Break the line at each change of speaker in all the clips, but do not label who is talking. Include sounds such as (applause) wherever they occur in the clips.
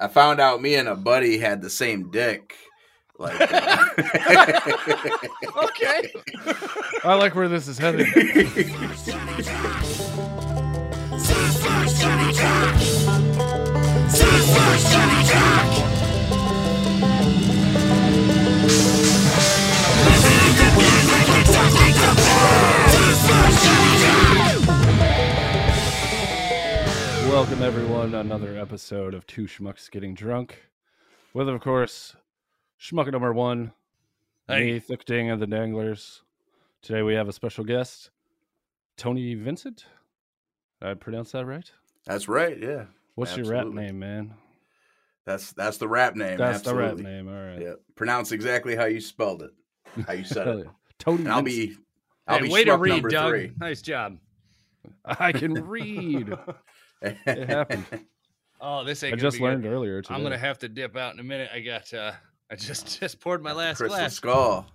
I found out me and a buddy had the same dick. Like, uh,
okay.
I like where this is headed. (laughs) Welcome everyone to another episode of Two Schmucks Getting Drunk. With of course Schmuck number one, me, Thick Ding of the Danglers. Today we have a special guest, Tony Vincent. Did I pronounce that right?
that's right. Yeah,
What's your rap
Absolutely.
name, man?
that's that's the rap name.
That's
absolutely.
the rap name. All right.
Yeah, pronounce exactly how you spelled it, how you said
Hell (laughs)
it.
yeah. Tony
And I'll
Vincent.
be, I'll
Hey,
be
way to
schmuck
read,
number
(laughs)
Doug.
three.
Nice job.
(laughs)
I can read.
(laughs)
It happened.
Oh, this ain't
I
gonna
just
be good.
learned earlier today.
I'm gonna have to dip out in a minute. I got. uh I just (laughs) just poured my last
Crystal
glass.
Skull.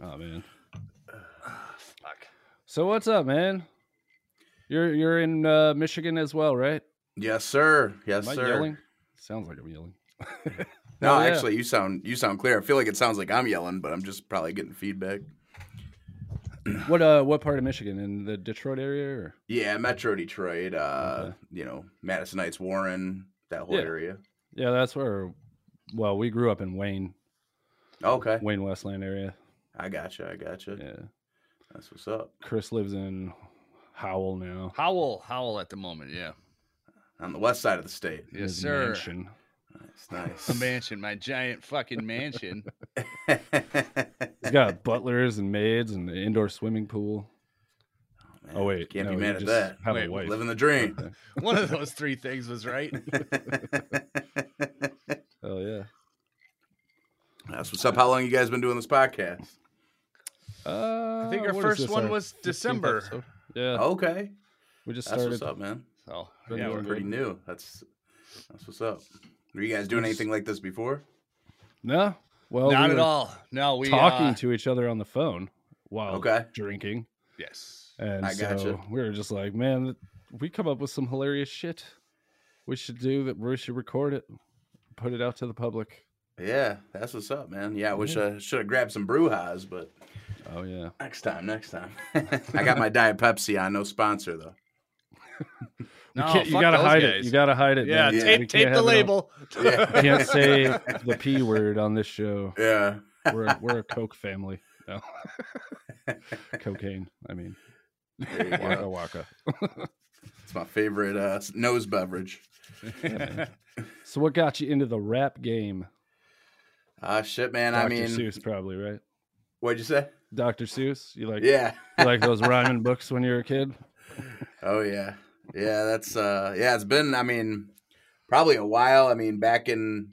Oh man.
Fuck.
So what's up, man? You're you're in uh, Michigan as well, right?
Yes, sir. Yes,
Am I
sir.
yelling? Sounds like I'm yelling.
No,
Oh, yeah.
actually, you sound you sound clear. I feel like it sounds like I'm yelling, but I'm just probably getting feedback.
What uh what part of Michigan? In the Detroit area or
Yeah, Metro Detroit. Uh,
Okay.
you know, Madison Heights, Warren, that whole
Yeah.
area.
Yeah, that's where well, we grew up in Wayne,
Okay,
Wayne Westland area.
I gotcha. I gotcha.
Yeah.
That's what's up.
Chris lives in Howell now.
Howl, howl at the moment. Yeah.
On the west side of the state.
in
Yes,
his
sir.
mansion.
Nice, nice.
(laughs) A
(laughs)
mansion, my giant fucking
(laughs)
mansion.
He's got (laughs) butlers and maids and an indoor swimming pool.
Man,
Oh wait,
can't be
no, you
mad at
just
that.
Have
Wait,
a wife.
Living the dream.
One of those three things
(laughs)
was right.
Oh yeah.
(laughs) That's what's up. How long you guys been doing this
(laughs)
podcast?
Uh,
I think our
what is
first
this,
one
our
was Oh,
15th
December.
episode? Yeah,
Okay,
we just
that's
started.
what's up, man.
So
Been
yeah,
doing
we're-
good.
Pretty new. That's that's what's up. Were you guys doing anything like this before?
No, well, oh, we
not at
were
all. No, we
Talking
uh,
to each other on the phone while
Okay.
drinking,
Yes.
and
I
so
gotcha.
we were just like, man, th- we come up with some hilarious shit. We should do that. We should record it, put it out to the public.
Yeah, that's what's up, man. Yeah, I wish I should have grabbed some Brujas, but
Oh yeah,
next time, next time. (laughs) I
(laughs)
got my Diet Pepsi on, no sponsor though.
We
No,
can't- you
Oh, fuck
gotta
those
hide it.
guys.
You gotta hide it.
Yeah,
man.
Yeah.
We
tape,
can't
tape
have it
the
on-
label.
(laughs)
Yeah.
Can't
(laughs)
say the p word on this show.
Yeah.
We're a- we're a Coke family.
(laughs)
No. Cocaine. I mean, (laughs)
There you go.
waka waka.
It's my favorite uh, nose beverage.
So, what got you into the rap game?
Ah, shit, man.
Dr.
I mean,
Seuss, probably right.
what'd you say?
Dr. Seuss. You like
Yeah.
you like those rhyming books when you were a kid?
Oh yeah, yeah. That's uh, yeah. It's been, I mean, probably a while. I mean, back in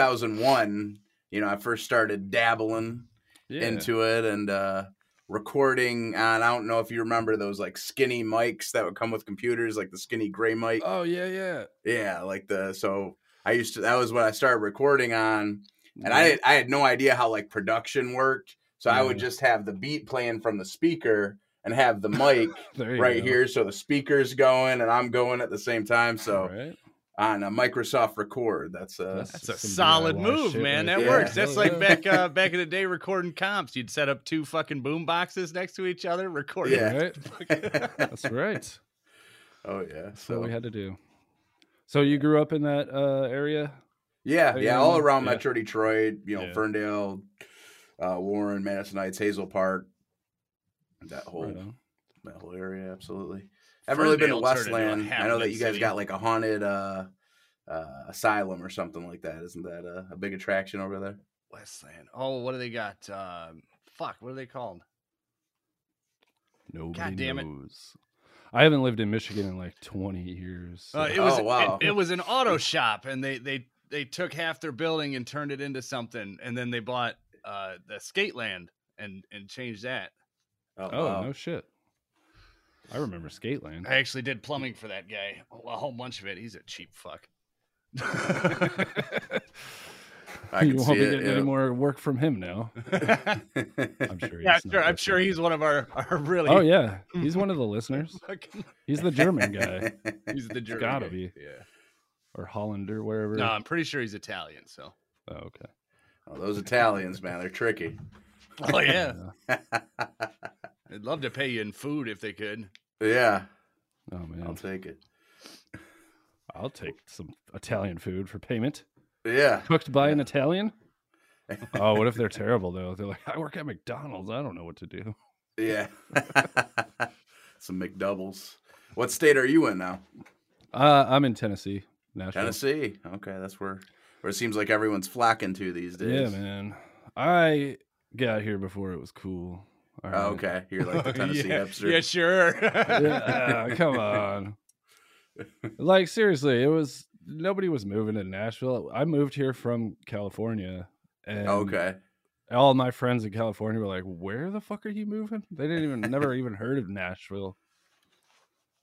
2001, you know, I first started dabbling into it and uh, recording on. I don't know if you remember those like skinny mics that would come with computers, like the skinny gray mic.
Oh yeah, yeah.
Yeah, like the so I used to. That was what I started recording on, and I I had no idea how like production worked. So I would
Mhm.
just have the beat playing from the speaker and have the mic
There you
right
go.
here. So the speaker's going and I'm going at the same time. So
Right?
on a Microsoft Record, that's uh
That's a
Some
solid
DIY
move,
shit
man.
right
That
there.
works.
Yeah.
That's
(laughs)
like
Yeah.
back uh, back in the day recording comps. You'd set up two fucking boom boxes next to each other, record
Yeah.
Right?
(laughs)
That's right.
oh yeah.
That's what
So
we had to do. So you grew up in that uh, area?
yeah,
Are
yeah,
you-
all around
yeah.
Metro Detroit, you know,
Yeah.
Ferndale, uh, Warren, Madison Heights, Hazel Park, that whole
Right on.
that whole area, absolutely. I haven't really been to
Ferndale turned into a
Westland. I know that
happening
you guys
city.
got like a haunted uh uh asylum or something like that. Isn't that uh, a, a big attraction over there?
Westland. Oh, what do they got? Um, fuck, what are they called?
Nobody
damn it.
knows. I haven't lived in Michigan in like 20 years.
Uh,
so-
it was
Oh, wow.
it, it was an auto shop, and they they they took half their building and turned it into something, and then they bought uh, the skate land and and changed that.
oh,
wow.
no shit. I remember Skateland.
I actually did plumbing for that guy. A whole bunch of it. He's a cheap
(laughs)
fuck.
(laughs)
(laughs)
I
(laughs) you
can
won't
see
be
it,
getting
yeah.
any more work from him now.
(laughs)
I'm sure.
(laughs) yeah,
he's not
sure. I'm sure
listening.
he's one of our, our really (laughs)
Oh yeah, he's one of the listeners.
fucking-
(laughs)
He's the German guy.
he's the jerk.
gotta be.
Yeah.
or Holland or wherever.
No, I'm pretty sure he's Italian. (laughs) So.
Oh, okay.
Oh, those Italians, man, they're tricky.
(laughs)
Oh yeah. I'd love to pay you in food if
(laughs)
they could.
yeah,
Oh man,
I'll take it.
I'll take some Italian food for payment. (laughs)
Yeah,
Cooked by an Italian. oh, what if they're terrible though? They're like, I work at McDonald's. I don't know what to do.
yeah. (laughs) Some McDoubles. What state are you in now?
Uh, I'm in Tennessee, Nashville.
Tennessee. Okay, that's where where it seems like everyone's flocking to these days.
Yeah, man. I got here before it was cool.
Oh,
All right.
okay, you're like
(laughs)
the Tennessee
yeah,
hipster.
yeah, sure. (laughs)
yeah, come on. Like seriously, it was nobody was moving to Nashville. I moved here from California, and
Okay.
all my friends in California were like, "Where the fuck are you moving?" They didn't even never even heard of Nashville.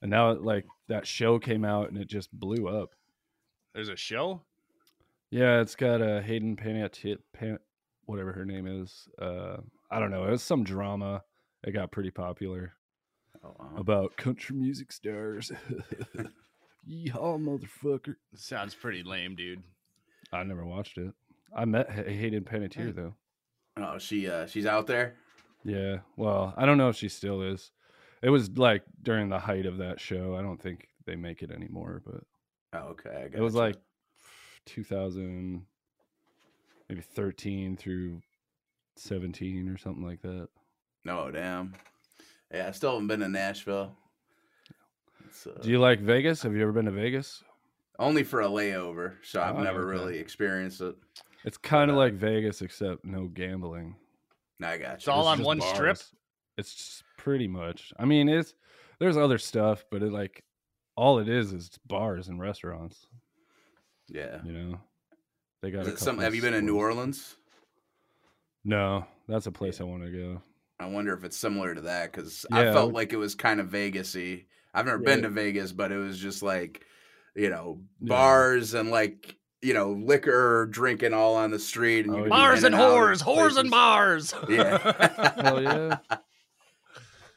And now, like that show came out and it just blew up.
There's a show.
Yeah, it's got uh, Hayden Panettiere, Pan- whatever her name is. Uh, I don't know. It was some drama. It got pretty popular.
Oh, wow.
about country music stars. (laughs) Yeehaw, motherfucker!
Sounds pretty lame, dude.
I never watched it. I met H- Hayden Panettiere though.
Oh, she uh, she's out there.
Yeah, well, I don't know if she still is. It was like during the height of that show. I don't think they make it anymore, but
Oh, okay. I
it was
gotcha.
like 2000, maybe 13 through 17 or something like that.
no damn. Yeah, I still haven't been to Nashville. It's, uh,
Do you like Vegas? Have you ever been to Vegas?
only for a layover, so I've
Oh,
never
okay.
really experienced it.
It's kind of
Uh,
like Vegas except no gambling.
No, I got
It's
you.
all
It's
on
(laughs) just
one strip.
bars. It's just pretty much. I mean, it's there's other stuff, but it like all it is is bars and restaurants.
yeah.
You know, they got.
Is
a
it some,
couple
have you been in New
stores.
Orleans?
No, that's a place I want to go.
I wonder if it's similar to that because
Yeah,
I
I
felt
would-
like it was kind of Vegasy. I've never been
Yeah.
to Vegas, but it was just like, you know,
Yeah.
bars and like, you know, liquor drinking all on the street. And
Oh,
you could be
Bars
in
and
out of
whores, whores and
places.
bars.
Yeah.
Hell (laughs) yeah,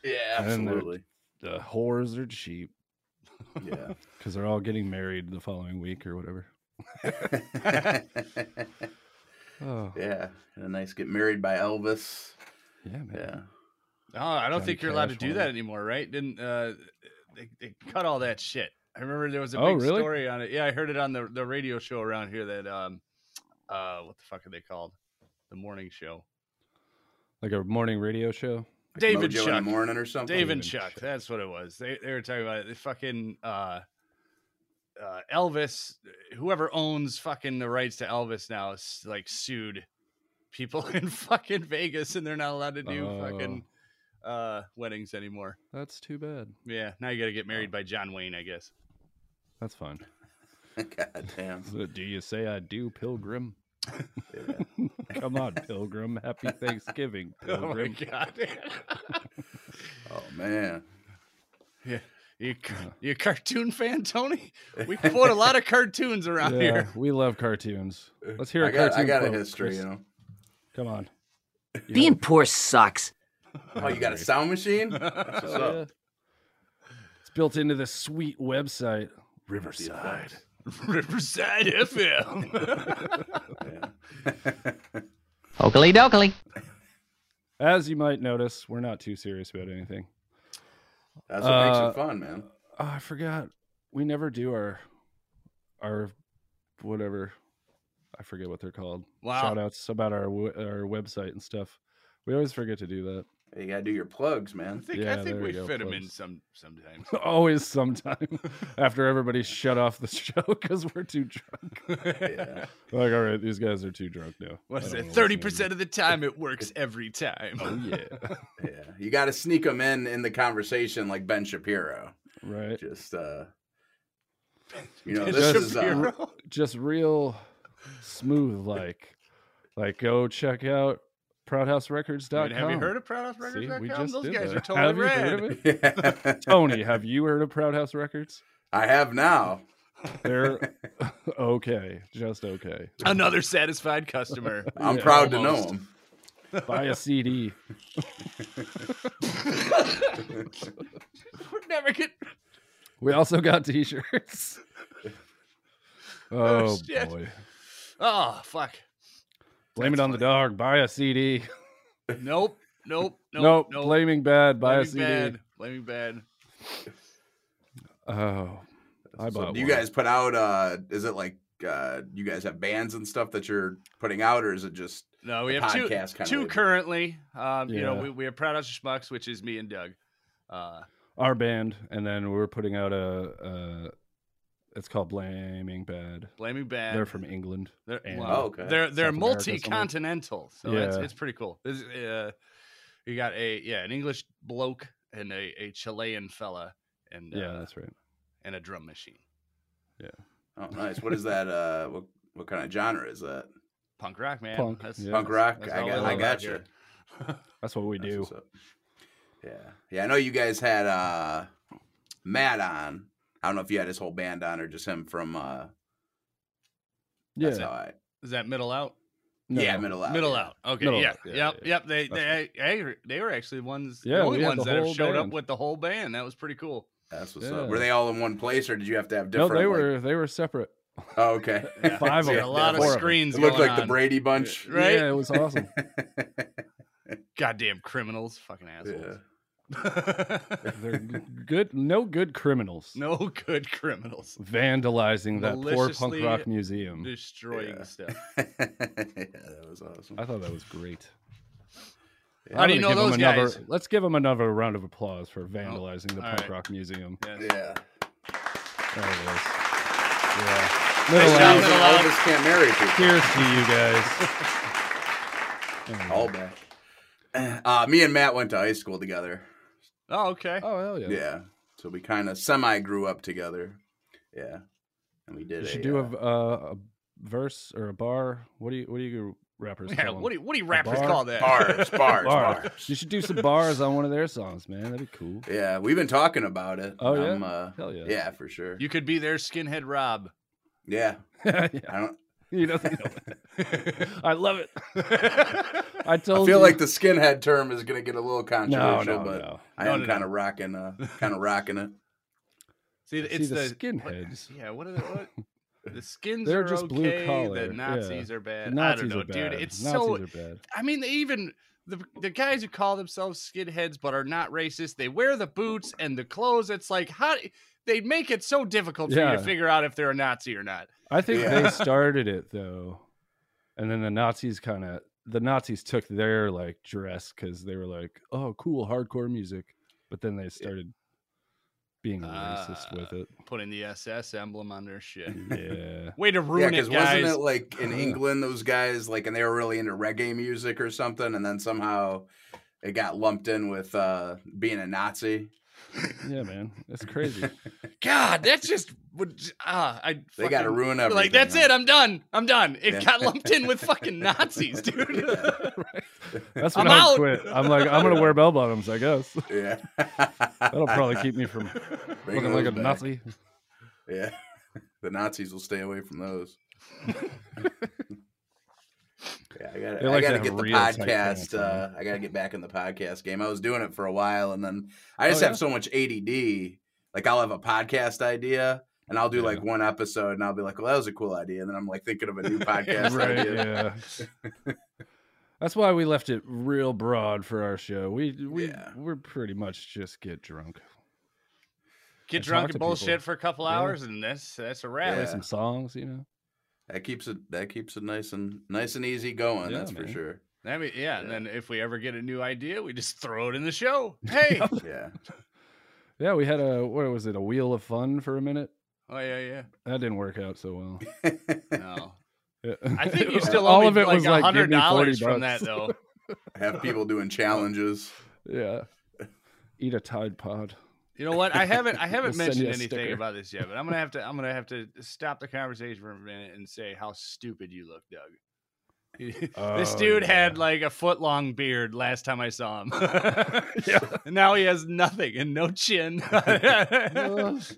Yeah,
And then they're-
absolutely.
(laughs) the whores are cheap
Yeah.
because they're all getting married the following week or whatever. (laughs) Oh
(laughs)
yeah,
yeah. And a nice get married by Elvis.
man.
Yeah.
(laughs) Oh, I don't
Johnny
think you're allowed to
Cash
do
one.
that anymore, right? Didn't uh, they, they cut all that shit? I remember there was a
Oh,
big
really?
story on it. Yeah, I heard it on the the radio show around here that um, uh, what the fuck are they called? The morning show.
Like a morning radio show.
Like
David
Mojo in the
Chuck.
morning or something.
Dave and
David
Chuck,
Chuck.
That's what it was. They they were talking about it. They fucking uh, uh, Elvis, whoever owns fucking the rights to Elvis now, is like sued people (laughs) in fucking Vegas, and they're not allowed to do fucking
Oh.
uh, weddings anymore.
That's too bad.
Yeah, now you got to get married by John Wayne, I guess. (laughs)
That's fine.
(laughs) God damn.
Do you say I do, Pilgrim?
(laughs) Yeah.
(laughs) Come on, Pilgrim. Happy
(laughs)
Thanksgiving,
Oh my
Pilgrim.
god! (laughs)
Oh man.
you ca- you a cartoon fan, Tony?
(laughs)
We quote a lot of cartoons around
Yeah,
here.
we love cartoons. Let's hear a
Uh, I got,
cartoon.
I got a
quote,
history,
Chris.
you
(laughs)
know.
Come on. You
Being
know,
poor sucks.
Oh, you got a sound machine?
(laughs)
That's what's
Oh,
hell
up.
yeah. It's built into this sweet website.
Riverside.
(laughs) Riverside FM.
Yeah. (laughs)
Oakley dokley.
As you might notice, we're not too serious about anything.
That's what
Uh,
makes it fun, man.
Oh, I forgot. We never do our our whatever. I forget what they're called.
(laughs) Wow.
Shout outs about our w- our website and stuff. We always forget to do that. (laughs)
You gotta do your plugs,
I
man.
(laughs) think
Yeah,
I
there
think
we
we
go,
fit him in
folks.
some sometimes.
always
(laughs)
sometime after everybody shut off the (laughs) show because we're too drunk.
(laughs) Yeah.
Like, all right, these guys are too drunk now.
What
I
is it?
don't wanna
Thirty
listen to
percent of the
(laughs)
time, it works every time.
them. Oh yeah,
Yeah. You gotta sneak them in in the conversation like Ben Shapiro.
right.
Just uh you
(laughs)
know,
Ben
this is (laughs) uh,
(laughs)
Shapiro.
Just real smooth, like, like go check out proudhouserecords.com.
I mean, have you heard of ProudHouseRecords.com?
See, we just
Those
did
guys
that.
are totally
Have you
rad.
heard of it? Tony, have you heard of Proud House Records?
I have now.
They're
(laughs)
okay, just okay.
(laughs) Another satisfied customer.
(laughs)
(laughs)
I'm
Yeah,
proud
almost.
to know him.
Buy a
(laughs)
CD.
We're never get. (laughs)
We also got t-shirts. Oh,
shit.
boy.
Oh fuck.
Blame it on the dog. Buy a CD.
Nope. Nope. Nope.
nope.
nope.
Blaming bad. Buy a
Blaming
CD.
bad. Blaming bad.
Oh, I
So
bought.
do you
one.
guys put out? uh Is it like uh you guys have bands and stuff that you're putting out, or is it just
No, we
The
have two,
podcast kinda
two
label.
currently. Um, You know,
Yeah.
we, we have Proud Out Schmucks, which is me and Doug. Uh,
our band, and then we were putting out a. a it's called Blaming Bad.
Blaming Bad.
They're from England.
They're,
and-
well,
Oh, okay.
they're they're
South America somewhere.
multi-continental, so it's
Yeah.
it's pretty cool. This, uh, you got a yeah, an English bloke and a, a Chilean fella, and
Yeah,
uh,
that's right.
and a drum machine,
oh nice? What is that? Uh, what what kind of genre is that?
punk rock man.
Punk,
That's,
yeah.
Punk rock.
that's
I
all
got.
love
I
out
got you.
here.
That's what we
That's
do.
what's up. Yeah, yeah. I know you guys had uh Matt on. I don't know if you had his whole band on or just him from. uh
Yeah,
that's how I,
Is that middle out?
no.
Yeah, middle out.
Middle
yeah.
out. Okay.
Middle
yeah.
Out, yeah,
Yep.
yeah.
Yep. They
That's
they I, they were actually ones
Yeah,
the only
we had
ones
the
that have
whole
showed
band.
up with the whole band. That was
(laughs)
pretty cool.
That's what's
Yeah.
up. Were they all in one place, or did you have to have
no,
different?
they
like-
were they were separate.
Oh, okay.
(laughs)
Yeah.
Five of
They
them.
had a lot of
Four
It
screens.
looked
going
like the
on.
Brady Bunch.
Right?
Yeah, it was awesome.
Goddamn criminals, fucking assholes.
(laughs) Yeah.
They're g- good. No good criminals.
(laughs) no good criminals.
vandalizing that poor punk
Maliciously
rock museum.
Destroying
Yeah.
stuff.
(laughs)
yeah, that was awesome.
I thought that was great.
How do you know
give 'em
those
another,
guys? Oh,
Let's give them another round of applause for vandalizing the
all
punk
right.
rock museum.
(laughs)
Yes.
Yeah.
There it
(laughs)
is. Yeah.
Nice
Little
job,
Elvis,
Middle out.
Elvis can't marry people.
Cheers to you guys. Anyway.
All back. (clears throat) Uh, me and Matt went to high school together.
Oh, okay.
Oh hell yeah!
Yeah. So we kind of semi grew up together. Yeah. And we did.
You
a,
should do
(laughs)
a,
uh,
v- uh, a verse or a bar. What do you What do you rappers
Yeah,
call 'em?
what do you, what do you rappers
bar?
call that?
bars,
(laughs)
bars,
Bar.
bars.
You should do some bars on one of their songs, man. That'd be cool.
Yeah, we've been talking about it.
Oh, yeah?
I'm, uh,
Hell yeah!
yeah, for sure.
You could be their skinhead
(laughs)
Rob.
yeah,
Yeah.
I don't.
He doesn't know.
(laughs)
it. I love it. I
I
told
feel
you.
like the skinhead term is gonna get a little
no,
controversial,
no,
but
no.
I
No,
am
no, no.
kind of rocking,
(laughs)
uh, kind of rocking it.
See,
See,
it's
the,
the,
skinheads.
yeah. What are the what? The skins
They're
are
just
okay,
blue collar,
The
yeah.
Nazis are
The
bad.
Nazis
I don't know,
are bad.
dude. It's
Nazis
so
are bad.
I mean, they even the the guys who call themselves skinheads but are not racist, they wear the boots and the clothes. It's like how they make it so difficult for you
Yeah.
to figure out if they're a Nazi or not.
I think
Yeah. (laughs)
they started it though, and then the Nazis kind of the Nazis took their like dress because they were like, "Oh, cool hardcore music," but then they started being
Ah.
racist with it.
Putting the SS emblem on
(laughs)
their shit.
Yeah,
Way to
Yeah,
ruin
because
it, guys.
wasn't it like in
(laughs)
Yeah.
England those guys like, and they were really into reggae music or something, and then somehow it got lumped in with uh, being a Nazi.
yeah, man, that's crazy.
God, that just would. Ah, I
They got to
fucking-
ruin everything.
Like that's
huh?
it. I'm done. I'm done. It
Yeah.
got lumped in
(laughs)
with fucking Nazis, dude.
Yeah.
That's when
I'm
I would
out.
quit. I'm like, I'm gonna wear bell bottoms, I
(laughs)
guess.
Yeah,
That'll probably keep me from
Bring
looking like a
those back.
Nazi.
(laughs) Yeah, the Nazis will stay away from
(laughs)
those. yeah, I
They
gotta,
like
I
to
gotta
have
get the
real tight pants
podcast.
on.
Uh, I gotta get back in the podcast game. I was doing it for a while, and then I just
Oh, yeah?
have so much ADD. Like I'll have a podcast idea. And I'll do
Yeah.
like one episode, and I'll be like, "Well, that was a cool idea." And then I'm like thinking of a new podcast
(laughs) right
idea.
yeah that's why we left it real broad for our show we we
Yeah.
we're pretty much just get drunk
Get
And talk
drunk
to
and bullshit
people.
for a couple
Yeah.
hours, and that's that's a wrap.
play
Yeah.
some songs you know
That keeps it. That keeps it nice and nice and easy going.
Yeah,
that's for
man. (laughs)
sure.
I mean, yeah, And
Yeah.
then if we ever get a new idea, we just throw it in
(laughs)
the show. Hey.
Yeah, (laughs)
yeah we had a what was it a wheel of fun for a minute
oh
(laughs)
yeah, yeah.
that didn't work out so well
No,
Yeah.
(laughs) I think you
It-
still
(laughs) all
owe
of
me
it
like
was like give
hundred
me 40
dollars from that
bucks.
though.
(laughs)
have people doing challenges.
yeah eat a tide pod
You know what? I haven't I haven't
We'll send you
mentioned
a
anything
sticker.
about this yet, but I'm gonna have to I'm gonna have to stop the conversation for a minute and say how stupid you look, Doug. (laughs) this
Oh,
dude had
yeah.
like a foot long beard last time I
(laughs)
saw him. (laughs) And now he has nothing and no
(laughs)
chin. (laughs)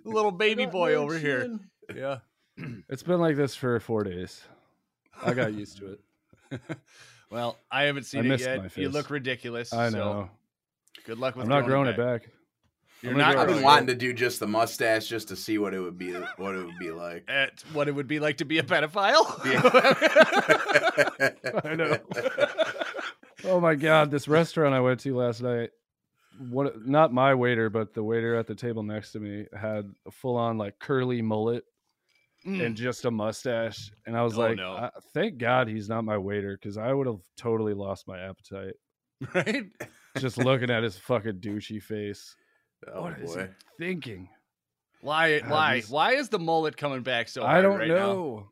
Little baby boy over here. Yeah. (laughs)
it's been like this for four days i got used to
(laughs)
it
Well, I haven't seen it
missed
yet.
my
You
face.
look ridiculous.
i
so
know
good luck with
i'm not
growing
growing it back
You're
gonna
not.
do it
I've been
Right.
growing
wanting to do just the mustache just to see what it would be what it would be like.
At what it would be like to be a pedophile.
(laughs) I know. oh my god, this restaurant I went to last night. What? Not my waiter, but the waiter at the table next to me had a full-on like curly mullet
(laughs) Mm.
and just a mustache, and I was
Oh,
like,
no.
"I- "Thank God he's not my waiter, because I would have totally lost my appetite
(laughs) right?
just looking at his fucking douchey
(laughs)
face.
(laughs) oh
What is
boy.
he thinking?
Why?
God,
Why?
these-
Why is the mullet coming back so?
I
hard
don't
right now?
know.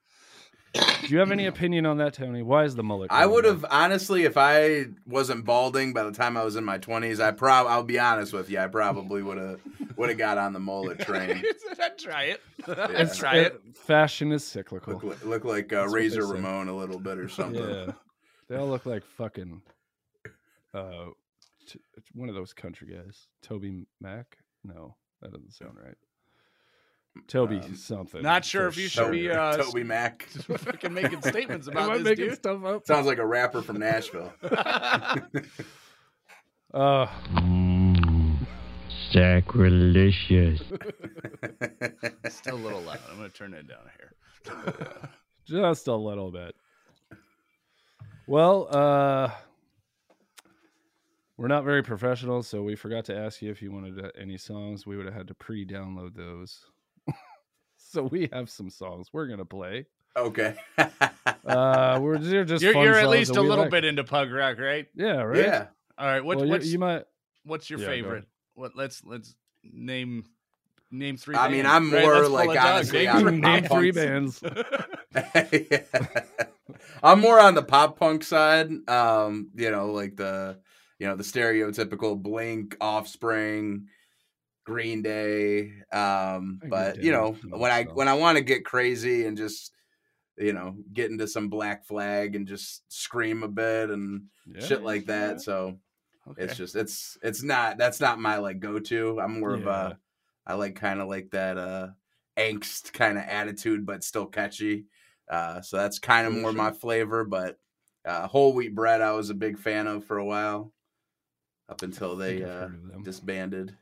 Do you have
(clears throat)
any opinion on that, Tony? Why is the mullet?
I
coming
would
back?
have honestly, if I wasn't balding by the time I was in my twenties, I prob I'll be honest with you, I probably would have would have got on the mullet
(laughs)
train.
(laughs) I'd try it. I'd
It's-
try
Uh,
it.
Fashion is cyclical.
Look, li- look like uh,
That's what they
Razor
say.
Ramon a little bit or something.
Yeah, they all look like fucking uh, t- it's one of those country guys. Toby Mac? No, that doesn't sound right. Toby
Um,
something.
not sure
for
if you should
Toby,
be, uh,
Toby Mac
(laughs) fucking making
(laughs)
statements
Am I
about this
making
dude.
stuff up?
sounds like a rapper from
(laughs)
Nashville.
Uh,
Mm, sacrilicious.
Still a little loud. I'm gonna turn it down here.
just a little bit. Well, uh, we're not very professional, so we forgot to ask you if you wanted uh, any songs. We would have had to pre-download those. (laughs) so we have some songs we're gonna play.
(laughs) okay.
(laughs)
(laughs)
Uh, we're they're just
you're
fun
you're at
songs
least
that
a
we
little
like.
bit into pug rock, right?
Yeah, right.
Yeah.
All right. What,
well, you-
what's
you, might.
what's your
yeah, go ahead.
favorite? What let's let's name name three.
I mean,
bands,
I'm
right?
more
Let's pull
like,
a dog,
honestly,
name
I'm-
three
I'm
Name
bands.
punk.
three bands.
(laughs) I'm more on the pop punk side. Um, you know, like the you know, the stereotypical Blink, Offspring, Green Day. Um,
I
but
agree,
you
Dan,
know,
you know,
when I
so.
when I want to get crazy and just you know, get into some black flag and just scream a bit and
Yeah.
shit like that. So
Okay.
it's just it's it's not that's not my like go to. I'm more of a
Yeah.
I like kind of like that uh angst kind of attitude, but still catchy. Uh, so that's kind of more my flavor. But uh, whole wheat bread, I was a big fan of for a while, up until
I think
they
I've
uh,
heard of them.
disbanded. (laughs)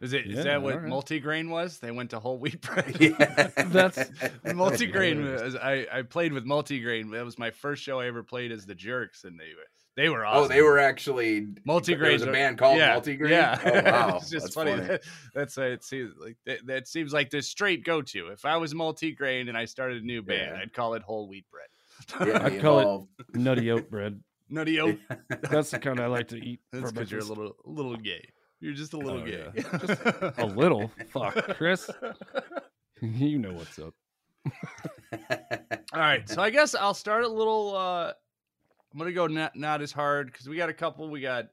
Is it is
Yeah,
that what
alright.
multigrain was? They went to whole
(laughs)
wheat bread.
(laughs)
(laughs)
That's-
multigrain.
Hilarious.
was- I I played with multigrain. That was my first show I ever played as the Jerks, and they were they were awesome.
oh, they were actually
multigrain.
there was a band called
(laughs) yeah,
Multigrain?
Yeah,
Oh, wow.
(laughs) it's just
That's
funny.
funny.
That- that's why it seems like that, that seems like the straight go to. If I was multigrain and I started a new band,
Yeah.
I'd call it whole wheat
(laughs)
bread.
yeah,
I
they
call it-
evolved.
(laughs) Nutty oat bread.
(laughs) Nutty oat.
(laughs)
That's the kind I like to eat.
That's
for
because you're a
breakfast.
little a little gay. You're just a little
Oh,
gay. (laughs)
(laughs)
a little. Fuck, Chris. (laughs) you know what's up.
All right, so I guess I'll start a little. uh I'm gonna go not not as hard because we got a couple. We got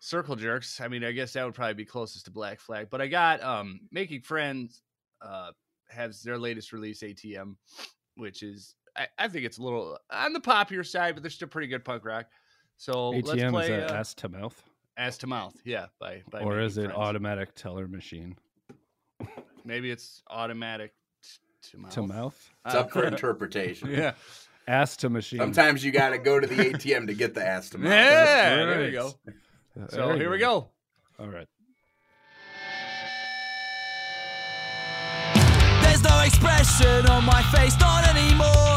circle jerks. I mean, I guess that would probably be closest to Black Flag. But I got um making friends. Uh, has their latest release ATM, which is I, I think it's a little on the poppier side, but they're still pretty good punk rock. So let's
ATM
play
is that
uh,
ass to mouth,
ass to mouth. Yeah, by, by
or
Making
is it
Friends.
automatic teller machine
Maybe it's automatic t- to mouth.
to mouth?
(laughs) It's
Uh,
up
(laughs)
for
(laughs)
interpretation.
yeah.
Ass to machine.
Sometimes you got to go to the ATM to get the ass to mouth.
Yeah, there we
Right.
go.
Uh,
So
there
here we
you
go.
All right.
There's no expression on my face, not anymore.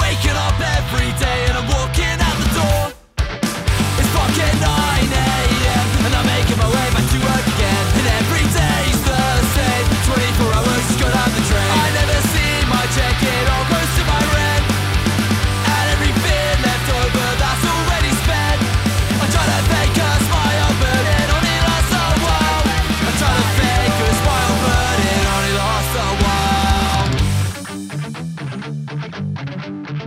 Waking up every day and I'm walking out the door. It's fucking 9 a.m. and I'm making my way back to work again. And every day's the same. 24 hours just go down the drain. I never see my check, it all goes to my rent. And everything left over that's already spent. I try to fake a smile, but it only lasts a while. I try to fake a smile, but it only lasts a while.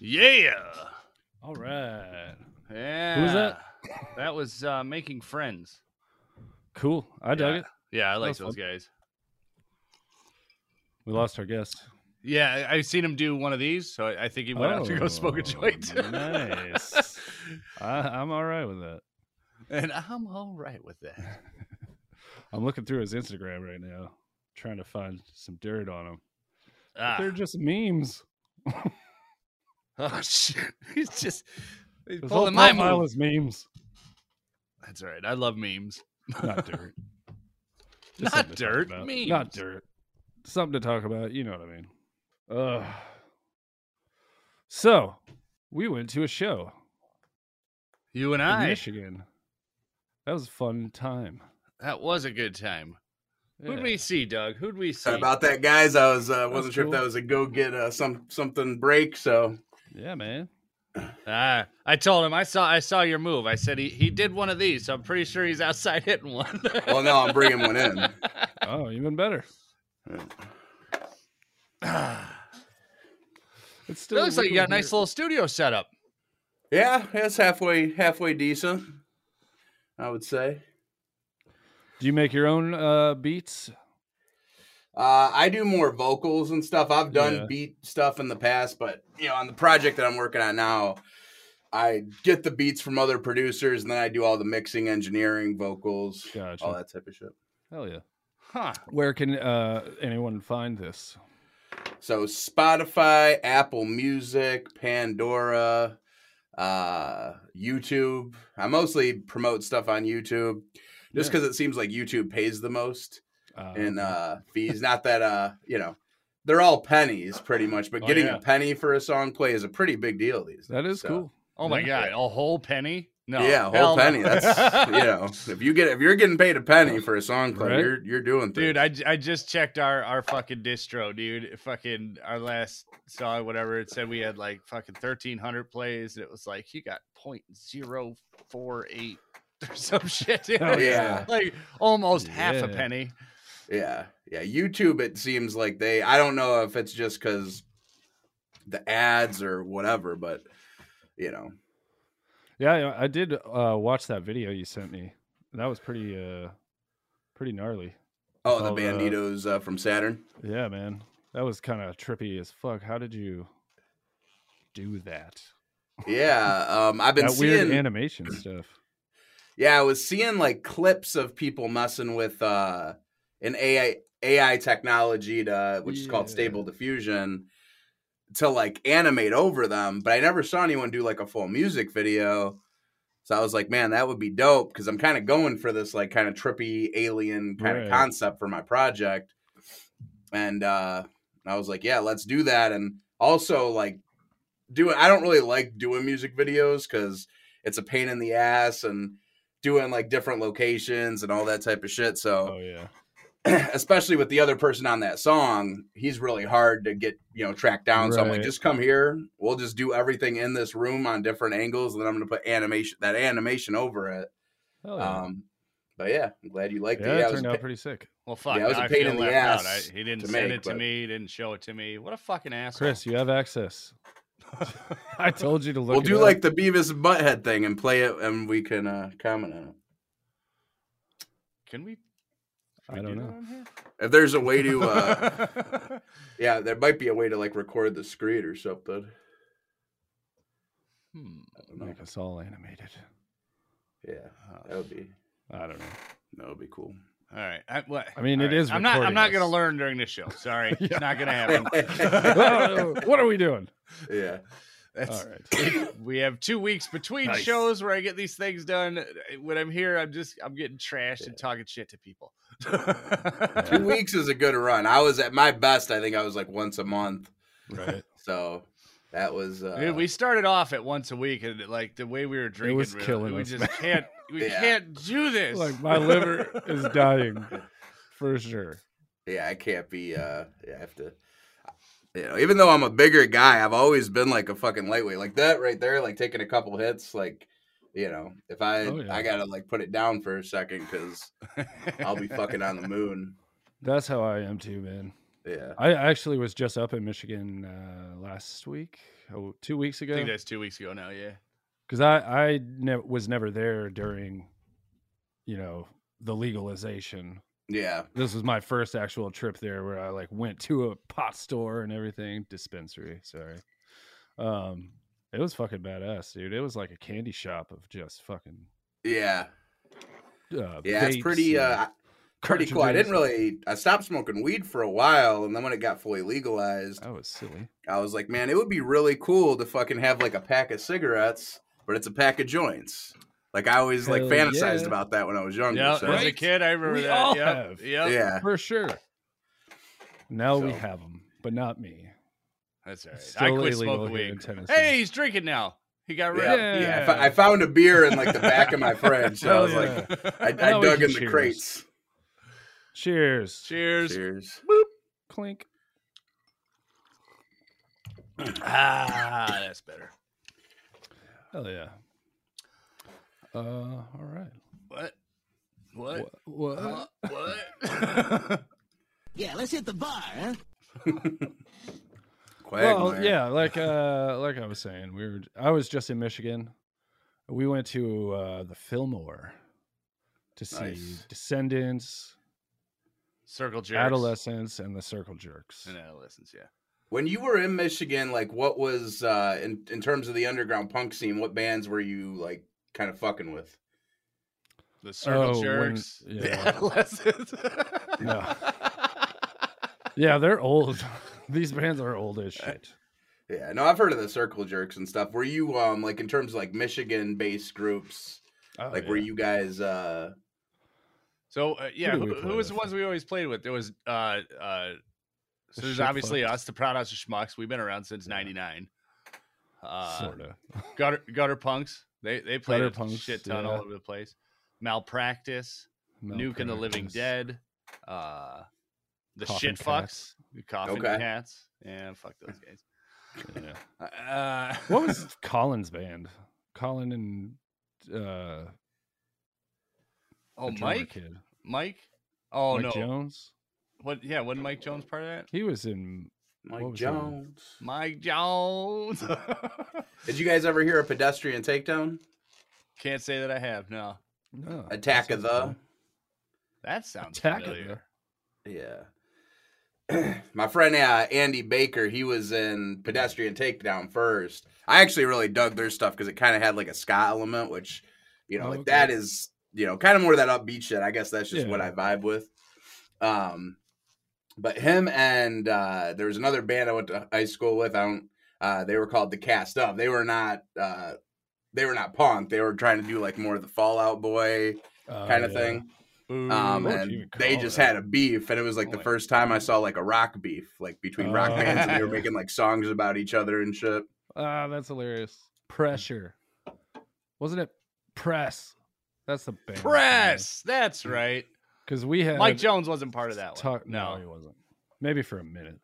Yeah.
All right.
Yeah.
that?
That was uh, Making Friends.
Cool. I dug
Yeah.
it.
Yeah, I like
was
those guys.
We lost our guest.
Yeah, I- I've seen him do one of these, so I I think he went out to go smoke a
Oh,
joint. (laughs)
nice. I, I'm all right with that.
and I'm all right
(laughs)
with that.
I'm looking through his Instagram right now, trying to find some dirt on him. But
Ah.
They're just memes.
Oh shit! He's just he's
His whole
pulling my
profile
move.
is memes,
That's all right. I love memes. (laughs)
not dirt. Just
Not
something to talk
dirt,
about.
memes.
Not dirt. Something to talk about. You know what I mean. Ugh. So we went to a show
You and
in
I.
Michigan. That was a fun time.
That was a good time. Who'd
Yeah.
we see, Doug? Who'd we see?
About that, guys. I was uh, wasn't
That's
sure
cool.
if that was a go get uh, some something break.
(laughs)
So
Yeah, man.
Ah, I told him I saw I saw your move. I said he, he did one of these, so I'm pretty sure he's outside hitting one. (laughs)
well, now I'm bringing one in.
Oh, even better. It's
it
still
looks like you got a
little
nice little studio set up.
Yeah, it's halfway halfway decent. I would say.
weird. Do you make your own uh, beats?
Uh, I do more vocals and stuff. I've done
Yeah.
beat stuff in the past, but you know, on the project that I'm working on now, I get the beats from other producers, and then I do all the mixing, engineering, vocals,
Gotcha.
all that type of shit.
Hell yeah.
Huh.
Where can uh, anyone find this?
So Spotify, Apple Music, Pandora, uh, YouTube. I mostly promote stuff on YouTube, just
Yeah.
because it seems like YouTube pays the most
Uh,
in uh, fees. Not that uh, you know, they're all pennies pretty much, but
Oh,
getting
yeah.
a penny for a song play is a pretty big deal these.
that
days,
is
so-
cool.
Oh my
Yeah.
god, a whole penny? No.
yeah, a
hell
whole
no.
penny.
(laughs)
That's you know,
(laughs)
if you get if you're getting paid a penny for a song play,
Right.
you're you're doing things.
Dude, I, j- I just checked our, our fucking distro, dude. Fucking our last song, whatever it said, we had like fucking thirteen hundred plays, and it was like you got point zero four eight (laughs) or some shit. dude.
Hell
yeah.
like almost half a
Oh, Yeah.
penny.
Yeah, yeah. YouTube, it seems like they. I don't know if it's just because the ads or whatever, but you know,
Yeah, I, I did uh, watch that video you sent me. That was pretty, uh, pretty gnarly.
oh, the
Oh, the-
Banditos uh, from Saturn.
Yeah, man, that was kind of trippy as fuck. How did you do that?
Yeah, um, I've been
that
seeing.
weird animation stuff.
yeah, I was seeing like clips of people messing with uh, an AI AI technology to, which is called
Yeah.
Stable Diffusion, to like animate over them. But I never saw anyone do like a full music video. So I was like, man, that would be dope because I'm kind of going for this like kind of trippy alien kind of
Right.
concept for my project. And uh, I was like, yeah, let's do that. And also like doing, I don't really like doing music videos because it's a pain in the ass and doing like different locations and all that type of shit. So
Oh yeah,
(clears throat) especially with the other person on that song, he's really hard to get, you know, tracked down. So I'm like,
Right.
just come here. We'll just do everything in this room on different angles, and then I'm gonna put animation that animation over it.
Hell Oh, yeah.
Um, but yeah, I'm glad you liked
yeah,
it.
it
Yeah, I was
turned
pa-
out pretty sick.
Well, fuck.
Yeah, it was a
now I
pain
feel
in the
left out. I,
ass
he didn't
to
send
make,
it to
but-
me. He didn't show it to me. What a fucking asshole.
Chris, you have access. I told you to look.
we'll
it
do
up.
like the Beavis and Butthead thing and play it, and we can uh, comment on it.
can we? can
I
we
don't
do that
know.
on here?
If there's a way to, uh, (laughs) yeah, there might be a way to like record the screen or something.
Hmm.
I don't know.
make us all animated.
Yeah, that would be
I don't know.
Oh,
(laughs)
that would be (laughs) cool.
All right. I, what?
I mean,
it
it is
I'm not. I'm
recording
not going to
us.
learn during this show.
(laughs)
Sorry,
Yeah.
it's not going
(laughs)
to happen.
what are we doing?
Yeah,
That's-
All right.
We have two weeks between
Nice.
shows where I get these things done. When I'm here, I'm just I'm getting trashed and talking shit to people. (laughs)
two weeks is a good run. I was at my best. I think I was like once a month.
Right.
So that was uh,
Dude, we started off at once a week, and like the way we were drinking,
was
we were-
killing
we
us,
just
man.
can't. We
Yeah.
can't do this.
Like my
(laughs)
liver is dying for sure.
yeah, I can't be uh yeah, I have to you know, even though I'm a bigger guy, I've always been like a fucking lightweight. Like that right there, like taking a couple hits, like you know, if I
Oh, yeah.
I gotta like put it down for a second (laughs) because I'll be fucking on the moon.
That's how I am too, man.
Yeah.
I actually was just up in Michigan uh, last week. oh, two weeks
I
ago
think that's two weeks ago now. Yeah.
because I I ne- was never there during, you know, the legalization.
Yeah.
This was my first actual trip there where I like went to a pot store and everything dispensary. Sorry, um, it was fucking badass, dude. It was like a candy shop of just fucking
Yeah.
uh,
Yeah. It's
vapes
pretty.
and
Uh, pretty cool. I didn't
cartridges.
really. I stopped smoking weed for a while, and then when it got fully legalized,
That was silly.
I was like, man, it would be really cool to fucking have like a pack of cigarettes, but it's a pack of joints. Like I always like
Hell
fantasized
yeah.
about that when I was younger.
Yeah.
so-
As a
Right.
kid, I remember
We
that.
all
yep.
have.
Yep.
Yeah.
for sure. Now we
So-
have them, but not me.
That's all right.
It's
I
still
quit
illegal
smoking
here in
weed.
Tennessee.
Hey, he's drinking now. He got rid
Yeah.
of
yeah. I, fo- I found a beer in like the back of my fridge. So I
Hell
was like, (laughs)
it.
I, I
Now we
dug
can
in the
cheers.
crates.
Cheers.
Cheers.
Cheers.
Clink.
Ah, that's better.
Hell yeah. Uh, all right.
What? What?
What?
uh,
what?
Huh? What?
Yeah, let's hit the bar, huh?
Quagmire.
Well,
(laughs)
yeah, like uh, like I was saying, we were. I was just in Michigan. We went to uh, the Fillmore to see
Nice.
Descendants,
Circle jerks.
Adolescents, and the Circle Jerks.
And adolescence, yeah.
When you were in Michigan, like what was uh in, in terms of the underground punk scene, what bands were you like kind of fucking with?
The circle
Oh, when- (laughs)
jerks. The
yeah.
adolescents.
No. Yeah, they're old. (laughs) These bands are old
Eh,
as shit.
Yeah, no, I've heard of the circle jerks and stuff. Were you um like in terms of like Michigan based groups,
Oh,
like
yeah.
were you guys uh
(laughs) So uh, yeah,
did we
who,
play
who was the
with?
ones we always played with? There was uh uh so
The
there's
Shit
obviously
Fucked.
us, the Proud House of Schmucks. We've been around since
Yeah.
ninety nine. Uh
sorta?
gutter, gutter punks. They they played
Gutter
a
Punks,
shit ton
yeah.
all over the place. Malpractice, Nuke and the Living
Malpractice.
Dead, uh the
Coffin
shit
Cats.
fucks, the coffin
Okay.
cats. Yeah, fuck those guys. (laughs)
Yeah.
Uh,
(laughs) What was Colin's band? Colin and uh
(laughs) Oh,
the drummer
Mike?
kid.
Mike? Oh
Mike
no.
Jones.
What? Yeah, wasn't Mike Jones part of that?
He was in
Mike
What was that?
Jones?
Mike Jones. (laughs)
Did you guys ever hear a pedestrian takedown?
Can't say that I have. No,
no, that
Attack of
sounds
the
that sounds
Attack of
familiar.
Yeah. (clears throat) My friend uh, Andy Baker, he was in Pedestrian Takedown first. I actually really dug their stuff because it kind of had like a ska element, which you know
Oh,
like
okay.
that is you know kind of more of that upbeat shit. I guess that's just what
Yeah.
I vibe with. Um, but him and uh, there was another band I went to high school with. I don't. Uh, they were called the Cast Up. They were not. Uh, they were not punk. They were trying to do like more of the Fallout Boy
good. Oh,
kind of
yeah.
thing.
Ooh.
Um,
what would you
and
even
they
call
just
that?
had a beef, and it was like
Oh
the
my-
first time I saw like a rock beef, like between rock
Oh.
bands, and they were making like songs about each other and
(laughs)
shit.
Ah, that's hilarious. Pressure. Wasn't it press? That's the band.
Press. That's right.
Because we had
Mike Jones wasn't part of that one.
Tuck-
no,
no. he wasn't. Maybe for a minute.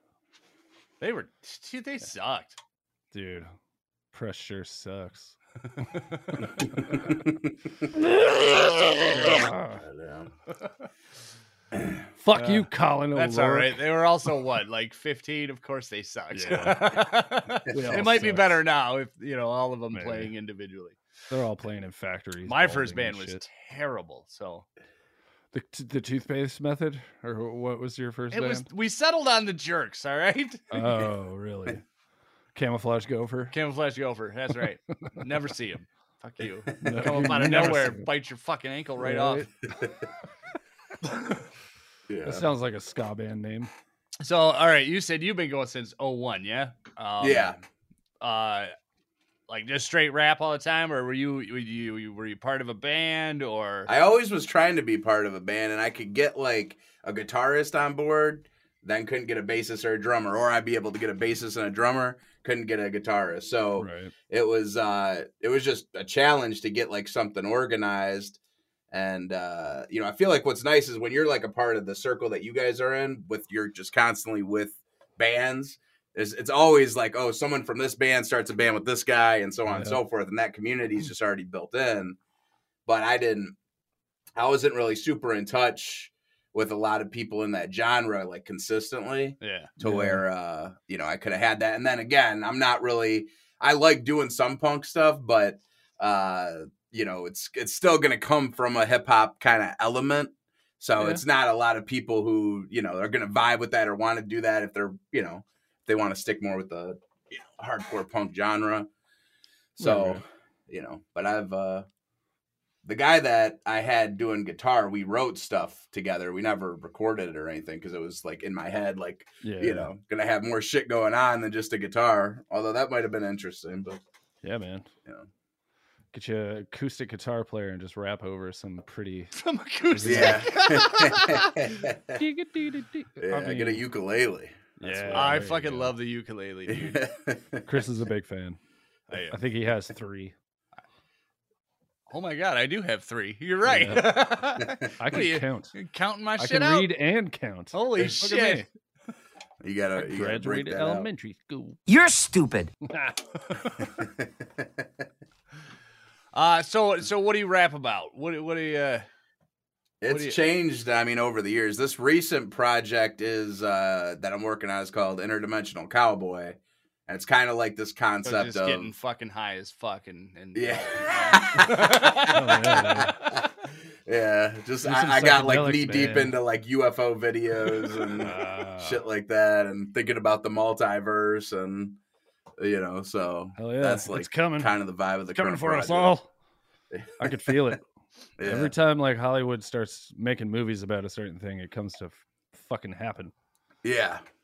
they were. Dude, they sucked.
Dude. Pressure sucks.
(laughs)
Ah, (laughs) Fuck
Uh,
you, Colin.
That's all
O'Rourke.
right. They were also what, like fifteen? Of course, they sucked. (laughs)
(laughs) We all
it might be
sucked.
better now if you know all of them
Maybe.
playing individually.
They're all playing in factories.
My first
balding
band
and
was
shit.
terrible, so
the t- the toothpaste method, or wh- what was your first
it
band?
was. We settled on the jerks. All right. (laughs)
Oh, really? Camouflage gopher.
Camouflage gopher. That's right. Never see him. Fuck you.
(laughs) No,
Come
you
up out of
never
nowhere
see
and
it.
bite your fucking ankle right,
Right?
off.
Yeah,
That sounds like a ska band name.
so, all right, you said you've been going since 01, yeah? Um,
yeah.
Uh, like just straight rap all the time, or were you were you you- were you part of a band or?
I always was trying to be part of a band, and I could get like a guitarist on board, then couldn't get a bassist or a drummer, or I'd be able to get a bassist and a drummer, couldn't get a guitarist. So
Right.
it was uh it was just a challenge to get like something organized and uh you know i feel like what's nice is when you're like a part of the circle that you guys are in with you're just constantly with bands it's, it's always like oh someone from this band starts a band with this guy and so on and
Yeah.
so forth and that community is just already built in but i didn't i wasn't really super in touch with a lot of people in that genre like consistently
Yeah. (laughs)
to
Yeah.
where uh you know I could have had that. And then again, I'm not really I like doing some punk stuff, but uh you know it's it's still gonna come from a hip hop kind of element. So
Yeah.
it's not a lot of people who you know are gonna vibe with that or want to do that if they're you know if they want to stick more with the you know, hardcore punk genre. So
Right.
you know, but I've uh the guy that I had doing guitar, we wrote stuff together. We never recorded it or anything because it was like in my head, like
Yeah.
you know, gonna have more shit going on than just a guitar. Although that might have been interesting, but
Yeah, man.
Yeah.
Get you an acoustic guitar player and just rap over some
(laughs)
pretty.
From acoustic. (laughs)
yeah, (laughs)
I
yeah, I get a
mean,
ukulele. (laughs)
Yeah,
I
there you
fucking
go.
love the ukulele, dude.
Chris is a big fan.
I-
I think he has three.
oh my god, I do have three. You're right.
I
What
can
are you,
count.
(laughs) counting my
I
shit
can
out. Oh,
read and count.
Holy
Look at
shit.
me.
Uh, you gotta,
I
you gotta break
graduated
that (laughs)
elementary
(laughs)
school.
You're stupid.
out.
Uh, so so what do you rap about? What do- what do you? Uh,
It's
do you-
changed, I mean, over the years. This recent project is uh that I'm working on is called Interdimensional Cowboy. And it's kind of like this
so
concept
just
of
getting fucking high as fuck and, and
Yeah. (laughs)
Oh, yeah,
Yeah, just
Do some
I, I got like
psychedelics,
knee deep
man.
into like UFO
(laughs)
videos and
Ah,
shit like that and thinking about the multiverse and you know, so
Hell yeah!
That's like
it's coming,
kind of the vibe of the
coming
current
for us
project.
all.
(laughs)
I could feel it
Yeah.
every time. Like Hollywood starts making movies about a certain thing, it comes to f- fucking happen.
yeah.
(laughs)
(laughs)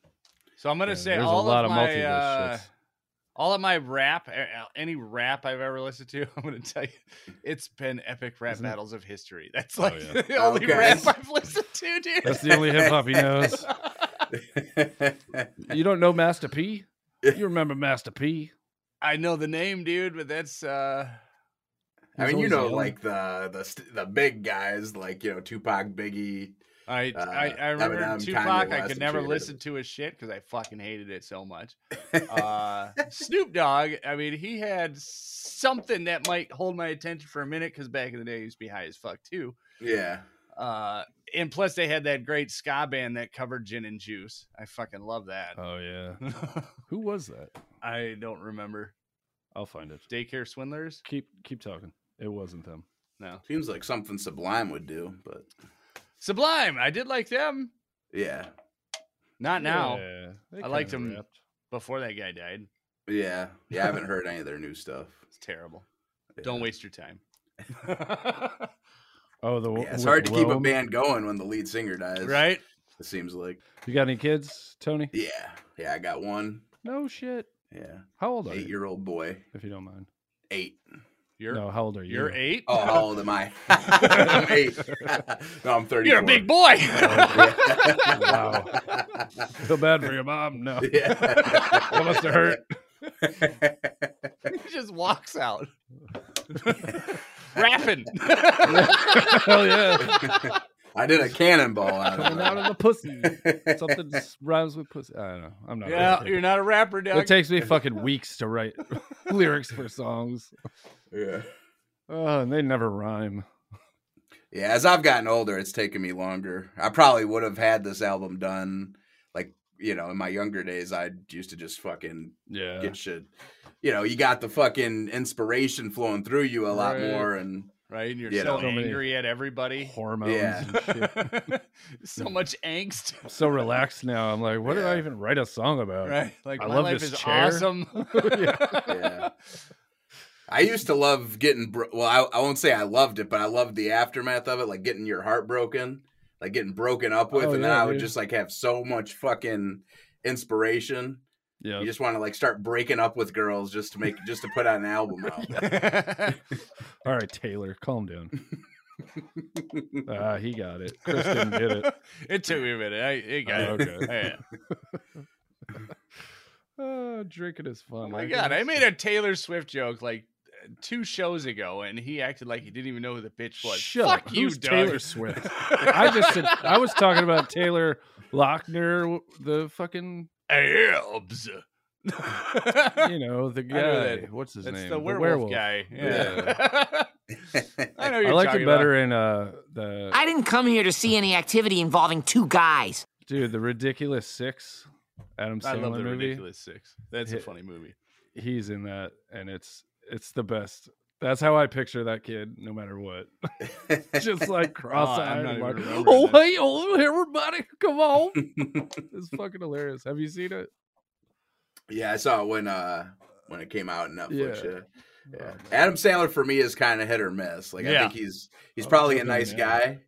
So I'm gonna
Yeah,
say
there's
all
a lot
of,
of,
my
multiverse
uh,
shits.
(laughs) all of my rap, uh, uh, any rap I've ever listened to, (laughs) I'm gonna tell you, it's been epic rap
Isn't it-
battles of history. That's
Oh,
like
yeah.
(laughs) the only
Okay.
rap I've listened to, dude.
That's the only hip hop he knows. (laughs) You don't know Master P? You remember Master P?
I know the name, dude, but that's uh,
I
He's
mean, you
always
know,
yelling.
like the the st- the big guys, like you know, Tupac, Biggie.
I
Uh,
I, I remember
Eminem, Kanye
Tupac. I
West,
could
and
never
shit.
listen to his shit because I fucking hated it so much. Uh,
(laughs)
Snoop Dogg. I mean, he had something that might hold my attention for a minute because back in the day, he used to be high as fuck too.
Yeah,
Uh, and plus, they had that great ska band that covered gin and juice. I fucking love that.
Oh yeah.
Uh, (laughs)
Who was that?
I don't remember.
I'll find it.
Daycare Swindlers?
Keep keep talking. It wasn't them.
No.
seems like something Sublime would do, but
Sublime. I did like them.
yeah,
Not now.
Yeah, they
I liked
kinda
him.
rapped.
Before that guy died.
yeah, yeah. I
(laughs)
haven't heard any of their new stuff.
It's terrible.
Yeah.
Don't waste
(laughs)
your time.
Oh, the
Yeah, it's
with
hard to keep a
Rome?
band going when the lead singer dies,
right?
It seems like.
You got any kids, Tony?
Yeah, yeah. I got one.
No shit.
Yeah,
How old are
eight
you?
year old boy.
If you don't mind.
Eight.
You're
no, how old are you?
you're eight.
Oh, how old am I?
(laughs)
I'm eight. no, I'm thirty.
You're a big boy.
Oh,
(laughs)
Wow. Feel bad for your mom.
(laughs)
No,
(laughs) yeah.
that must have hurt. (laughs)
he just walks out. Rapping.
Hell
(laughs)
yeah!
I did a cannonball out of
Coming
it.
out of the pussy.
yeah, (laughs)
Something s- rhymes with pussy. I don't know. I'm not.
yeah,
really-
you're not a rapper,
It
Doug.
takes me fucking weeks to
(laughs)
write (laughs) lyrics for songs. Oh, and they never rhyme.
yeah. As I've gotten older, it's taken me longer. I probably would have had this album done, like you know, in my younger days. I used to just fucking
Yeah.
get shit. You know, you got the fucking inspiration flowing through you a lot
Right.
more, and
right? And you're
You
so
know.
angry at everybody.
Hormones and shit.
(laughs) so much angst.
I'm so relaxed now. I'm like, what did I
Yeah.
even write a song about?
Right? Like
I
my
love
life
this
is
chair. (laughs)
awesome.
yeah. I used to love getting bro- well. I, I won't say I loved it, but I loved the aftermath of it, like getting your heart broken, like getting broken up with,
Oh,
and then
yeah,
I would
dude.
just like have so much fucking inspiration.
Yeah.
You just want to like start breaking up with girls just to make just to put an album out.
(laughs)
All right, Taylor, calm down. Ah, he got it. Chris didn't get
(laughs)
it.
It took me a minute. I it got
Oh,
it.
okay.
Yeah.
Oh, drinking is fun.
Oh my
I
god, I
guess.
made a Taylor Swift joke like two shows ago, and he acted like he didn't even know who the bitch was.
Shut
Fuck
up.
you,
Who's
Doug.
Taylor
(laughs)
Swift. I just said I was talking about Taylor Lochner, the fucking (laughs)
Abs.
you know the
know
guy.
that.
What's his
That's
name?
the werewolf, guy. Yeah. (laughs) I know
I
you're
liked
talking
it better in uh the
I didn't come here to see any activity involving two guys.
dude the ridiculous six Adam
About. I
Sandler
love the
movie.
ridiculous six. That's a
Hit-
funny movie.
He's in that, and it's it's the best. That's how I picture that kid, no matter what. (laughs) (laughs)
(laughs)
(laughs)
Just like cross-eyed,
Oh, not
and
even
like,
remembering
oh
this."
hey, oh everybody, come
(laughs)
on! it's fucking hilarious. Have you seen it?
yeah, I saw it when uh when it came out on Netflix.
Yeah. Oh,
Yeah. Yeah. Adam Sandler for me is kind of hit or miss. Like I
Yeah.
think he's he's
Oh,
probably a
okay,
nice
yeah.
guy,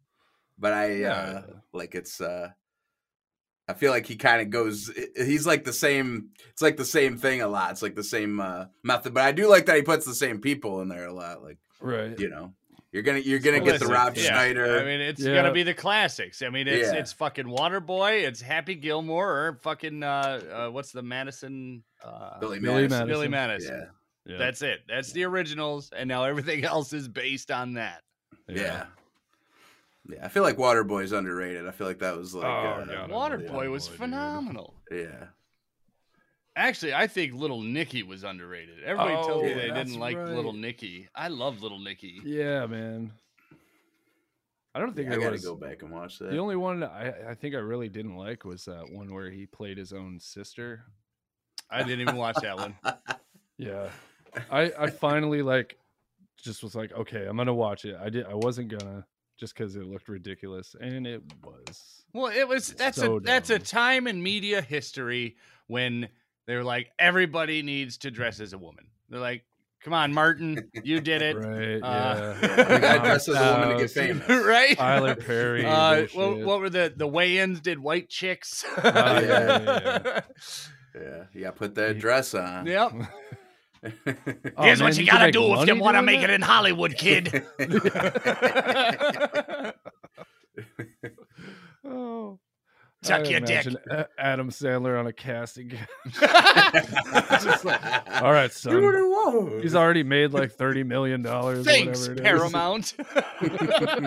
but I uh
Yeah.
like it's uh I feel like he kind of goes i- he's like the same it's like the same thing a lot. It's like the same uh method, but I do like that he puts the same people in there a lot like,
Right.
you know. You're going to you're going to
Well,
get the
Listen,
Rob
yeah.
Schneider.
I mean, it's
Yeah.
gonna be the classics. I mean, it's
Yeah.
it's fucking Waterboy, it's Happy Gilmore, or fucking uh, uh what's the Madison uh
Billy,
Billy
Madison.
Billy
Madison.
Madison.
Yeah.
That's it. That's the originals, and now everything (laughs) else is based on that.
Yeah. yeah. Yeah, I feel like Waterboy's underrated. I feel like that was like
Oh,
uh,
God.
Waterboy was
Waterboy, dude.
phenomenal.
yeah.
Actually, I think Little Nicky was underrated. Everybody told me
Oh,
they
that's
didn't like Little
right.
Nicky. I love Little Nicky.
Yeah, man. I don't think
I
there
got to
was
go back and watch that.
the only one I, I think I really didn't like was that one where he played his own sister.
I didn't even watch
(laughs)
that one.
Yeah. I I finally like just was like, okay, I'm gonna watch it. I did I wasn't gonna just because it looked ridiculous and it was.
Well, it was that's
So
a that's a
dumb.
time in media history when they were like everybody needs to dress as a woman. They're like, "Come on, Martin, you did it."
Right,
right? uh, (laughs)
yeah.
I
(laughs)
Yeah.
dress as a woman to
uh,
get famous.
(laughs)
Tyler Perry.
Uh, what,
bullshit. (laughs)
what were the the weigh-ins? Did white chicks?
Oh, yeah,
yeah, Yeah, yeah. Put that dress on. (laughs)
(laughs)
(laughs) Yep.
Oh,
(laughs) Here's
man,
what you
could
gotta
make
do if
money
you want to
doing
make it
that?
in Hollywood,
(laughs)
kid. (laughs)
(laughs) Oh.
Tuck
I
your dick.
imagine A- Adam Sandler on a casting. couch. Just like, (laughs) All
(laughs)
right, son.
whoa.
He's already made like thirty million dollars.
Thanks,
Paramount. (laughs)
Paramount.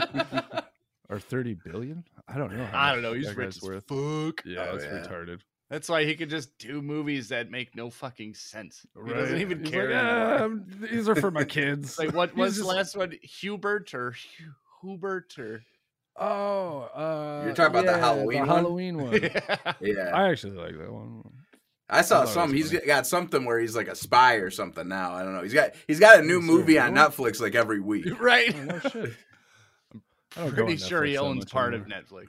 Or thirty billion? I don't know. how
I
much
don't know. He's
that
rich
guy's
as fuck.
Yeah,
Oh,
that's
yeah.
retarded.
That's why he could just do movies that make no fucking sense. He doesn't
Right.
even
He's
care.
Like,
anymore.
"Ah, I'm- these are for
(laughs)
my kids.
Like,
(laughs)
what
He's
was the
just-
last one? Hubert or Hu- Hubert or?
Oh, uh,
You're talking about the
yeah,
Halloween one?
(laughs)
Halloween one.
Yeah,
I actually like that one.
I
I
saw
thought it
some.
was
He's
funny.
got something where he's like a spy or something. Now I don't know. He's got he's got a new
Is there
movie
a
on
new one?
Netflix like every week.
Right.
Oh,
(laughs)
no shit. I don't go
Pretty
on
sure
Netflix
he
that
owns
much
part
anymore.
of Netflix.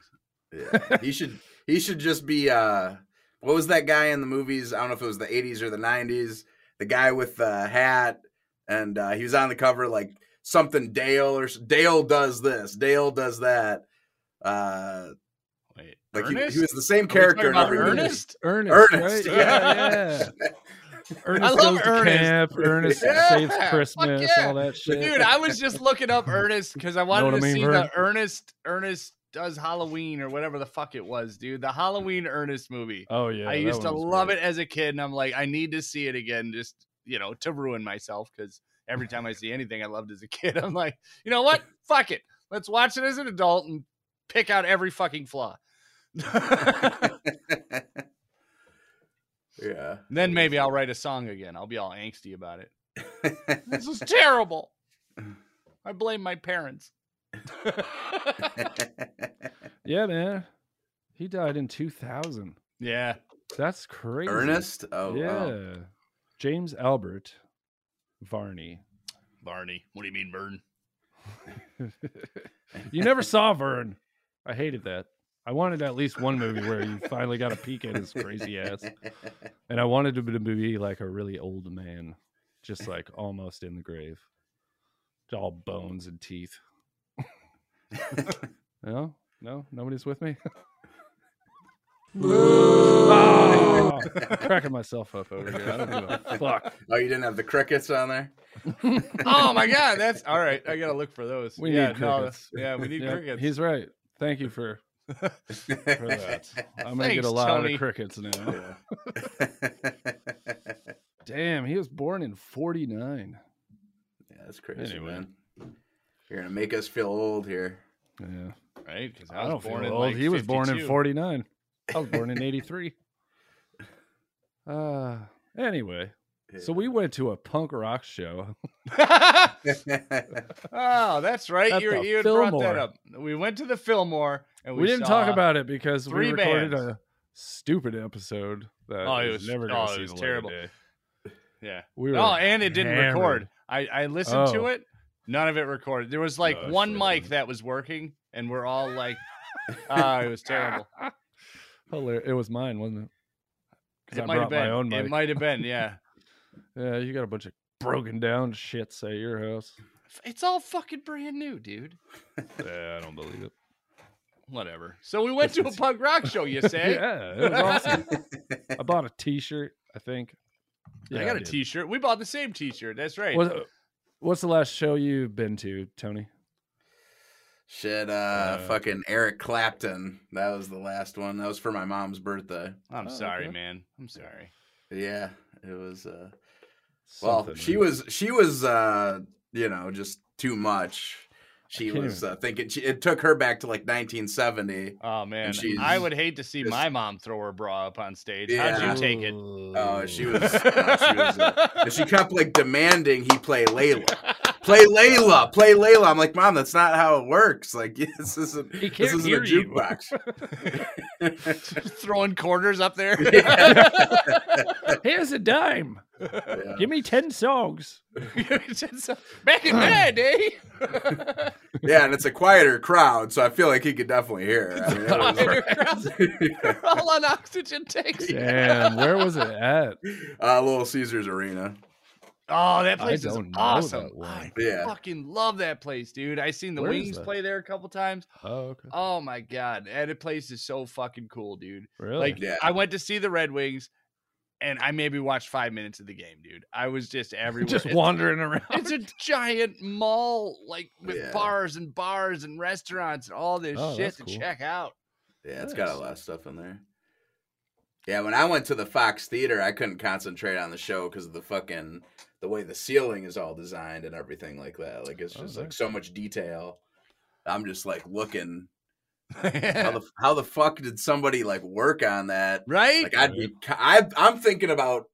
Yeah. he should he should just be. uh What was that guy in the movies? I don't know if it was the '80s or the '90s. The guy with the hat, and uh he was on the cover like something Dale or s- Dale does this, Dale does that. Uh
Wait,
Like he,
Ernest?
he was the same
Are we talking
character in
about
every movie.
Ernest?
Ernest,
Ernest, (laughs) yeah.
right?
(laughs)
yeah, yeah. Ernest
love
goes to
Ernest. (laughs)
camp. Ernest
Yeah,
saves
fuck
Christmas.
yeah.
All that shit.
Dude, I was just looking up Ernest
(laughs)
because I wanted
what I
to
mean,
see
Vern?
the Ernest Ernest does Halloween or whatever the fuck it was, dude. The Halloween Ernest movie.
oh yeah,
I
that
used to
one was
love
great.
it as a kid, and I'm like, I need to see it again, just you know, to ruin myself because every
(laughs)
time I see anything I loved as a kid, I'm like, you know what? Fuck it. Let's watch it as an adult and pick out every
(laughs)
fucking flaw. (laughs)
yeah.
then
(laughs)
maybe I'll write a song again. I'll be all angsty about it.
(laughs)
(laughs) This is
(sighs)
terrible. I blame
(laughs)
my parents. (laughs)
Yeah, man. He died in 2000.
yeah.
That's crazy.
Ernest? Oh,
yeah.
wow.
James Albert
(laughs)
Varney.
Barney. What do you mean, Burn?
You never saw Vern. I hated that. I wanted at least one movie where you finally got a peek at his crazy ass. And I wanted him to be like a really old man, just like almost in the grave, all bones and teeth.
(laughs)
no, no, nobody's with me. Ah, cracking myself up over here. I don't give
(laughs)
a fuck.
Oh, you didn't have the crickets on there?
oh my (laughs) god, that's all right. I gotta look for those.
We
yeah,
need
no,
crickets.
yeah, we need
Yep,
crickets.
He's right. Thank you for, for
(laughs)
that. I'm gonna get
Thanks,
a lot
Tony.
of crickets now.
(laughs) Yeah. (laughs)
Damn, he was born in '49.
Yeah, that's crazy,
Anyway.
man. You're going to make us feel old here.
Yeah,
right? Because
I don't feel old. he was born in '49. I was born in '83. Uh, anyway, So we went to a punk rock show.
(laughs) oh, that's right.
At
you
the
you had brought
Fillmore.
that up. We went to the Fillmore and (laughs) we,
We didn't
saw-
talk about it because we
three
recorded
bands.
a stupid episode that
Oh, it
is
was-
never gonna
oh, it
see
was
the light of
terrible.
day.
Yeah.
We were
oh, and it didn't
hammered.
record. I, I listened
Oh.
to it. None of it recorded. There was like
Oh,
one
shit.
mic that was working, and we're all like,
(laughs)
"Oh, it was terrible."
Hilar- It was mine, wasn't it? 'Cause I
It might have
brought my
been.
own
It
mic.
might have been.
(laughs)
Yeah.
Yeah, you got a bunch of broken down shits at your house.
It's all fucking brand new, dude.
yeah, I don't believe it.
Whatever. So we went to a punk rock show.
(laughs)
You say?
Yeah, it
(laughs)
was awesome. I bought a T-shirt. I think. Yeah,
I got a
did.
T-shirt. We bought the same T-shirt. That's right.
What- what's the last show you've been to, Tony?
(laughs) Shit, uh,
Uh,
fucking Eric Clapton. That was the last one. That was for my mom's birthday.
I'm
Oh,
sorry,
okay.
man. I'm sorry.
Yeah, it was. Uh,
Something,
well, she
man.
was. She was. Uh, you know, just too much. She
can't
was uh, thinking. She, it took her back to like 1970.
Oh man,
she's
I would hate to see
just-
my mom throw her bra up on stage.
Yeah.
How'd you take it?
Oh, she was. no, she,
(laughs)
was uh, and she kept like demanding he play Layla. Play Layla. Play Layla. I'm like, mom, that's not how it works. Like (laughs) this isn't.
He
This
can't
isn't a
hear you.
jukebox.
(laughs)
(laughs)
(laughs)
Throwing quarters up there. (laughs)
uh,
(laughs) Here's a dime.
Yeah.
Give me
(laughs)
ten songs.
Back in that day. (laughs)
Yeah, and it's a quieter crowd, so I feel like he could definitely hear. her. I mean, it was-
(laughs)
They're all on oxygen tanks.
Damn, where was it at?
(laughs) uh, Little Caesars Arena.
Oh, that place is
don't know that
awesome.
one.
I
Yeah.
fucking love that place, dude. I seen the
Where is
Wings
that?
play there a
(laughs)
couple times.
Oh, okay.
Oh my god, and the place is so fucking cool, dude.
Really?
Like
Yeah.
I went to see the Red Wings, and I maybe watched five minutes of the game, dude. I was
(laughs)
just everywhere.
just
It's-
wandering around.
(laughs) It's a giant mall, like with
Yeah.
bars and bars and restaurants and all this
Oh,
shit
that's
to
cool. (laughs)
check out.
Yeah, it's got a lot of stuff in there. Yeah, when I went to the Fox Theater, I couldn't concentrate on the show because of the fucking the way the ceiling is all designed and everything like that. Like it's
Oh,
just like
nice.
so much detail. I'm just like looking
(laughs)
how
(laughs) right?
the how the fuck did somebody like work on that? Like
(laughs)
I'd be I I'm thinking about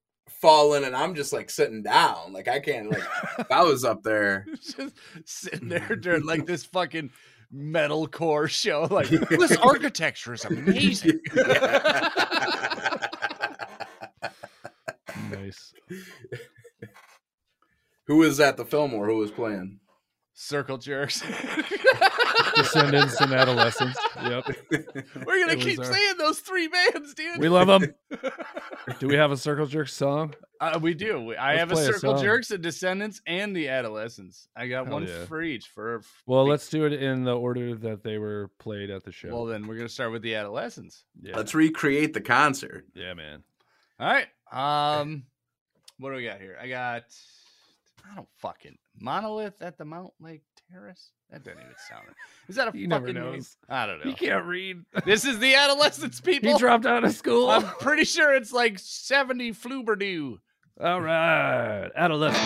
falling and I'm just like sitting down. Like I can't like if I was up
(laughs)
there.
just sitting there during like this fucking metalcore show.
(laughs)
Like this architecture
(laughs)
is amazing.
(laughs) nice.
Who was at the Fillmore? Who was playing?
Circle (laughs) jerks.
Descendants and adolescents. Yep.
(laughs) We're
It
gonna
was
keep
our-
saying those three bands, dude.
We love them. Do we have a Circle Jerk song?
Uh, we do. We- I
Let's
have a
play a
Circle
song.
Jerks, a Descendants, and the Adolescents. I got
Hell
one
yeah.
for each. For
Well,
Be-
let's do it in the order that they were played at the show.
(laughs) well, then we're gonna start with the Adolescents.
yeah.
Let's recreate the concert.
yeah, man.
All right. Um, what do we got here? I got. I don't fucking monolith at the Mount Lake Terrace. That doesn't even sound. right. Is that a
You never
fucking name?
knows.
I don't know.
can't read.
This is the adolescence
(laughs)
people.
He dropped out of school. (laughs)
I'm pretty sure it's like seventy Fluberdew.
All right, adolescent.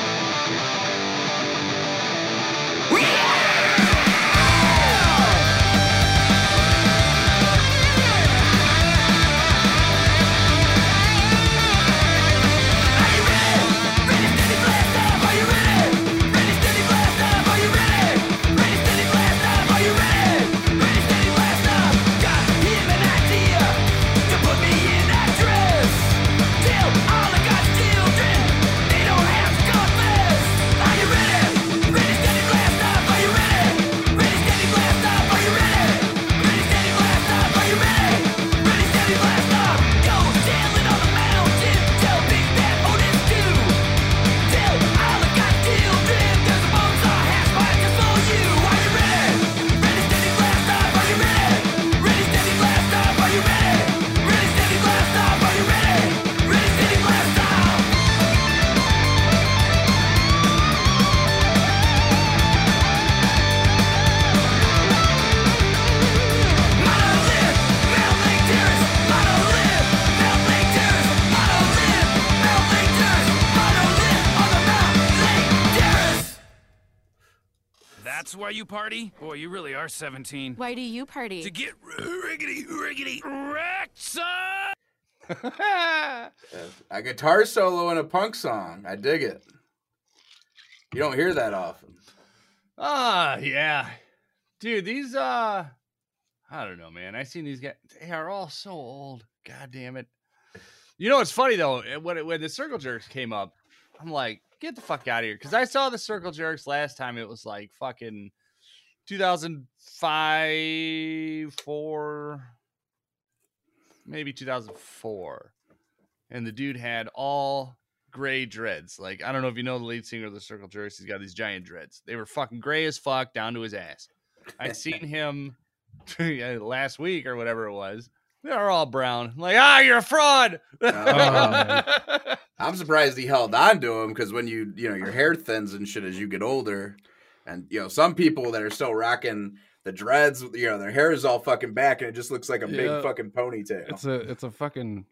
That's why you party? Boy, you really are 17.
Why do you party?
To get riggedy, riggedy, wrecked, son!
A guitar solo in a punk song. I dig it. You don't hear that (laughs) often.
(laughs) Ah, yeah. Dude, these uh I don't know, man. I seen these guys they are all so old. God damn it. You know what's funny though? Eh, When it, when the circle jerks came up, I'm like, get the fuck out of here. Cause I saw the circle jerks last time it was like fucking 2005, four, maybe 2004. And the dude had all gray dreads. Like, I don't know if you know the lead singer of the Circle Jerks. He's got these giant dreads. They were fucking gray as fuck down to his ass. I seen him (laughs) last week or whatever it was. They are all brown. I'm like, ah, you're a fraud. (laughs) Uh-huh.
Oh. Um, I'm surprised he held on to him because when you, you know, your hair thins and shit as you get older, and you know, some people that are still rocking the dreads, you know, their hair is all fucking back and it just looks like a yeah. big fucking ponytail.
It's a it's a fucking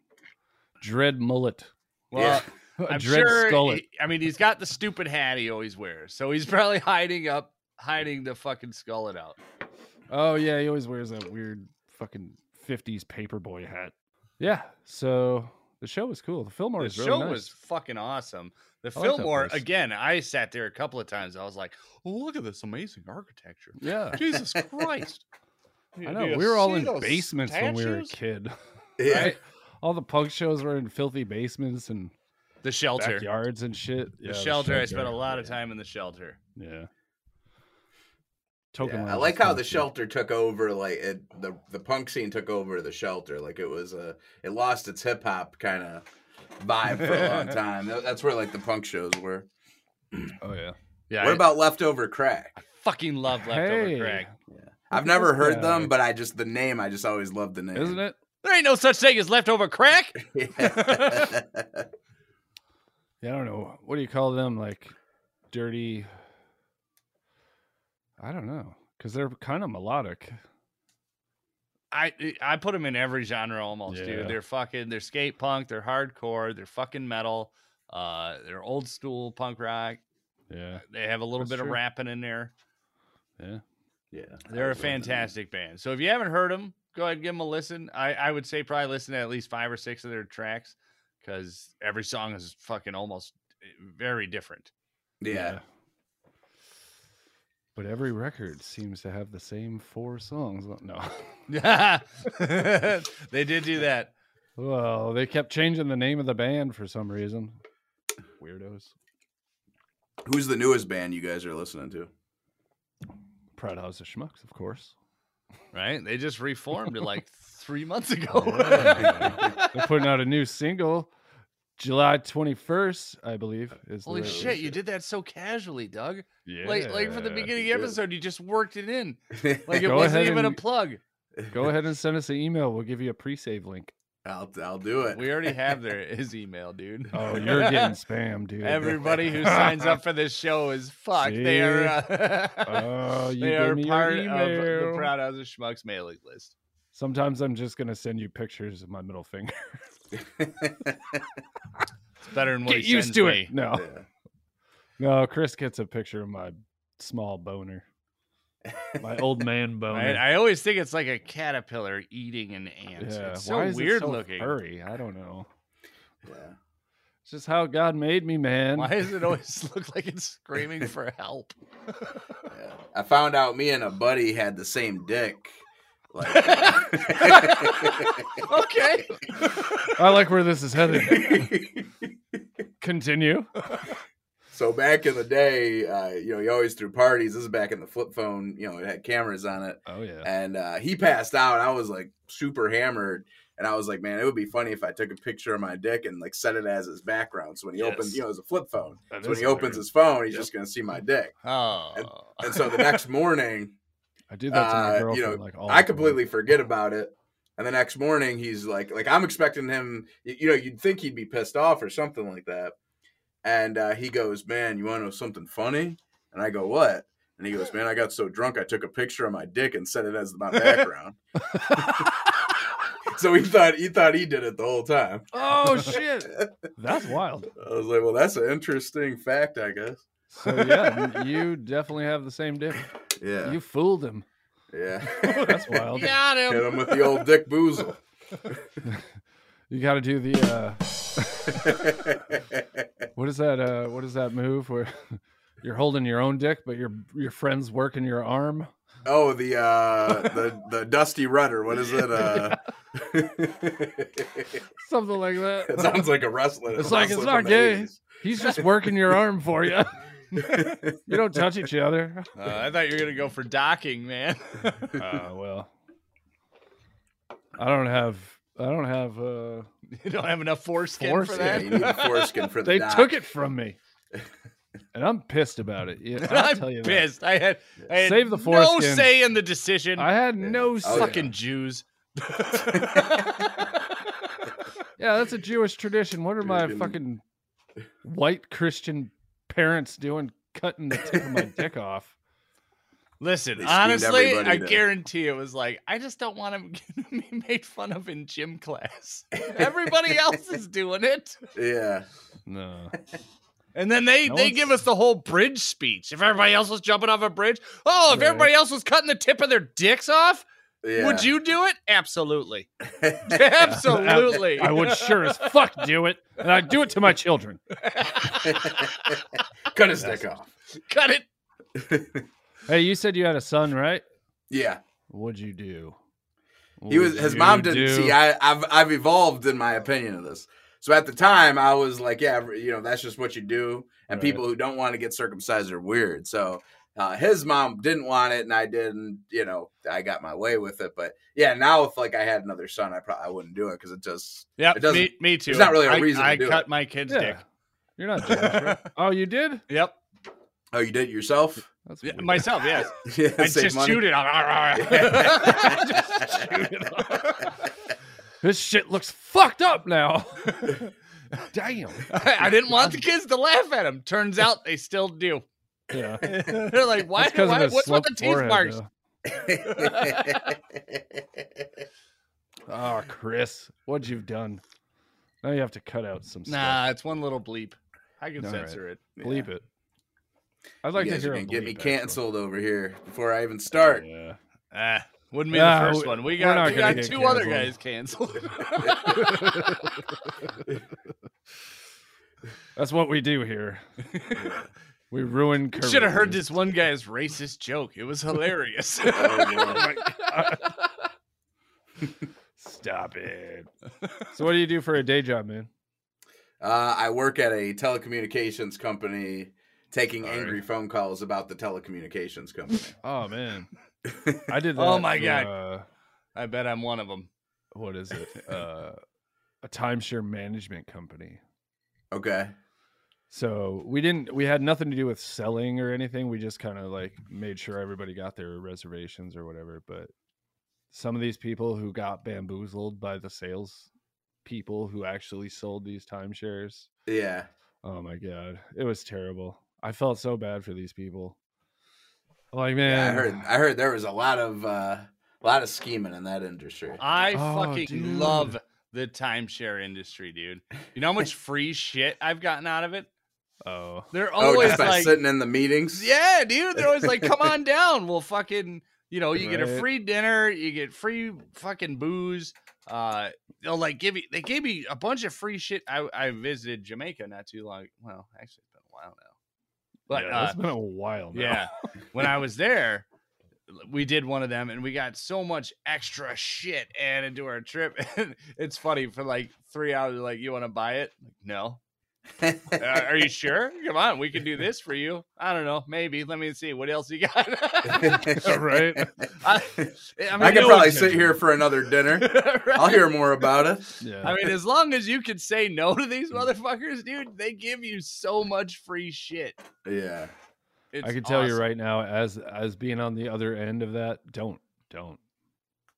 dread mullet.
Well, yeah. A I'm sure. He, I mean, he's got the stupid hat he always wears, so he's (laughs) probably hiding up, hiding the fucking skullet out.
Oh yeah, he always wears that weird fucking '50s paperboy hat. Yeah. So the show was cool. The Fillmore
the
was really show nice.
was fucking awesome. The I Fillmore again. I sat there a couple of times. I was like, oh, "Look at this amazing architecture."
(laughs)
Yeah.
Jesus (laughs) Christ.
I know. We were all in basements statues? when we were a kid.
(laughs)
(laughs)
Yeah. Right?
All the punk shows were in filthy basements and
the shelter
backyards and shit
yeah, the, shelter. the, shelter. i spent a lot of time in the shelter
yeah
Token yeah, I like how the shelter took over, like it, the the punk scene took over the shelter. Like it was a, it lost its hip hop kind of vibe for a long time. That's where like the punk shows were.
Oh yeah,
yeah. What I, about leftover crack? I
fucking love leftover hey. crack. Yeah.
I've never heard guy. them, but I just the name. I just always loved the name. (laughs)
Isn't it?
There ain't no such thing as leftover crack.
I don't know. What do you call them? Like dirty. I don't know. Because they're kind of melodic.
I I put them in every genre almost, yeah. dude. They're fucking, they're skate punk, they're hardcore, they're fucking metal, uh, they're old school punk rock.
Yeah.
They have a little That's bit true. of rapping in there.
Yeah.
Yeah.
They're a fantastic band. So if you haven't heard them, go ahead and give them a listen. I, I would say probably listen to at least five or six of their tracks because every song is fucking almost eh, very different. (laughs)
Yeah. yeah.
But every record seems to have the same four songs. No. (laughs)
Yeah. they did do that.
Well, they kept changing the name of the band for some reason. Weirdos.
Who's the newest band you guys are listening to?
Proud House of Schmucks, of course.
Right? They just reformed it (laughs) like three months ago.
Yeah. They're putting out a new single. July 21st, I believe. Is
(laughs) Holy shit, release. you did that so casually, Doug. Yeah. Like, like for the beginning episode, you just worked it in. Like it wasn't even and, a plug.
Go ahead and send us an email. We'll give you a pre save link.
(laughs) I'll, I'll do it.
We already have their his email, dude.
Oh, you're
(laughs)
getting spam, dude. (laughs)
Everybody who signs (laughs) up for this show is fucked. See? They are uh, (laughs) oh, you they are part of the Proud House of Schmucks mailing list.
Sometimes I'm just gonna send you pictures of my middle finger.
(laughs)
it's
(laughs)
better than what
get used to me. it. No, yeah. no. Chris gets a picture of my small boner, my old
(laughs)
man boner. Right?
I always think it's like a caterpillar eating an ant. Yeah. It's so weird so looking.
Furry. I don't know.
(laughs) Yeah.
It's just how God made me, man.
Why does it always (laughs) look like it's (laughs) screaming for help?
yeah. I found out me and a buddy had the same dick. (laughs) Like,
okay. (laughs)
I like where this is headed.
(laughs)
Continue.
So back in the day, uh, you know, you always threw parties. This is back in the flip phone. You know, it had cameras on it.
Oh yeah.
And uh, he passed out. I was like super hammered, and I was like, man, it would be funny if I took a picture of my dick and like set it as his background. So when he yes. opens, you know, it's a flip phone. That so when he weird. opens his phone, he's yep. just gonna see my dick.
Oh.
and, and so (laughs) the
(laughs)
next morning.
I did that to my girlfriend. Uh, you know, like
I completely time. forget about it. And the next morning, he's like, like I'm expecting him. You, you know, you'd think he'd be pissed off or something like that. And uh, he goes, "Man, you want to know something funny?" And I go, "What?" And he goes, "Man, I got so drunk, I took a picture of my dick and set it as my background."
(laughs)
(laughs) so he thought he thought he did it the whole time.
(laughs)
Oh shit,
that's wild.
I was like, "Well, that's an interesting fact, I guess."
So yeah, you definitely have the same (laughs) dick.
Yeah.
You fooled him.
Yeah.
(laughs) That's
(laughs)
wild.
Got him.
Hit him with the old dick boozle.
You got to do the uh, what is that? Uh, what is that move where (laughs) you're holding your own dick, but your your friend's working your arm?
Oh, the uh, the the dusty rudder. What is it?
(laughs)
Uh, (laughs)
Something like that.
it sounds like a wrestling.
It's like it's
wrestling
not
from the
gay.
80s.
He's just working your arm for you. you don't touch each other.
Uh, I thought you were gonna go for docking, (laughs) man.
Oh
Uh,
well. I don't have. I don't have. Uh,
you don't have enough foreskin, for
Foreskin.
(laughs) Yeah,
that.
you need a foreskin for the.
(laughs) they
dock.
took it from me, and I'm pissed about it.
(laughs)
Yeah, I'll
I'm
tell you that.
pissed. I had, I had
Save the
no
foreskin.
say in the decision.
I had no.
Oh,
suck.
Fucking Jews. (laughs)
yeah. that's a Jewish tradition. What are my
Freaking-
fucking white Christian parents doing? Cutting the tip of my dick off.
Listen,
They schemed
honestly,
everybody
I
to-
guarantee it was like, I just don't want him (laughs) to be made fun of in gym class.
(laughs)
Everybody else is doing it.
Yeah.
No.
And then they,
No
they
one's-
give us the whole bridge speech. If everybody else was jumping off a bridge, oh, if everybody else was cutting the tip of their dicks off,
Yeah.
(laughs)
would you do it? Absolutely.
(laughs)
Absolutely.
I would sure as fuck do it, and I'd do it to my children.
(laughs) cut his dick off?
(laughs) cut it.
Hey, you said you had a son, right?
Yeah.
What'd you do?
He was
What'd
his
you
mom didn't
do?
see. I, I've I've evolved in my opinion of this. So at the time, I was like, yeah, you know, that's just what you do. And
Right.
people who don't want to get circumcised are weird. So uh, his mom didn't want it, and I didn't. You know, I got my way with it. But yeah, now if like I had another son, I probably I wouldn't do it because it just
Yeah,
It doesn't-
me, me too.
there's not really a
I-
reason to
I,
do
cut
it.
my kid's
Yeah.
dick.
You're not Jewish,
(laughs)
right? Oh, you did?
Yep.
oh, you did it yourself. (laughs)
That's
Yeah,
weird.
myself, yes.
yeah,
I
save
just
money. (laughs)
shoot it. (laughs) Just shoot
(laughs)
it.
This shit looks fucked up now. Damn.
I didn't want the kids to laugh at him. Turns out they
(laughs)
still do.
Yeah.
They're like, why?
Because of
why
his
what's with
sloped
the teeth
forehead,
marks?
though. Oh, Chris, what you've done. Now you have to cut out some stuff.
Nah, it's one little bleep. I can
All right.
censor it.
Bleep it. I'd like
you
to
guys are
hear a
gonna get me
bleep, actually.
canceled over here before I even
(laughs)
start.
Yeah.
Ah, wouldn't be
Nah,
the first
we-
one. We
we're
got
not
we
gonna
got two
get
other
canceled.
guys canceled.
(laughs)
(laughs)
That's what we do
(laughs)
here. we ruin careers.
Should have heard this one guy's racist joke. It was
(laughs)
hilarious. (laughs)
Oh, Stop it. (laughs) so what do you do for a day job, man?
Uh, I work at a telecommunications company taking angry phone calls about the telecommunications
(laughs)
company.
Oh man. I did that
Oh, my
for,
God.
uh,
I bet I'm one of them.
what is it? Uh, a timeshare management company.
Okay.
So we didn't. We had nothing to do with selling or anything. We just kind of like made sure everybody got their reservations or whatever. But some of these people who got bamboozled by the sales people who actually sold these timeshares.
Yeah.
Oh my god, it was terrible. I felt so bad for these people. Like
Yeah, I
man,
heard I heard there was a lot of uh a lot of scheming in that industry.
I
Oh,
fucking
dude.
love the timeshare industry, dude. You know how
(laughs)
much free shit I've gotten out of it? (laughs)
oh
They're
Oh,
always
just by
like,
sitting in the meetings. (laughs)
(laughs) yeah, dude. They're always like,
(laughs)
come on down. We'll fucking, you know, you get a
Right.
free dinner, you get free fucking booze. Uh, they'll like give you. They gave me a bunch of free shit. I I visited Jamaica not too long. Well, actually, it's been a while now. But
yeah,
uh,
it's been a while. Now.
yeah. when I was there, we did one of them and we got so much extra shit added to our trip. (laughs) And it's funny for like three hours, they're like, you want to buy it? Like, no. "Uh, (laughs) are you sure? Come on, we can do this for you. I don't know. Maybe. Let me see. What else you
(laughs)
got? (laughs) I,
(laughs) right.
(laughs) I,
I
it
could
was-
probably sit here for another dinner.
(laughs) Right?
I'll hear more about
(laughs)
it.
Yeah.
I mean, as long as you can say no to these
Mm.
motherfuckers, dude, they give you so much free shit.
Yeah.
It's
I can tell you
awesome.
right now, as as being on the other end of that, don't don't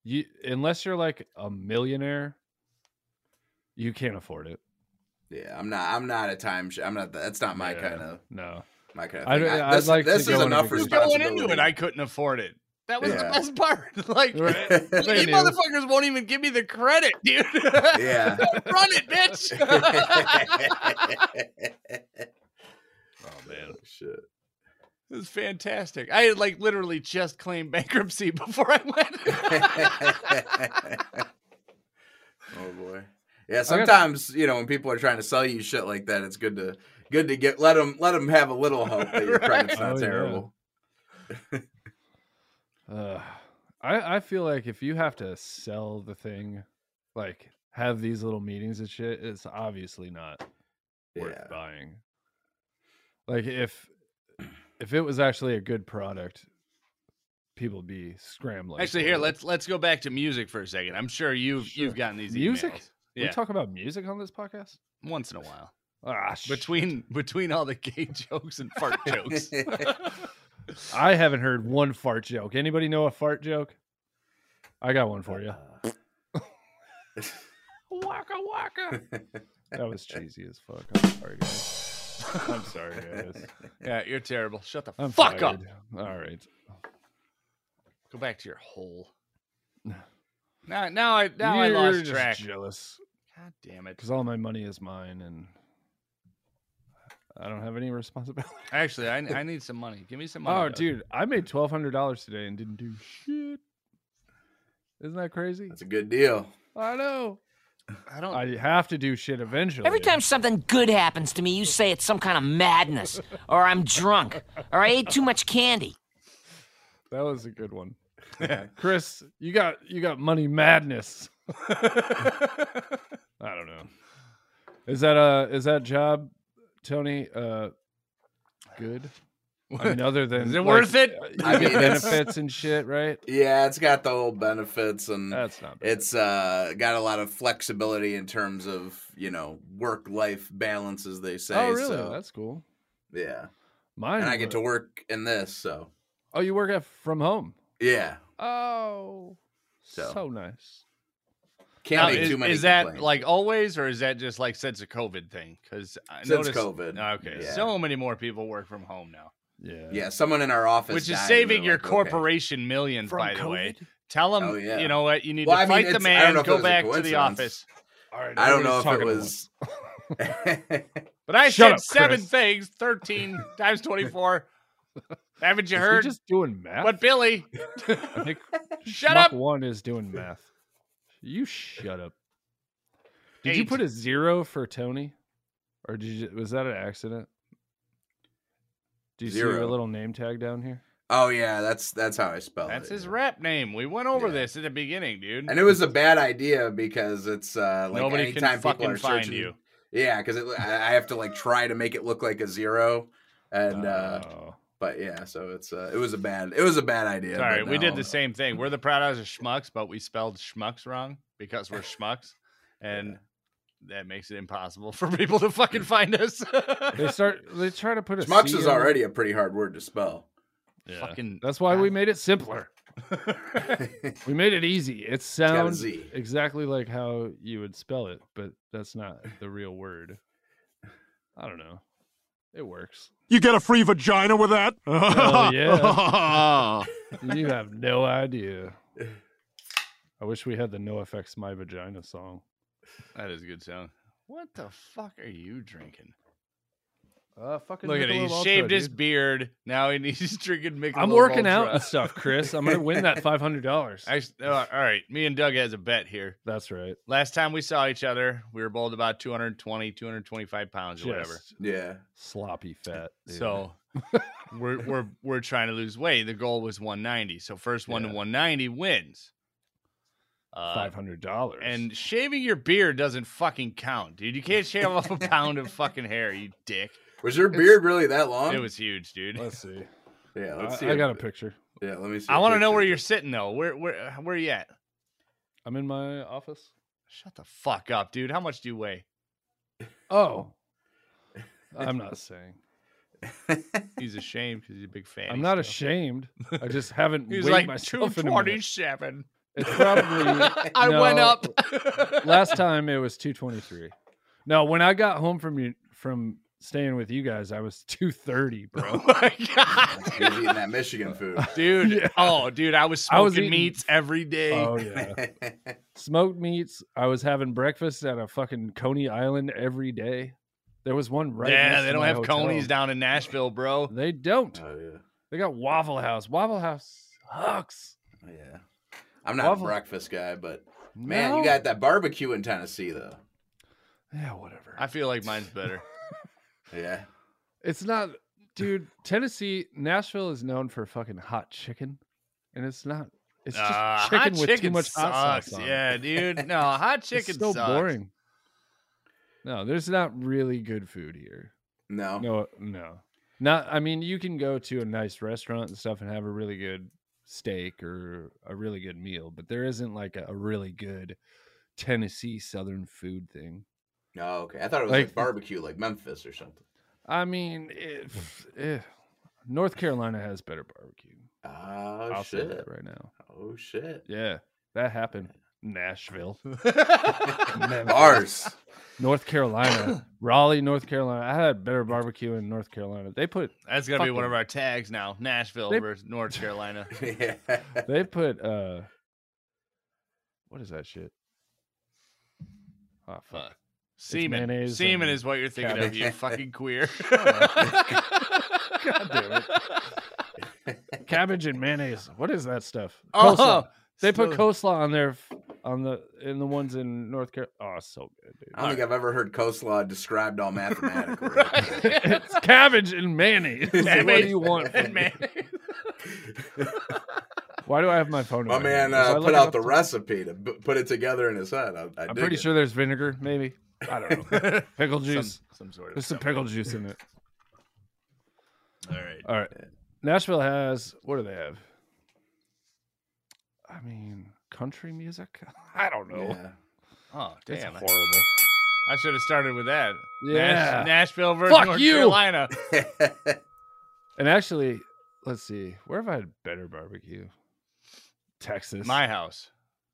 you unless you're like a millionaire, you can't afford it.
Yeah. I'm not I'm not a time sh- I'm not that's not my
Yeah.
kind of
No,
my kind
I'd-
of thing. I,
I'd
this
like to
this
go
is
on a
enough
vacation.
going
responsibility.
into it, I couldn't afford it. That was the
Yeah.
best (laughs) part. Like,
They
you
knew.
motherfuckers won't even give me the credit, dude.
(laughs)
(laughs)
yeah.
Run it,
Oh, (laughs)
bitch.
oh man. (laughs)
(laughs)
Shit.
it was fantastic. I had like literally just claimed
(laughs)
bankruptcy (laughs) before I went.
oh boy. Yeah, sometimes you know when people are trying to sell you shit like that, it's good to good to get let them let them have a little hope
(laughs)
that your credit's not
Oh, yeah.
terrible.
Uh, I I feel like if you have to sell the thing, like have these little meetings and shit, it's obviously not worth
Yeah.
buying. Like if if it was actually a good product, people'd be scrambling.
Actually,
for
here
it.
let's let's go back to music for a second. I'm sure you've you've gotten these
Music?
emails.
We
Yeah,
talk about music on this podcast.
once in
(laughs)
a while.
Ah, Between
Between between all the gay (laughs) jokes and
(laughs)
fart jokes.
I haven't heard one fart joke. Anybody know a fart joke? I got one
Uh,
for you. waka (laughs) waka. that
(laughs)
was cheesy as fuck. I'm sorry, guys. I'm sorry,
(laughs)
guys.
Yeah, you're terrible. Shut the
I'm
fuck up.
fired. All right.
Go back to your hole.
(sighs)
Now, now I now I
You're
lost
just
track.
Jealous
God damn it!
because all my money is mine and I don't have any responsibility.
Actually, I, I need some money. Give me some money.
Oh,
Doug.
dude, I made twelve hundred dollars today and didn't do shit. Isn't that crazy?
(laughs) That's a good deal.
(laughs) I know.
I don't.
I have to do shit eventually.
Every time something good happens to me, you say it's some kind of madness, or I'm drunk, or I ate too much candy.
That was a
(laughs)
good one. Chris, you got you got
(laughs)
money madness. I don't know. Is that uh is that job, Tony? Uh good? I mean, other than
Is it worth it?
I
I
mean,
get
it's-
benefits and shit, right?
Yeah, it's got the whole benefits and
That's not bad.
it's uh got a lot of flexibility in terms of you know work life balance as they say.
oh really?
So
That's cool.
yeah,
Mine
and I get
wa-
to work in this. So
Oh, you work at from home.
yeah,
Oh
So.
so, nice.
Now,
can't make
is,
too many.
is that
complaints.
like always, or is that just like since a COVID thing? Because I
Since
noticed,
COVID,
Okay,
yeah.
so many more people work from home now,
Yeah.
yeah? Someone in our office,
which is
died, and
saving
they're
your
like, okay.
corporation millions. by the way, tell them
Oh, yeah.
you know what you need
Well,
to
I mean,
fight the
it's- I don't know
man,
if it
go
was a
back to the
coincidence.
office.
All right.
I don't know
everybody's
if it
talking at once.
was.
But I
Shut
said
up,
seven
Chris.
things,
(laughs)
thirteen times twenty-four. Haven't you
Is he
heard?
just doing math.
But Billy,
I think
(laughs) Shut
Schmuck
up!
One is doing math. You shut up. Did you
Eight.
put a zero for Tony, or did you, was that an accident? Do you see your
Zero.
little name tag down here?
(laughs) oh yeah, that's that's how I spell
that's
it.
his
yeah.
rap name. We went over
Yeah.
this at the beginning, dude.
And it was a bad idea because it's uh, like
Nobody
anytime people
can fucking
are
find
searching,
you.
Yeah, because I I have to like try to make it look like a zero, and uh,
Oh.
but yeah, so it's uh, it was a bad it was a bad idea.
Sorry,
but
we did
no.
the same thing. We're the proud eyes of schmucks, but we spelled schmucks wrong because we're schmucks, and that makes it impossible for people to fucking find us. (laughs)
they start. They try to put a
Schmucks
C
is
in it.
already a pretty hard word to spell. (laughs)
Yeah.
Fucking-
That's why we made it simpler. we made it easy. It sounds
Z.
exactly like how you would spell it, but that's not the real word. I don't know. It works.
You get a free vagina with that? (laughs)
Hell
yeah.
You have no idea. I wish we had the No Effects My Vagina song.
(laughs) that is a good sound. What the fuck are you drinking?
Uh, fucking
Look at it. He shaved his beard. Now he needs (laughs) he's drinking Michelob
I'm working out (laughs)
Ultra.
and stuff, Chris. I'm gonna win that five hundred dollars.
(laughs) Actually, all right. Me and Doug has a bet here.
That's right.
Last time we saw each other, we were both about 220, 225 pounds or whatever.
Just
Yeah,
sloppy fat. dude.
So we're we're we're trying to lose weight. The goal was 190. So first one to
Yeah.
190 wins. Uh,
five hundred dollars.
and shaving your beard doesn't fucking count, dude. You can't shave off a pound of fucking hair, you dick.
was your beard really that long?
It was huge, dude.
let's see.
Yeah,
I,
let's see.
I
it.
got a picture.
Yeah, let me see.
I
a
want to know where
picture.
you're sitting though. Where where where are you at?
I'm in my office.
Shut the fuck up, dude. How much do you weigh?
Oh, I'm
(laughs)
not saying.
He's ashamed because he's a big fan.
I'm not ashamed.
(laughs)
I just haven't
He's
weighed
like
myself in a (laughs) minute.
227.
It's
(laughs)
probably.
I went
No. (laughs)
up.
last time it was 223 no when i got home from you from staying with you guys i was 230 bro
(laughs) (laughs) Oh my
(laughs)
(laughs)
god,
He was eating that Michigan food. (laughs)
dude! Oh, dude, I was
I
smoking
was eating-
meats every day.
oh yeah smoked meats i was having breakfast at a fucking coney island every day there was one right
yeah,
next
they
to
don't
my
have
hotel.
conies down in Nashville, bro.
they don't
oh yeah.
they got waffle house waffle house sucks
Yeah. I'm not
Waffle-
a breakfast guy, but man,
No.
you got that barbecue in Tennessee though.
Yeah, whatever.
I feel like mine's better.
Yeah.
It's not, dude. Tennessee, Nashville is known for fucking hot chicken, and it's not. (laughs) It's just
Uh,
chicken
hot
with too
chicken
much hot
sucks.
sauce. On. it.
Yeah, dude. No,
(laughs)
hot
It's
chicken
so
sucks.
boring. (laughs) No, there's not really good food here.
No.
No, no, not. I mean, you can go to a nice restaurant and stuff and have a really good steak or a really good meal, but there isn't like a, a really good Tennessee Southern food thing.
No. okay. I thought it was like,
Like-
barbecue, like Memphis or something.
I mean, if, eh, North Carolina has better barbecue.
Oh
I'll say
shit.
that right now.
Oh
(laughs)
shit.
Yeah, that happened. Nashville,
Ours.
North Carolina, Raleigh, North Carolina. I had better barbecue in North Carolina. They put
(laughs) That's gonna be one
Fucking-
of our tags now. Nashville
They-
versus
(laughs)
North Carolina.
(laughs) yeah.
they put uh, what is that shit? Oh, fuck.
(laughs)
Fuck. Semen.
mayonnaise
Semen
and
is what you're thinking of, you
cabbage.
(laughs)
fucking queer. (laughs)
God damn it. Cabbage and mayonnaise. What is
(laughs)
that stuff?
Oh,
Coleslaw. they put
so-
coleslaw on their f- on the in the ones in North Carolina. Oh, it's so good, dude.
I don't think I've ever heard coleslaw described all mathematically.
(laughs) it's cabbage
(laughs)
and mayonnaise. what do
Cabbage
you want? from
and
me?
mayonnaise.
(laughs) Why do I have my phone?
My
in here?
man
Was I
uh, put
looking
out
up
the
to-
recipe to b- put it together in his head. I, I
I'm
dig
pretty
it.
sure there's vinegar, maybe. I don't
(laughs)
know. Pickle juice.
(laughs) some, some sort of.
there's some pickle juice in it.
All right.
All right. Nashville has what do they have? I mean, country music. (laughs) I don't know.
Yeah.
Oh
It's
damn! I,
horrible.
should have started with that. Nash-
Yeah.
Nashville versus
Fuck
North
you.
Carolina.
(laughs)
And actually, let's see. Where have I had better barbecue? Texas.
My house.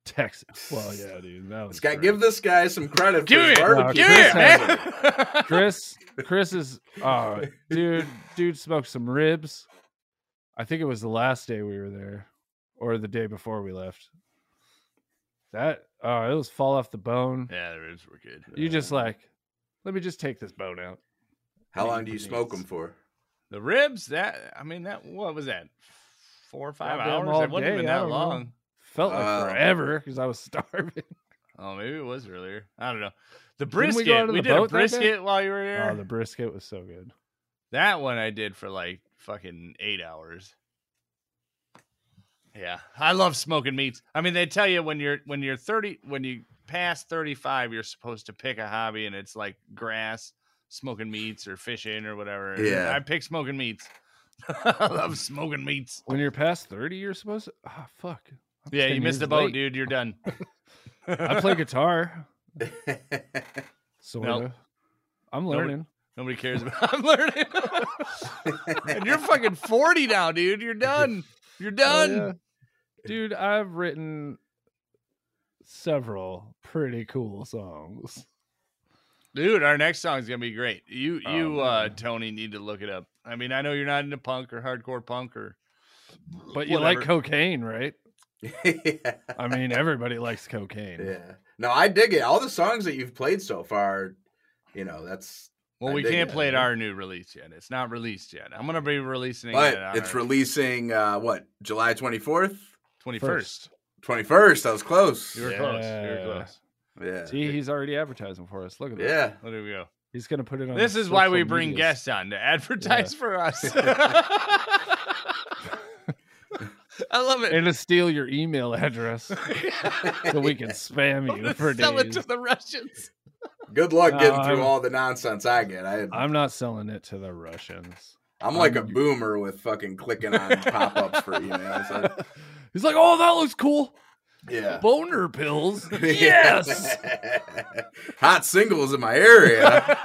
Texas. Well, yeah, dude. That was
This guy,
great.
give this guy some credit
Give
for his
it.
barbecue.
Give it,
man.
Chris, Chris is oh dude, dude smoked some ribs. I think it was the last day we were there, or the day before we left. That oh, it was fall off the bone.
(laughs) Yeah, the ribs were good. Uh,
You just like, let me just take this bone out.
How long do you smoke them for?
The ribs. That I mean, that what was that? Four or five
Goddamn
hours.
all
It wasn't
day,
even
I
that
don't know.
long.
Felt like
Wow.
forever because I was (laughs) starving.
Oh, maybe it was earlier. I don't know. The
Didn't we
brisket.
go
We,
out on the
did a
boat that day?
brisket while you were here.
oh, the brisket was so good.
That one I did for like fucking eight hours. Yeah, I love smoking meats. I mean, they tell you when you're when you're thirty, when you pass thirty five, you're supposed to pick a hobby, and it's like grass, smoking meats, or fishing, or whatever.
Yeah.
I pick smoking meats. (laughs) I love
(laughs)
smoking meats.
When you're past thirty, you're supposed to. Ah, fuck. I'm
Yeah,
10
you missed the
years
boat,
late.
dude.
(laughs)
You're done.
(laughs)
I (laughs) play guitar, sort
Nope.
of. I'm
Nor-
learning.
Nobody cares about. (laughs)
(laughs)
I'm learning.
(laughs)
and you're fucking forty now, dude. You're done. You're
Oh,
done.
yeah. Dude, I've written several pretty cool songs.
Dude, our next song is gonna be great. You,
Oh,
you, uh,
man.
Tony, need to look it up. I mean, I know you're not into punk or hardcore punk or,
But you like
Whatever.
cocaine, right?
yeah.
I
(laughs)
mean, everybody likes cocaine.
Yeah. No, I dig it. All the songs that you've played so far, you know, that's
well,
I
we
dig
can't
it.
play it our new release yet. It's not released yet. I'm gonna be releasing it.
but it's releasing uh what, July 24th?
twenty first.
First.
21st. I was close.
You were close. You were
Yeah.
close.
Yeah.
See, he's already advertising for us. Look at that.
Yeah.
Well, there we go.
He's going to put it on.
This
his
is why we
social
bring
medias.
guests on to advertise
(laughs)
for us. (laughs) I love (laughs) it.
And to steal your email
(laughs)
address so we can spam
I'm
you
gonna
for
(laughs) sell it
days.
to the Russians.
Good luck getting
No,
through
I'm-
all the nonsense I get. I I'm,
I'm not selling it to the Russians.
like a boomer with fucking clicking on pop-ups for emails. I-
(laughs)
(laughs)
He's like, oh, that looks cool.
yeah.
Boner
(laughs)
pills. Yes.
(laughs) Hot singles in my
(laughs)
area.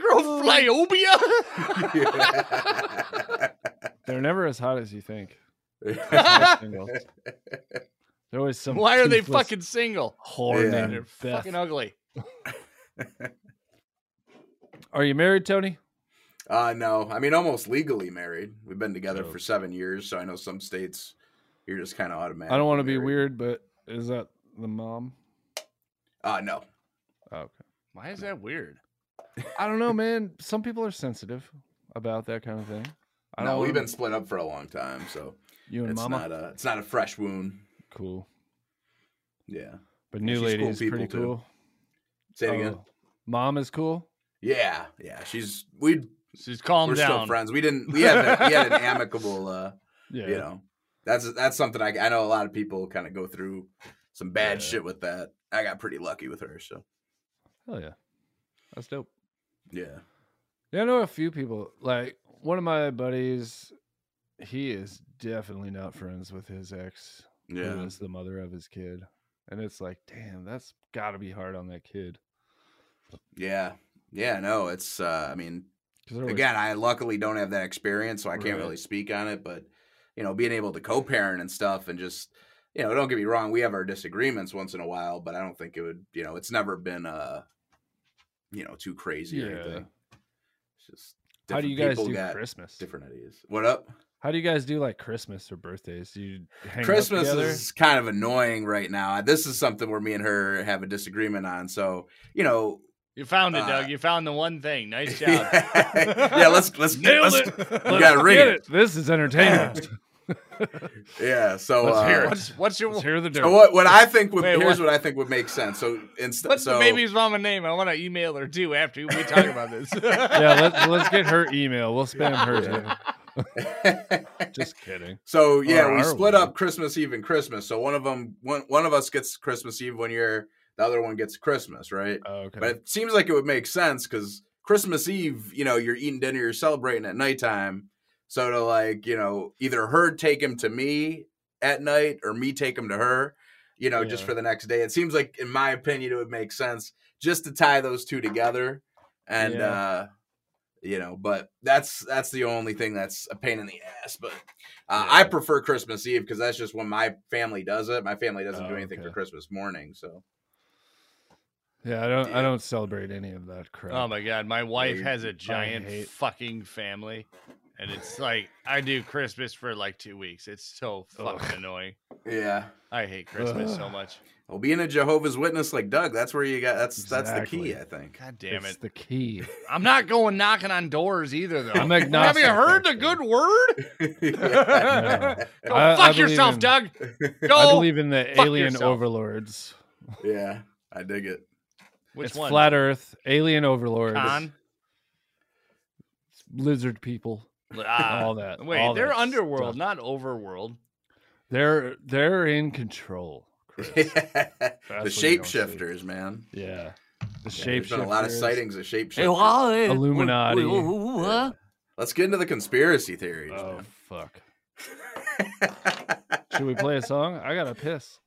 Microflyobia.
(laughs) They're never as hot as you think. (laughs) Singles. They're always some.
Why are they
toothless
fucking single?
horny
Yeah.
They're
Beth.
fucking ugly.
Are you married, Tony?
Uh no, I mean almost legally married. We've been together
Oh.
for seven years, so I know some states you're just kind of automatic.
I don't want to be weird, but is that the mom?
Uh no,
Oh, okay.
Why is that weird?
I don't know, man. Some people are sensitive about that kind of thing. I
no,
don't
we've
wanna-
been split up for a long time, so
you and
it's
mama.
not a it's not a fresh wound.
Cool.
Yeah,
But new
She's cool
lady is
people,
pretty
too.
cool.
Say it again.
Oh, Mom is cool.
Yeah, yeah. She's we
She's calm
we're still
down.
friends. We didn't we had a, we had
(laughs)
an amicable uh
Yeah.
you know. That's that's something I I know a lot of people kind of go through some bad shit with that. I got pretty lucky with her, so
Hell yeah. That's dope.
yeah.
Yeah, I know a few people. Like one of my buddies, he is definitely not friends with his ex, who
Yeah.
is the mother of his kid. And it's like, damn, that's got to be hard on that kid.
Yeah. Yeah, no, it's uh I mean,
'Cause they're always-
again, I luckily don't have that experience, so I can't
Right.
really speak on it. But you know, being able to co-parent and stuff, and just you know, don't get me wrong, we have our disagreements once in a while, but I don't think it would. You know, it's never been uh, you know, too crazy or
Yeah.
anything. It's just
how do
different
you guys
people
do
got
Christmas?
Different ideas. What up?
How do you guys do like Christmas or birthdays? Do you hang out
Christmas
together? (laughs)
is kind of annoying right now. This is something where me and her have a disagreement on. So you know,
You found it, Doug.
Uh,
You found the one thing. Nice (laughs) job.
(laughs) yeah,
(laughs)
let's let's
Nailed
let's,
(laughs) it.
You gotta ring
Get
it.
This
(laughs)
is entertainment.
Yeah. So
Let's
uh,
hear it.
What's what's your
Let's hear the dirt.
So what what I think would
Wait,
here's what? I think would make sense. So instead,
what's
so
the baby's mama name? I want to email her too after we talk about (laughs) this.
yeah, let's let's get her email.
(laughs)
We'll spam her. Too. Just kidding.
(laughs) so yeah,
Or
we
are
split
we?
up Christmas Eve and Christmas. So one of them one one of us gets Christmas Eve one year, the other one gets Christmas, right?
Oh, okay.
But it seems like it would make sense because Christmas Eve, you know, you're eating dinner, you're celebrating at nighttime. So to like, you know, either her take him to me at night or me take him to her, you know, just
Yeah.
for the next day. It seems like, in my opinion, it would make sense just to tie those two together. And
Yeah.
uh you know, but that's that's the only thing that's a pain in the ass. But uh, I
Yeah.
prefer Christmas Eve because that's just when my family does it. My family doesn't do
Oh,
anything for
okay.
Christmas morning, so
yeah, I don't I don't celebrate any of that crap.
(laughs) Oh my god, my wife
you-
has a giant
hate-
fucking family, and it's like I do Christmas for like two weeks. It's so fucking annoying.
yeah.
I hate Christmas so
Ugh.
much.
Well, being a Jehovah's Witness like Doug, that's where you got that's that's the key,
Exactly.
I
(laughs)
think. (laughs)
God damn
it's
it!
the key.
I'm not going knocking on doors either, though.
I'm
Have
agnostic,
you heard the
actually.
good
(laughs)
word?
No.
Go
I- I believe
fuck yourself,
in-
Doug.
(laughs)
Oh,
I
Go.
believe in the
fuck
alien
yourself.
overlords.
(laughs) yeah, I dig it. (laughs)
Which
it's
one?
flat Earth, alien overlords,
Con?
lizard people,
Ah,
all that.
wait,
all
they're
that
underworld,
stuff.
not overworld.
They're they're in control, Chris.
(laughs) the
what you don't see.
shapeshifters, man.
Yeah, the
Yeah,
shapeshifters.
There's been a lot of sightings of
Hey,
shapeshifters.
well, eh,
Illuminati.
wh- wh- wh- huh?
Let's get into the conspiracy theories.
Oh
man.
fuck!
(laughs)
Should we play a song? I gotta piss.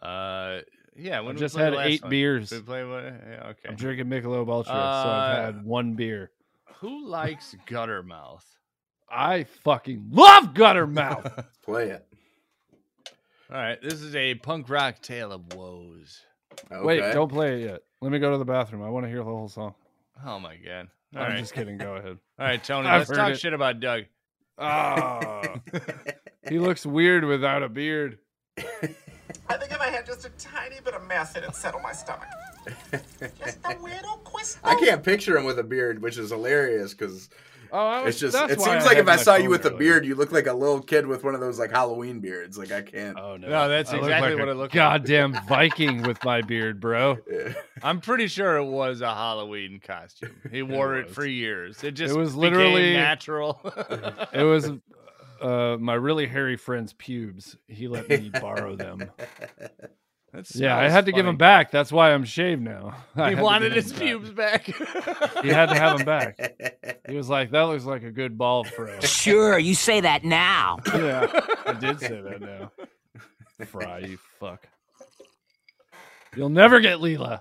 Uh, yeah. (laughs) When
I've
we
just
play
had
the last
eight
one?
beers.
Did we play what? Yeah, okay.
I'm drinking Michelob Ultra, so I've
Uh,
had one beer.
Who likes
(laughs)
gutter mouth?
I fucking love
(laughs)
gutter mouth.
Play it.
All right, this is a punk rock tale of woes.
Okay.
Wait, don't play it yet. Let me go to the bathroom. I want to hear the whole song.
Oh my god! All
I'm
right.
just kidding. Go
(laughs)
ahead.
all right, Tony,
I've
let's
heard
talk
it.
shit about Doug.
Ah, he looks weird without a beard.
I think I might have just a tiny bit of meth in it settle my stomach. just a little
(laughs)
crystal.
(laughs) I can't picture him with a beard, which is hilarious because
Oh, I was,
it's just.
that's
It
why
seems like
had
if I
my
saw you
phone
with a
earlier.
beard, you look like a little kid with one of those like Halloween beards. Like I can't.
Oh no,
No, that's
I look
exactly
like
what
a
it
(laughs)
looked like. (laughs)
Goddamn Viking with my beard, bro.
I'm pretty sure it was a Halloween costume.
(laughs)
He wore it,
was.
for years. It just
was
became
literally- (laughs)
natural. (laughs)
It was uh, my really hairy friend's pubes. He let
(laughs)
me borrow them.
That
Yeah, I
smells
had to give
funny.
him back. That's why I'm shaved now. (laughs) I had
He
to
wanted
give
his
'em back.
pubes back.
(laughs)
(laughs)
He had to have him back. He was like, "That looks like a good ball fro."
Sure, you say that now.
(laughs) yeah, I did say that now. Fry, you fuck. You'll never get Leela.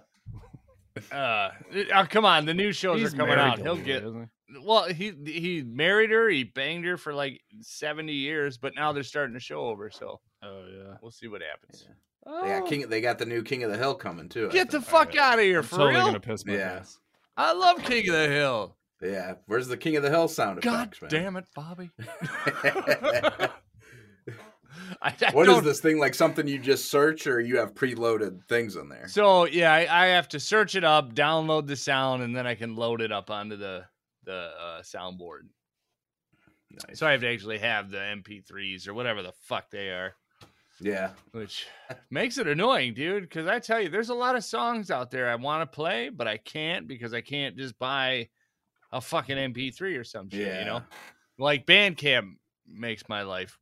uh, oh, come on, the new shows
He's
are coming
married
out.
to
He'll
Leela,
get
isn't he?
well. He he married her. He banged her for like 70 years, but now they're starting to show over. So
Oh yeah.
we'll see what happens. Oh,
Oh.
Yeah, King. They got the new King of the Hill coming too. I
Get the
think.
fuck out of here
I'm
for
totally
real.
gonna piss my
Yeah.
pants.
I love King of the Hill.
Yeah, where's the King of the Hill sound
God
effects, man?
damn it, Bobby. (laughs)
What
I, I
(laughs) What is
don't-
this thing like? Something you just search, or you have preloaded things in there?
So yeah, I, I have to search it up, download the sound, and then I can load it up onto the the uh, soundboard. So I have to actually have the MP3s or whatever the fuck they are.
Yeah. (laughs)
which makes it annoying, dude. Because I tell you, there's a lot of songs out there I want to play, but I can't because I can't just buy a fucking MP3 or some shit. You know,
Yeah.
like Bandcamp makes my life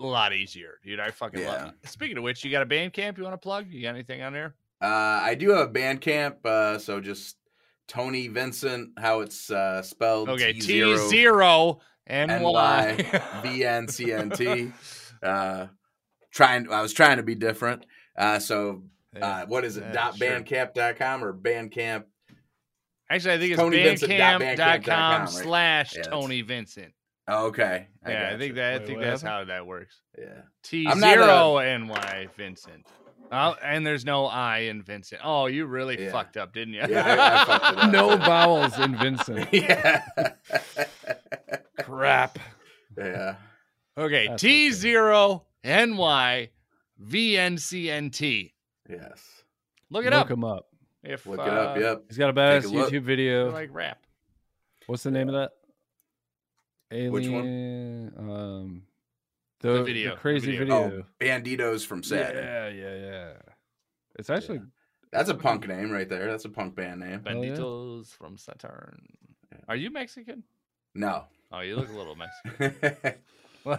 a lot easier, dude. I fucking
Yeah.
love it. Speaking of which, you got a Bandcamp you want to plug? You got anything on there?
Uh, I do have a Bandcamp, uh, so just Tony Vincent, how it's uh, spelled.
Okay, T
T0.
zero
N
N
Y
Y.
V N C N
(laughs)
T. Uh, trying, I was trying to be different. Uh, so uh, what is it?
Yeah,
dot
sure.
bandcamp.com or bandcamp?
Actually, I think it's
TonyVincent.bandcamp.com,
bandcamp.com
right?
slash
Yeah, that's-
Tony Vincent.
Oh, okay.
yeah, I
gotcha.
think that I
Wait,
think
what
that's how
happened?
that works.
Yeah.
T
I'm not
zero N Y Vincent. Oh, and there's no I in Vincent. Oh, you really
Yeah.
fucked up, didn't you?
Yeah, I- I fucked
(laughs)
it up.
No vowels in Vincent.
Yeah. (laughs)
Crap.
yeah.
okay,
That's
T zero N Y V N C N T.
Yes.
Look it
Look
up.
him up.
If
Look it up.
uh,
Yep.
He's got a
Take
badass
a look.
YouTube
you
video.
like rap.
What's the name of that? Alien,
Which one?
Um, the, the
video, the
crazy
video.
video.
Oh, Bandidos from Saturn.
Yeah, yeah, yeah. It's actually
That's a punk
(laughs)
name right there. That's a punk band name.
Hell Oh, yeah.
Benditos from Saturn. Are you Mexican?
No. (laughs)
Oh, you look a little Mexican.
uh,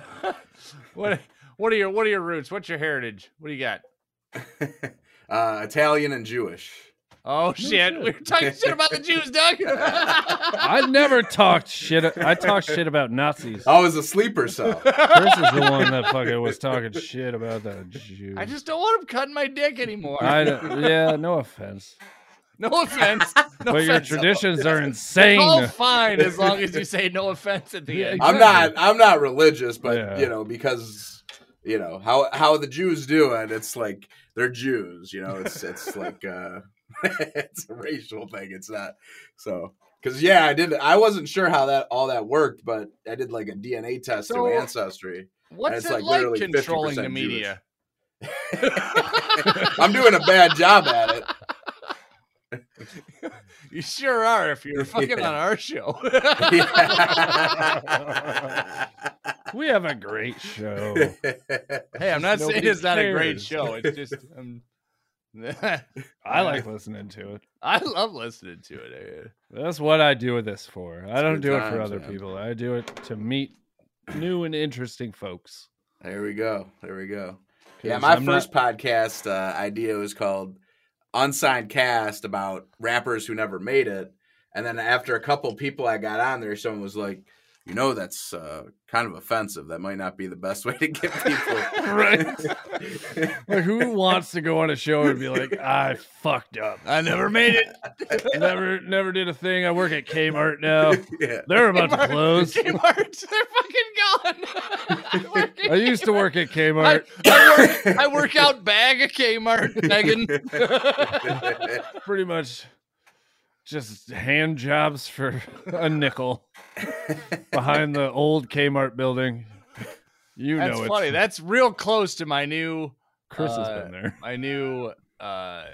what (laughs) what are your what are your roots? What's your heritage? What do you got?
Uh, Italian and Jewish.
Oh shit. We were talking shit about the
(laughs)
Jews, Doug.
I never talked shit. I talked shit about Nazis.
I was a sleeper
(laughs)
cell.
Chris is the one that fucking was talking shit about the Jews.
I just (laughs) don't want him cutting my dick anymore.
I don't- yeah, no offense,
(laughs) no offense. (laughs)
(laughs)
No
but your
offense.
traditions are
It's all
insane.
fine as long as you say no offense at the end.
Yeah,
I'm not. I'm not religious, but
Yeah.
you know because you know how how the Jews do it. It's like they're Jews. You know, it's
(laughs)
it's like uh, (laughs) it's a racial thing. It's not so because yeah, I did. I wasn't sure how that all that worked, but I did like a DNA test
So-
through ancestry.
What's
It's
it
like
like,
literally
controlling the
50%
media?
I'm doing a bad job at it.
You sure are
(laughs)
if you're fucking
Yeah.
on our show.
(laughs) We have a great show.
(laughs)
(laughs)
hey, I'm not saying
Nobody
it's not a great
cares.
show.
(laughs)
It's just um, (laughs) I'm,
I (laughs) like listening to it.
I love listening to it.
That's what I do this for. I don't
good
do it for
times,
other
man.
people. I do it to meet new and interesting folks.
There we go. There we go.
'Cause
Yeah, my
I'm not-
first podcast uh, idea was called Unsigned Cast about rappers who never made it. And then after a couple people I got on there, someone was like, you know, that's uh, kind of offensive. That might not be the best (laughs) way to get people.
(laughs) right?
(laughs)
like, who wants to go on a show and be like, I fucked up.
I never made (laughs) it.
Never, never did a thing. I work at Kmart now.
yeah. (laughs)
They're about to close.
Kmart, they're fucking gone. (laughs)
I used to work at
I,
Kmart.
I work, I
(laughs)
work out bag of Kmart (laughs) begging.
Pretty much just hand jobs for (laughs) a
(laughs)
nickel behind the old Kmart building. You
That's
know it's
funny. That's real close to my new
Chris
Uh,
has been there. (laughs)
my new uh, uh,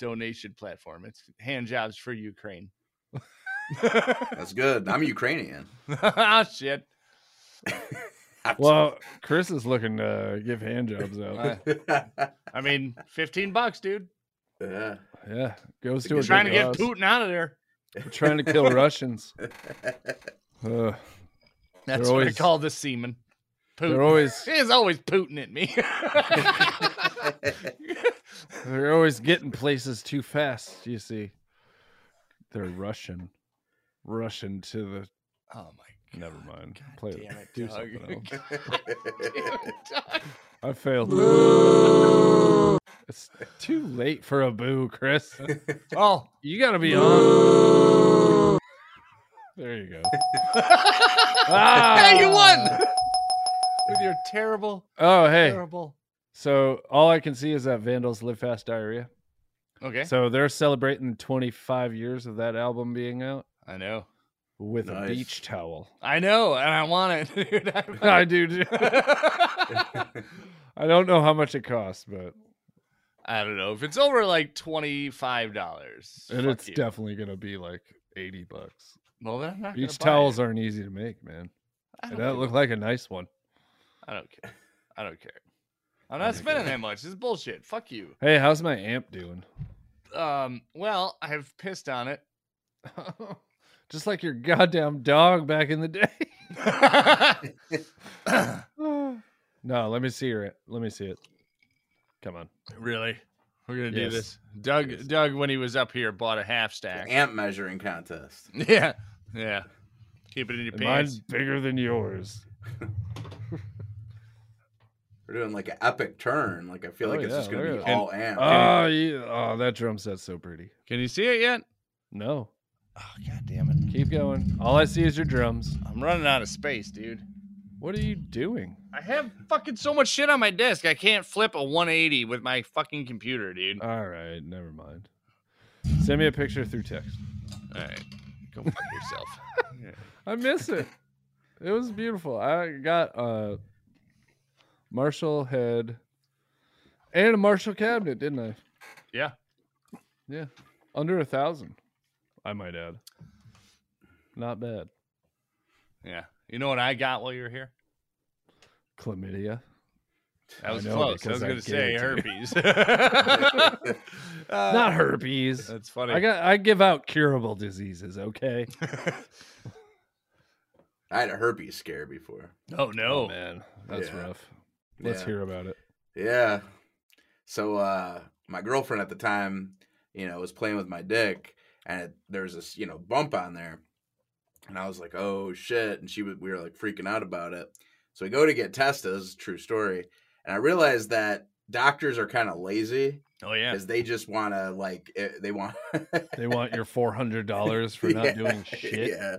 donation platform. It's hand jobs for Ukraine.
(laughs)
(laughs)
That's good. I'm Ukrainian.
Ah shit.
Well, Chris is looking to give
(laughs)
hand jobs out.
Uh, I mean, fifteen bucks, dude.
(laughs) yeah. (laughs)
yeah, goes to a
Trying to
good
get
cause.
Putin out of there.
We're trying to
(laughs)
kill Russians. Ugh.
That's
They're
what I
always-
call the semen.
they're
(laughs) Putin.
always
He is always Putin at me. (laughs)
they're always getting places too fast. You see, they're Russian, Russian to the.
oh my
Never mind. Play
damn it,
do
Doug.
something
(laughs)
else.
god. (laughs)
I failed. It's too late for a boo, Chris.
(laughs) Oh,
You gotta be on. There you go. ah!
hey, you won with your terrible,
Oh, hey.
terrible.
So all I can see is that Vandals Live Fast Diarrhea.
Okay,
So they're celebrating 25 years of that album being out
I know,
with
Nice.
a beach
(laughs)
towel.
I know, and I want it, (laughs) dude.
I
I-
do. do- (laughs) I don't know how much it costs, but
(laughs) I don't know if it's over like twenty five dollars.
and it's definitely gonna be like 80 bucks.
well, then I'm not gonna
Beach
buy
towels
It.
aren't easy to make, man.
I
And
don't,
that
give a-
looked like a nice one.
I don't care. I don't (laughs) care. I'm not spending that much. This is bullshit. Fuck you.
Hey, how's my amp doing? (laughs)
Um, well, I've pissed on it.
Just like your goddamn dog back in the day. (sighs)
(sighs)
no, let me see your. Let me see it. Come on.
(laughs) really? We're gonna do
Yes.
this. Doug Doug when he was up here bought a half stack.
Amp measuring contest.
(laughs) Yeah. Yeah. Keep it in your
And
pants.
Mine's bigger than yours.
We're doing like an epic turn. Like I feel
Oh,
like it's
yeah,
just gonna
there
be
it is.
all amp.
Oh, yeah. oh, that drum set's so pretty.
Can you see it yet?
No,
Oh god damn it.
keep going. All I see is your drums.
I'm running out of space, dude.
What are you doing?
I have fucking so much shit on my desk. I can't flip a 180 with my fucking computer, dude.
All right, never mind. Send me a picture through text.
All right. Go fuck yourself.
I miss it. It was beautiful. I got a Marshall head and a Marshall cabinet, didn't I?
(laughs) Yeah.
Yeah, under a thousand, I might add. Not bad.
Yeah. You know what I got while you were here?
Chlamydia.
That was
know,
close. I
because
was
I
going to
gave it
say
to you.
herpes.
(laughs) Not herpes.
(laughs) That's funny.
I got. I give out curable diseases. Okay.
(laughs) I had a herpes scare before.
oh, no.
man, that's
Yeah.
rough. Let's
Yeah.
hear about it.
Yeah. So uh my girlfriend at the time, you know, was playing with my dick and it, there was this, you know, bump on there. And I was like, "Oh shit." And she was we were like freaking out about it. So we go to get tested, this is a true story. And I realized that doctors are kind of lazy
Oh, yeah.
cuz they just want to like it, they want (laughs)
They want your four hundred dollars for not
Yeah, (laughs)
doing shit.
Yeah.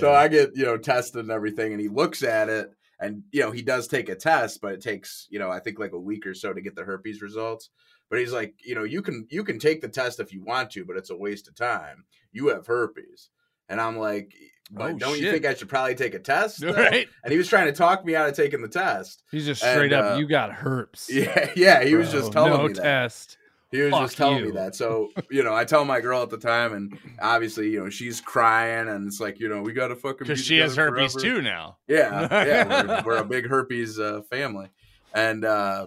So
Yeah.
I get, you know, tested and everything, and he looks at it and you know, he does take a test, but it takes, you know, I think like a week or so to get the herpes results. But he's like, you know, you can you can take the test if you want to, but it's a waste of time. You have herpes. And I'm like, but
Oh,
don't you
shit.
think I should probably take a
(laughs)
test? though?"
Right?
And he was trying to talk me out of taking the test. (laughs)
He's just
And,
straight up.
uh,
you got herpes.
(laughs) Yeah, yeah. He was
bro.
just telling
no
me that. (laughs)
test.
He was
Fuck
just telling
you.
me that.
(laughs)
So, you know, I tell my girl at the time, and obviously, you know, she's crying, and it's like, you know, we got to fucking.
Because
be
she has
together
herpes
forever.
too now.
Yeah,
(laughs)
yeah, we're, we're a big herpes uh, family, and uh,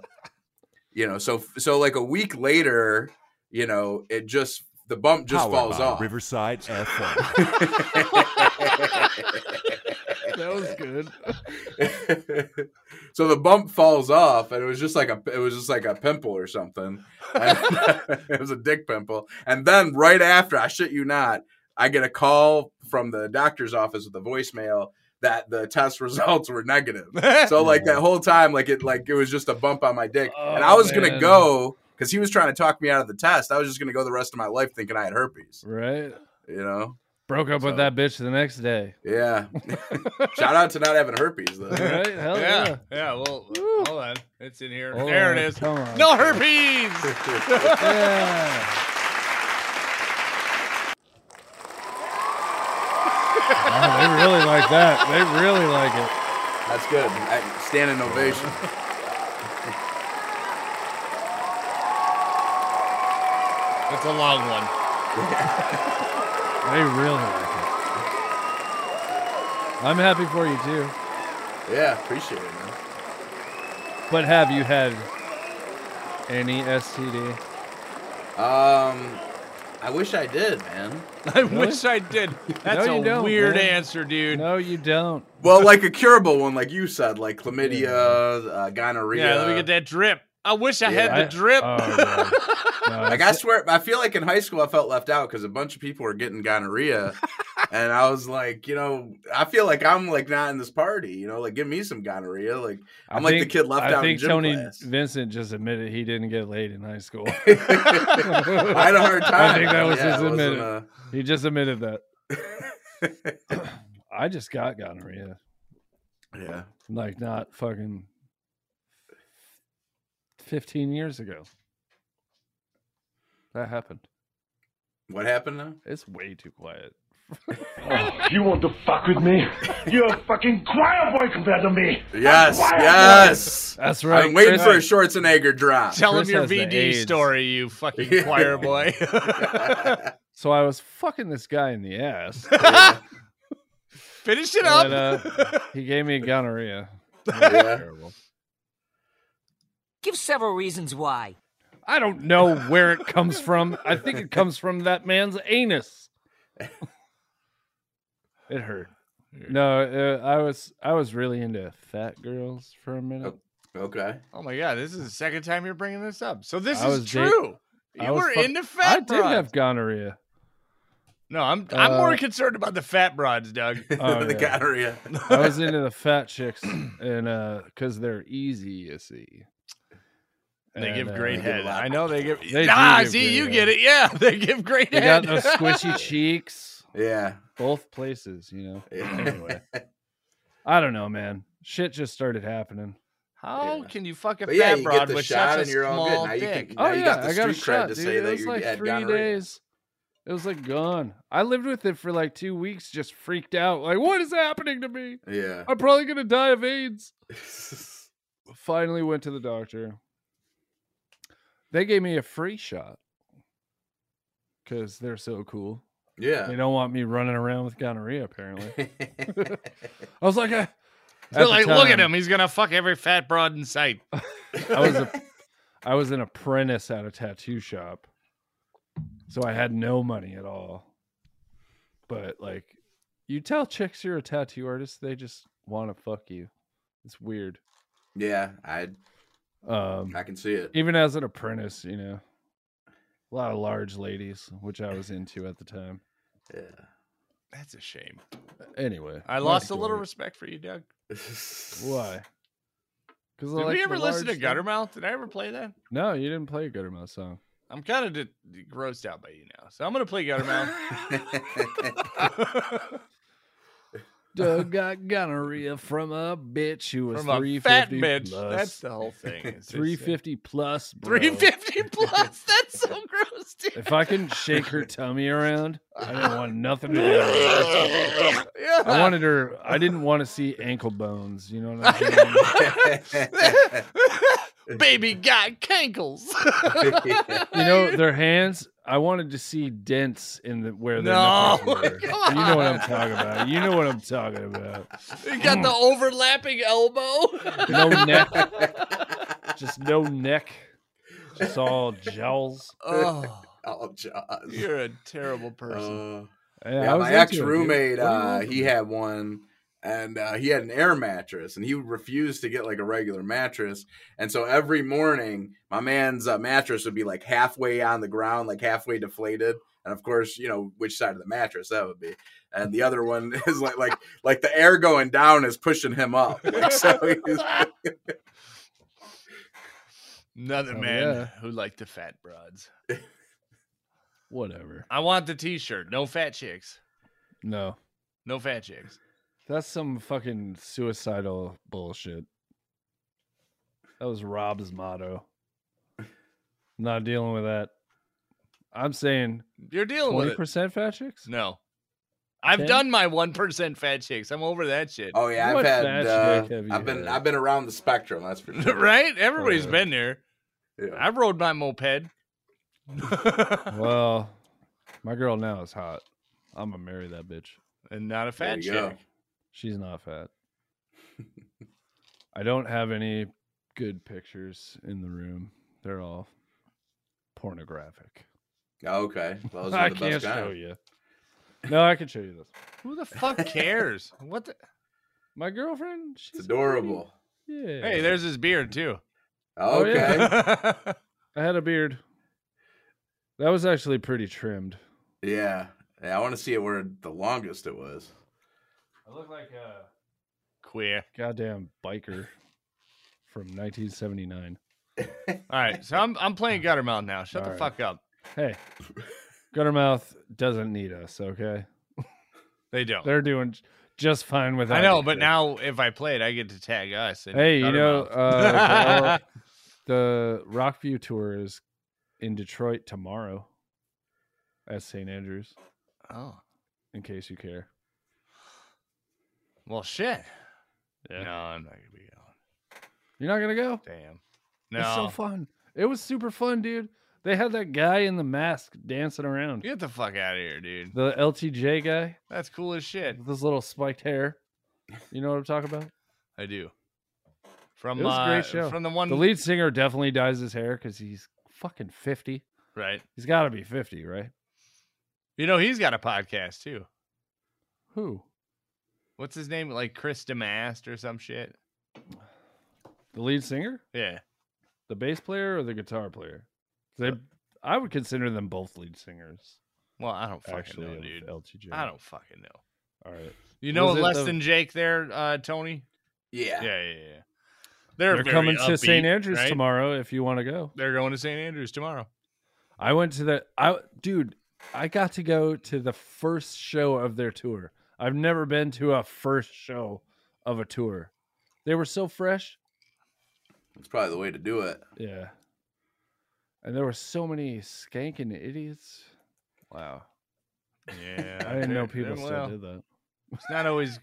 you know, so so like a week later, you know, it just the bump just falls off.
Riverside FM.
(laughs)
That was good.
(laughs) so the bump falls off, and it was just like a it was just like a pimple or something. And-
(laughs)
(laughs) it was a dick pimple, and then right after, I shit you not, I get a call from the doctor's office with a voicemail that the test (laughs) results were negative.
(laughs)
So like that whole time, like it like it was just a bump on my dick, and I
Oh,
was
man.
gonna go because he was trying to talk me out of the test. I was just gonna go the rest of my life thinking I had herpes.
Right.
You know.
Broke up with
So-
that bitch the
(laughs)
next day.
Yeah. Shout out to not having herpes though.
(laughs) Right? Hell yeah.
Yeah. Yeah. Well,
Woo.
hold on. It's in here.
Hold
there
on,
it is.
Come on. (laughs)
No herpes.
Yeah. Oh, they really like that. They really like it.
That's good. I- Standing ovation.
It's a long one.
They really like it. I'm happy for you too.
Yeah, appreciate it, man.
But have you had any STD?
Um, I wish I did, man.
I wish I did. That's
you
a
don't,
weird
man.
answer, dude.
No, you don't.
Well, like a curable one, like you said, like chlamydia, uh, gonorrhea.
yeah. Let me get that drip. I wish I
Yeah.
had
I-
the drip. (laughs)
(laughs)
Oh, no. No,
Like I
it's-
swear, I feel like in high school I felt left out because a bunch of people were getting (laughs) gonorrhea, and I was like, you know, I feel like I'm like not in this party, you know, like give me some gonorrhea, (laughs) like I'm like the kid left
I
out in
think
gym
Tony
class.
Vincent just admitted he didn't get laid in high school. (laughs)
I had a hard time.
think that was
Yeah,
his
it wasn't,
admit-
uh,
he just admitted that. I just got gonorrhea,
(laughs) yeah,
like not fucking fifteen years ago. That happened.
what happened (laughs) now?
It's way too quiet.
You want to fuck with me? You're a fucking choir boy compared to me.
Yes, yes.
That's
i
right.
am waiting
Chris.
for a Schwarzenegger
(laughs)
drop.
Tell
Chris
him your
has the
VD
AIDS.
story, you
(laughs)
fucking
Yeah.
choir boy. (laughs)
So I was fucking this guy in the
(laughs)
ass.
Finish it
But,
up. (laughs)
uh, he gave me gonorrhea.
Yeah.
Terrible.
Give several reasons why.
I don't know where it comes from. I think it comes from that man's anus. it hurt. (laughs) No, uh, I was I was really into fat girls for a minute.
Okay.
Oh my god, this is the second time you're bringing this up. So this
I
is
was da-
true.
I
you
was
were
fuck-
into
I
fat.
did
broads.
have gonorrhea.
No, I'm I'm more
Uh,
concerned about the fat broads,
(laughs)
Doug.
(laughs)
Oh,
the
yeah.
gonorrhea.
I was into the fat
(clears throat)
chicks, and uh, because they're easy, you see.
They give
And, uh,
great
They give a
head.
lot.
I know they give.
They do
ah,
give
see,
great
you
head.
get it. Yeah, (laughs) they give great
They
head.
got those
(laughs)
squishy cheeks,
Yeah.
both places. You know.
yeah.
(laughs) Anyway, I don't know, man. Shit just started happening.
How
Yeah.
can you fuck a
But
fat
yeah, you
broad
get the
with
shot
such
and
a
you're all good.
small
Now you
dick?
can-
Oh
Now you
yeah,
got the
I got a
street cred
shot,
to
dude.
say
it
that
was
you
like
had
three
gonorrhea.
days. It was like gone. I lived with it for like two weeks, just freaked out. Like, what is happening to me? (laughs)
Yeah.
I'm probably gonna die of AIDS. Finally, went to the doctor. They gave me a free shot because they're so cool. They
yeah.
don't want me running around with gonorrhea. Apparently, I was like, (laughs) I,
(laughs) They're like, look at
him.
him. He's gonna fuck every fat broad in sight.
I was a, I was an apprentice at a tattoo shop, so I had no money at all. But like, you tell chicks you're a tattoo artist, they just want to fuck you. It's weird.
(laughs) yeah. I
Um,
I can see it.
even as an apprentice, you know, a lot of large ladies, which I was into at the time.
That's a shame.
Anyway,
I
long
lost a little
story.
respect for you, Doug.
(laughs)
Why? Because
Did we ever listen to Guttermouth? Did I ever play that?
No, you didn't play a Guttermouth song.
I'm kind of di- grossed out by you now, so I'm gonna
(laughs)
play Guttermouth. (laughs) (laughs)
Doug got gonorrhea from a bitch who was
from a
350
fat bitch.
plus.
That's the
(laughs)
whole thing. It's just-
350 plus, bro.
350 plus. That's so gross, dude.
If I can shake her tummy around, I didn't
(laughs)
want nothing to do with it.
(laughs) Yeah.
I wanted her. I didn't want to see ankle bones. You know what I'm saying?
Baby got cankles. (laughs)
You know their hands. I wanted to see dents in the where their
No,
knuckles
(laughs)
were.
come
You know what I'm
on.
talking about. You know what I'm talking about.
you got the overlapping elbow. (laughs)
No neck. Just no neck. Just all jowls.
oh,
(laughs) oh, Jaws.
(laughs) you're a
Oh.
terrible person.
Uh,
Yeah,
yeah,
I was
my
into
ex
it, dude.
roommate,
What do you
uh,
want from
he
me?
had one, and uh, he had an air mattress, and he refused to get like a regular mattress, and so every morning, my man's uh, mattress would be like halfway on the ground, like halfway deflated, and of course, you know which side of the mattress that would be, and the other one (laughs) is like like like the air going down is pushing him up, like, so
(laughs)
he's,
Another
Oh,
man
yeah.
who liked the fat broads.
Whatever.
I want the T-shirt. No fat chicks.
No.
No fat chicks.
That's some fucking suicidal bullshit. That was Rob's motto. Not dealing with that. I'm saying
You're dealing with
twenty
it.
percent fat chicks.
No. I've
Ten?
done my 1% fat chicks. I'm over that shit.
oh yeah,
What
I've had
match
uh,
dick have you
I've been
had?
I've been around the spectrum, that's for
(laughs)
sure.
(laughs) right? Everybody's
Oh, yeah.
been there.
Yeah.
I rode my
(laughs)
moped.
Well, my girl now is hot. I'm gonna marry that bitch.
and not
There
a fat
you
chick.
go.
She's not
(laughs)
fat. I don't have any good pictures in the room. They're all pornographic.
Okay, those
I
are the
can't
best
show
kind.
you. No, I can show you this.
Who the fuck cares? what the?
My girlfriend, she's
It's
pretty-
adorable.
(laughs) Yeah.
Hey, there's his beard too.
Oh, yeah.
Okay.
I had a beard. That was actually pretty trimmed.
Yeah. Yeah, I want to see it where the longest it was.
I look like a
(laughs) Queer.
goddamn biker from 1979.
All right, so I'm I'm playing Guttermouth now. Shut the
All right.
fuck up.
Hey, Guttermouth doesn't need us, okay?
They don't.
They're doing j- just fine without.
I know,
you.
but now if I play it, I get to tag us. and
Hey, you know,
Guttermouth. (laughs)
uh, the Rockview tour is in Detroit tomorrow at St. Andrews,
(laughs) oh,
in case you care.
well, shit. No, I'm not gonna be going.
You're not going to go?
Damn. No.
It's so fun. It was super fun, dude. They had that guy in the mask dancing around.
Get the fuck out of here, dude.
The LTJ guy
That's cool as shit.
with his little spiked hair. You know what I'm talking about?
I do. From
It was a
uh,
great show.
from the one
The lead singer definitely dyes his hair because he's fucking fifty.
right.
He's got to be fifty, right?
You know he's got a podcast too.
Who?
What's his name? Like Chris Demast or some shit.
The lead singer,
Yeah.
the bass player, or the guitar player? They, I would consider them both lead singers.
Well, I don't fucking
Actually,
know,
of
dude.
LTJ.
I don't fucking know.
All right.
You know
Was it
less
the-
than Jake there, uh, Tony.
Yeah.
Yeah, yeah, yeah. They're,
They're
very
coming to
upbeat,
St. Andrews
right?
tomorrow if you want to go.
They're going to St.
(laughs)
Andrews tomorrow.
I went to the I dude, I got to go to the first show of their tour. I've never been to a first show of a tour. They were so fresh.
It's probably the way to do it.
Yeah. And there were so many skanking idiots. Wow.
Yeah,
I didn't know
(laughs) they're-
people
they're-
still
well,
did that.
It's not always,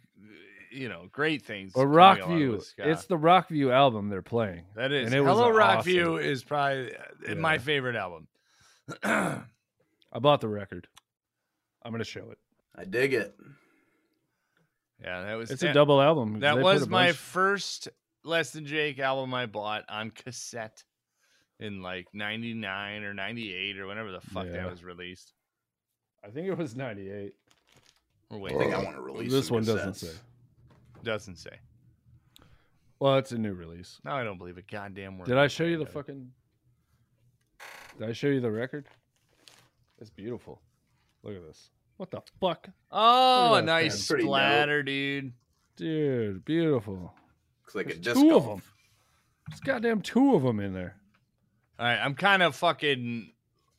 you know, great things.
But
coming out of
Rockview,
ska.
it's the Rockview album they're playing.
that is.
and it was
Hello
awesome.
Rockview is probably uh, my
Yeah.
favorite album. (clears throat) I
I bought the record. I'm gonna show it.
I dig it.
Yeah, that was
It's
that,
a double album. 'cause they
That
put
was
a
my
bunch-
first Less Than Jake album I bought on cassette in like 99 or 98 or whenever the fuck
Yeah.
that was released.
I think it was ninety eight.
Or
I
wait,
think I want to release
This
some
one doesn't
cassettes.
say.
doesn't say.
Well, it's a new release.
No, I don't believe it. Goddamn word.
Did I show you the fucking? Did I show you the record? It's beautiful. Look at this. What the fuck,
Oh,
Look
a
at that
nice
thing. Pretty dope.
splatter, dude.
dude? Beautiful.
Looks like a
There's
disc
two
golf.
of them. There's goddamn two of them in there.
All right, I'm kind of fucking.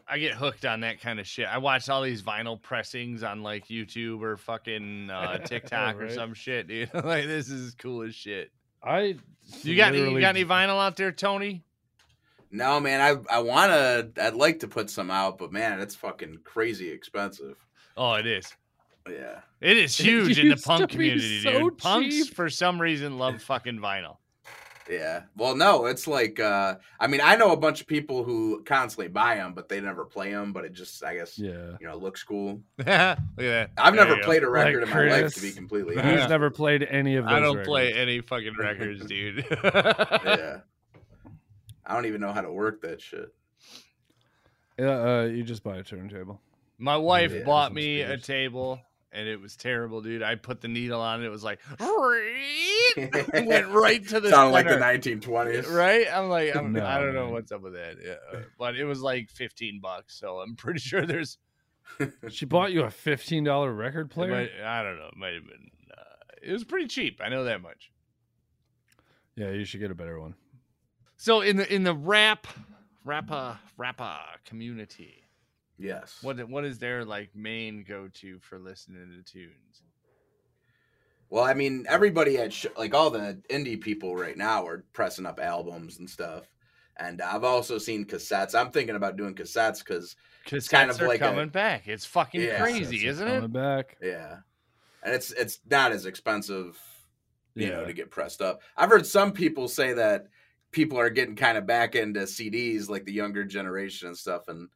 I get hooked on that kind of shit. I watch all these vinyl pressings on like YouTube or fucking uh, TikTok
(laughs)
or
Right.
some shit, dude. (laughs) like this is cool as shit.
I.
You got any, you
literally-
got any vinyl out there, Tony?
No, man, I I wanna I'd like to put some out, but man, it's fucking crazy expensive.
Oh, it is.
Yeah.
It is
It
huge in the
used to
punk
be
community,
so
dude. Punks
cheap.
for some reason love fucking vinyl. (laughs)
Yeah. Well, no, it's like uh I mean, I know a bunch of people who constantly buy them, but they never play them, but it just I guess
Yeah.
(laughs)
you know, looks cool.
Look at that.
I've
There
never
you go.
played a record
Like
in my life to be
Chris.
completely
(laughs)
Yeah.
honest.
He's never played any of those.
I don't
records.
play any fucking records, dude.
(laughs) yeah. I don't even know how to work that shit.
Yeah, uh, you just buy a turntable.
My wife
Yeah,
bought
some
me a
speakers.
table and it was terrible, dude. I put the needle on it. It
(laughs)
was like,
(laughs)
went right to the
Sounded like the
center.
1920s.
Right? I'm like, I'm,
No,
I don't know
man.
what's up with that. Yeah. uh, But it was like 15 bucks. So I'm (laughs) pretty sure there's,
She bought you a fifteen dollar record
it
player.
might- I don't know. It might have been, uh, it was pretty cheap. I know that much.
Yeah, you should get a better one.
So in the, in the rap, rapper, rapper community,
Yes.
what, what is their like main go-to for listening to tunes?
Well, I mean, everybody at sh- like all the indie people right now are pressing up albums and stuff. And I've also seen cassettes. I'm thinking about doing cassettes because
Because
kind of
are
like a-
coming back. It's fucking
Yeah.
crazy,
Cassettes are
isn't it?
Coming back.
yeah, and it's it's not as expensive, you know,
Yeah.
to get pressed up. I've heard some people say that people are getting kind of back into CDs, like the younger generation and stuff. And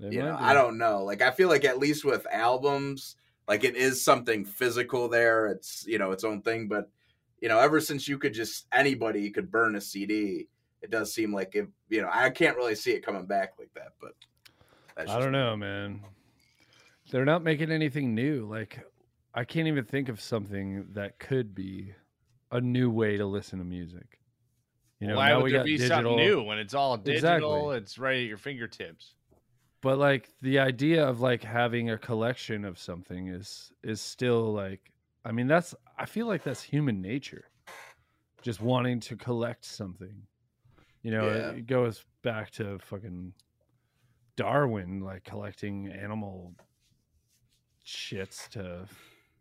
They
you know,
might be.
I don't know. Like I feel like at least with albums, like it is something physical there. It's you know its own thing. But you know, ever since you could just anybody could burn a CD, it does seem like it. You know, I can't really see it coming back like that. But that's
I
just-
don't know, man. They're not making anything new. Like, I can't even think of something that could be a new way to listen to music. You know,
Why
now
would
we
there
got
be
digital,
something new when it's all digital?
Exactly.
It's right at your fingertips.
but like the idea of like having a collection of something is is still like. I mean, that's. I feel like that's human nature, just wanting to collect something. You know, it-
Yeah.
it goes back to fucking Darwin, like collecting animal shits to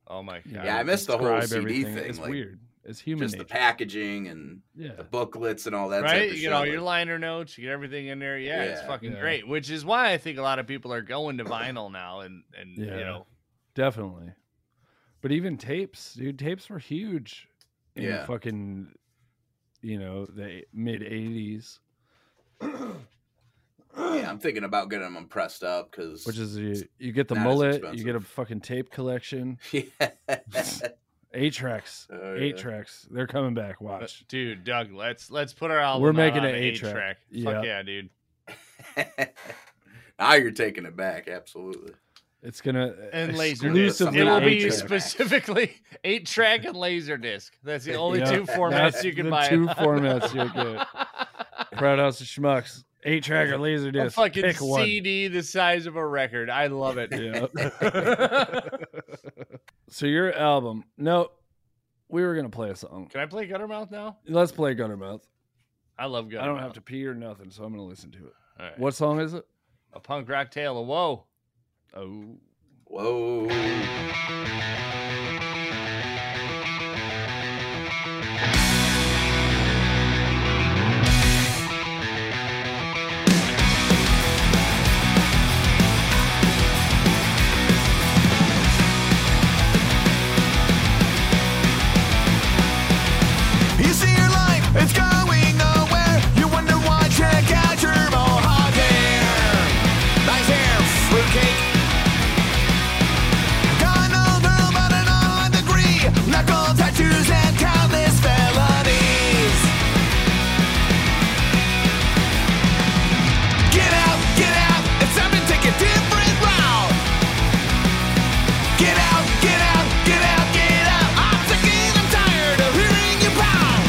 Oh my god!
you know,
Yeah, I missed the whole
describe
CD
everything.
thing,
It's
like,
weird. It's human
just
nature.
the packaging and
yeah.
the booklets and all that.
right?
type of
You
shit.
get all
like-
your liner notes. You get everything in there. Yeah, it's
Yeah.
fucking
Yeah.
great. Which is why I think a lot of people are going to vinyl now, and and you
Yeah.
know,
Definitely. But even tapes, dude, tapes were huge in
Yeah.
fucking you know, the mid 80s,
yeah, I'm thinking about getting them pressed up because (laughs)
which is you, you get the
Not as
mullet, you
expensive.
get a fucking tape collection, Eight tracks.
Oh,
Eight
yeah.
tracks. They're coming back.
But,
Watch.
dude, Doug, let's let's put our album.
We're
out
making
on
an
an
eight-track.
track.
Yeah.
Fuck yeah, dude.
(laughs) now you're taking it back. Absolutely.
It's gonna
And laser disc.
exclusively
It will
eight
be
track.
(laughs) specifically eight track and laser disc. That's the only
Yeah,
two formats
that's
you can
the
buy. it
Two
on.
formats you get. Proud House of Schmucks. Eight track or laser
(laughs) A
disc.
fucking
Pick one.
CD the size of a record. I love it. (laughs)
Yeah. (laughs) so your album. No, we were gonna play a song.
Can I play Guttermouth now?
Let's play Guttermouth.
I love Guttermouth.
I don't have to pee or nothing, so I'm gonna listen to it.
All right.
What song is it?
A punk rock tale of woe.
Oh,
Whoa.
You see your life, it's going nowhere. You wonder why, check out your mohawk hair. Nice hair, fruitcake. Got an old girl, but an online degree. Knuckle tattoos and countless felonies. Get out, get out, it's time to take a different route. Get out, get out, get out, get out. I'm sick and I'm tired of hearing you pound.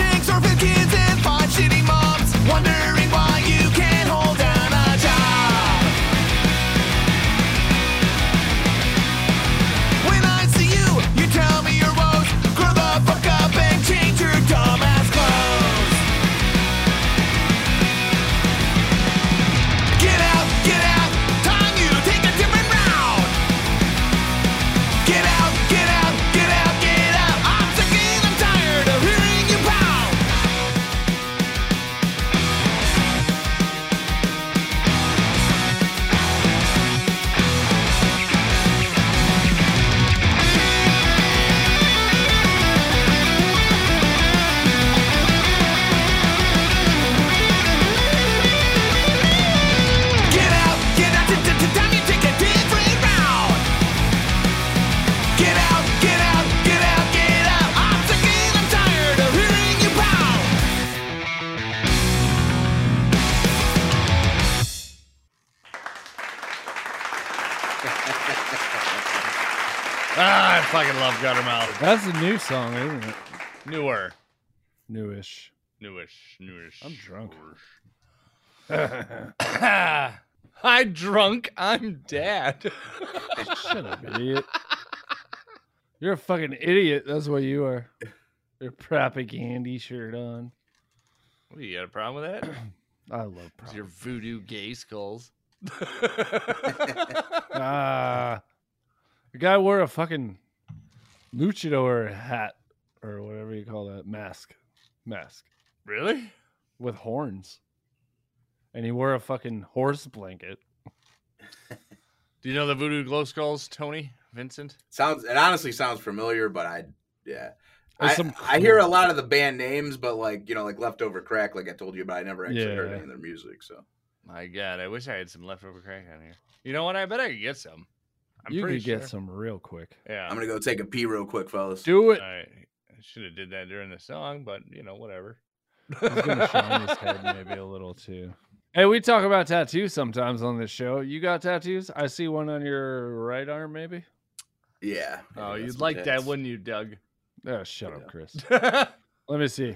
Six orphan kids and five shitty moms, wondering why you can't hold down a job. When I see you, you tell me your woes. Grow the fuck up and change your dumbass clothes. Get out, get out, time you take a different route. Get out, get out, get out, get out. I'm sick and I'm tired of hearing you pout. Get out, get out, t- t- t- time you take a different route. Get out, get out, get out, get out. I'm sick and I'm tired of hearing you pout.
Ah, I fucking love Guttermouth.
that's a new song, isn't it?
Newer.
Newish.
Newish. (coughs) Newish.
I'm drunk.
I drunk. I'm dad.
(laughs)
(laughs)
Shut up, idiot. You're a fucking idiot. That's what you are. Your propaganda shirt on.
What, you got a problem with that?
I love
It's
propaganda.
your voodoo gay skulls.
Ah, the guy wore a fucking luchador hat or whatever you call that mask, mask
(laughs) Really?
with horns, and he wore a fucking horse blanket.
Do you know the voodoo glow skulls, Tony? Vincent?
Sounds it honestly sounds familiar, but I yeah.
There's
I,
some
I hear a
cool-
lot of the band names, but like you know, like leftover crack, like I told you, but I never actually heard
Yeah.
any of their music. So
My God, I wish I had some leftover crack on here. You know what? I bet I could get some. I'm
you
pretty
could
sure.
get some real quick.
(laughs)
Yeah.
I'm gonna go take a pee real quick, fellas.
Do it.
I should have did that during the song, but you know, whatever.
I was gonna shine his head maybe a little too. Hey, we talk about tattoos sometimes on this show. You got tattoos? I see one on your right arm, maybe.
Yeah.
Oh,
Yeah,
you'd
some
like that,
tats.
wouldn't you, (laughs) Doug?
Oh, shut up, Chris.
That's
Let me see.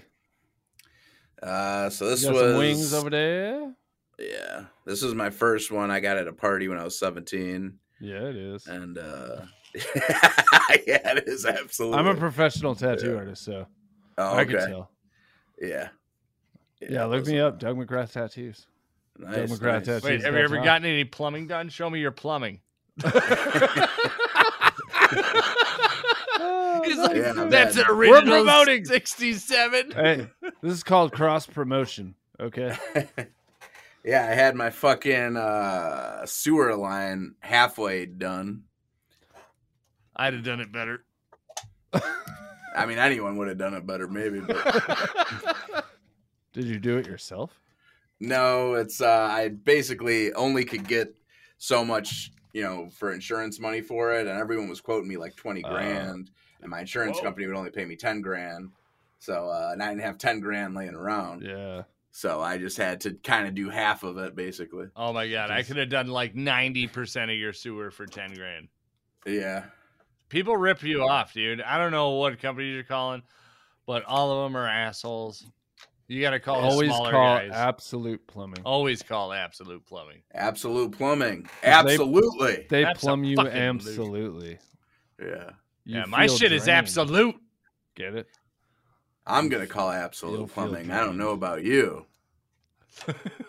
Uh, so this
you got
was
some wings over there.
Yeah, this was my first one. I got at a party when I was 17,
Yeah, it is.
and uh, (laughs) yeah, it is absolutely.
I'm a professional tattoo
uh, Yeah.
artist, so
oh,
I
okay.
can tell.
Yeah.
Yeah, look
those
me
are
up, Doug
(laughs)
McGrath tattoos. Doug
nice,
McGrath
nice.
tattoos.
Wait, have you ever
dot com.
gotten any plumbing done? Show me your (laughs) plumbing. He's like,
Yeah, man.
that's an
We're
original. We're promoting
(laughs)
67.
Hey, this is called cross promotion.
(laughs)
Okay,
Yeah, I had my fucking uh, sewer line halfway done.
I'd have done it better.
I mean, anyone would have done it better, maybe. But
(laughs) did you do it yourself?
no, it's uh, I basically only could get so much you know, for insurance money for it, and everyone was quoting me like twenty
Uh,
grand, and my insurance
whoa.
company would only pay me ten grand. So uh, and I didn't have ten grand laying around.
Yeah.
So I just had to kind of do half of it, basically.
Oh my god, I
Just-
could have done like ninety percent of your sewer for ten grand.
Yeah,
People rip you off, dude. I don't know what companies you're calling, but all of them are assholes. You got to call the
Always
smaller
call
guys.
absolute plumbing.
Always call Absolute Plumbing.
absolute plumbing,
they-
absolutely.
they
That's a
plumb you
fucking loot.
absolutely.
yeah,
You
yeah, my
feel
shit is
drained. (laughs)
absolute.
Get it?
I'm gonna call
You'll
absolute
feel
plumbing. I don't
drained.
know about you.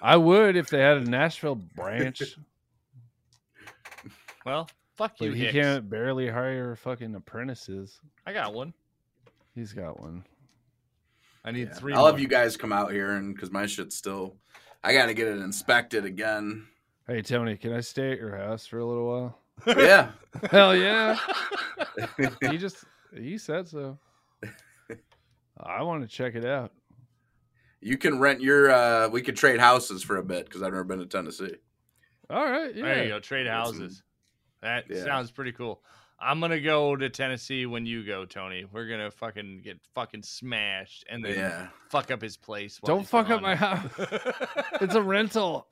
I would if they had a Nashville
(laughs)
branch,
Well, fuck
but
you,
he
Hicks.
can't barely hire fucking apprentices.
I got one.
He's got one.
I need
Yeah.
three.
I'll have
more.
you guys come out here, and because my shit's still, I gotta get it inspected
(laughs)
again.
Hey Tony, can I stay at your house for a little while?
yeah,
Hell
(laughs)
yeah. he just he said so. I want to check it out.
you can rent your. uh We could trade houses for a bit because I've never been to Tennessee.
All right, yeah.
There you go. Trade houses. That
Yeah.
sounds pretty cool. I'm gonna go to Tennessee when you go, Tony. We're gonna fucking get fucking smashed and then
Yeah. (laughs)
fuck up his place. while
Don't
he's
fuck up
gone.
my house. (laughs) it's a rental.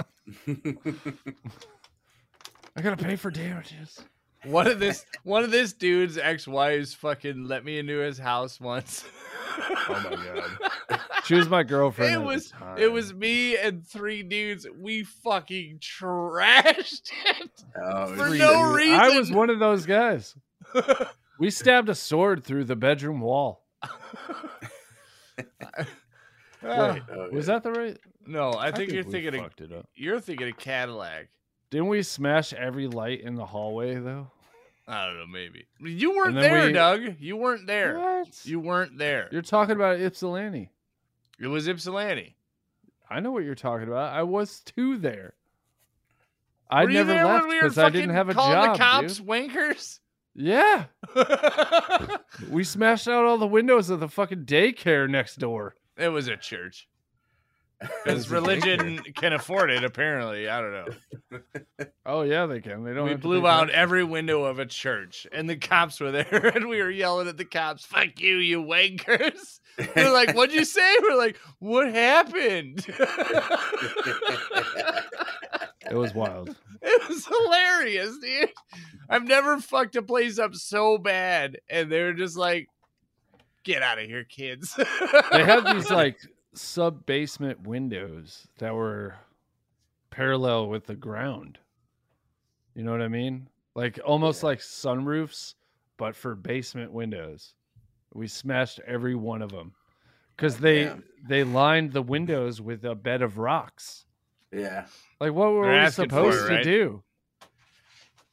I gotta pay for damages.
(laughs) one of this one of this dude's ex-wives fucking let me into his house once.
Oh my god. She was my girlfriend. at
(laughs) It
the
was it
time.
was me and three dudes. We fucking trashed (laughs) it.
Oh,
For
shit.
no
Dude, I was
(laughs) reason.
one of those
(laughs)
guys. we stabbed a sword through the bedroom wall. Wait,
Oh,
was
yeah.
that the right?
no, I think, you're
Ah, we
thinking of
fucked it up.
you're thinking of Cadillac.
Didn't we smash every light in the hallway though?
I don't know, maybe you weren't
then
there,
we-
Doug. You weren't there.
What?
You weren't there.
You're talking about Ypsilanti.
It was Ypsilanti.
I know what you're talking about. I was too there. I
Were you
never
there when
left
we were
because I didn't
fucking
have a
calling
job.
The cops,
dude.
wankers. (laughs)
Yeah, we smashed out all the windows of the fucking daycare next door.
it was
(laughs)
a church. Because religion can afford it, apparently. I don't know.
Oh yeah, they can. They don't.
we
have to
blew
pay
out
taxes.
every window of a church, and the cops were there, (laughs) and we were yelling at the cops, "Fuck you,
(laughs)
you wankers!" They're like, "What'd you say?" We're like, "What happened?" (laughs)
It was wild.
It was hilarious, dude. I've never fucked a place up so bad. And they were just like, get out of here, kids. (laughs)
they had these like sub basement windows that were parallel with the ground. You know what I mean? Like almost like sunroofs, but for basement windows. We smashed every one of them because they
Damn.
they lined the windows with a bed of rocks.
yeah,
Like what were
They're
we
asking for it,
supposed to
right?
do?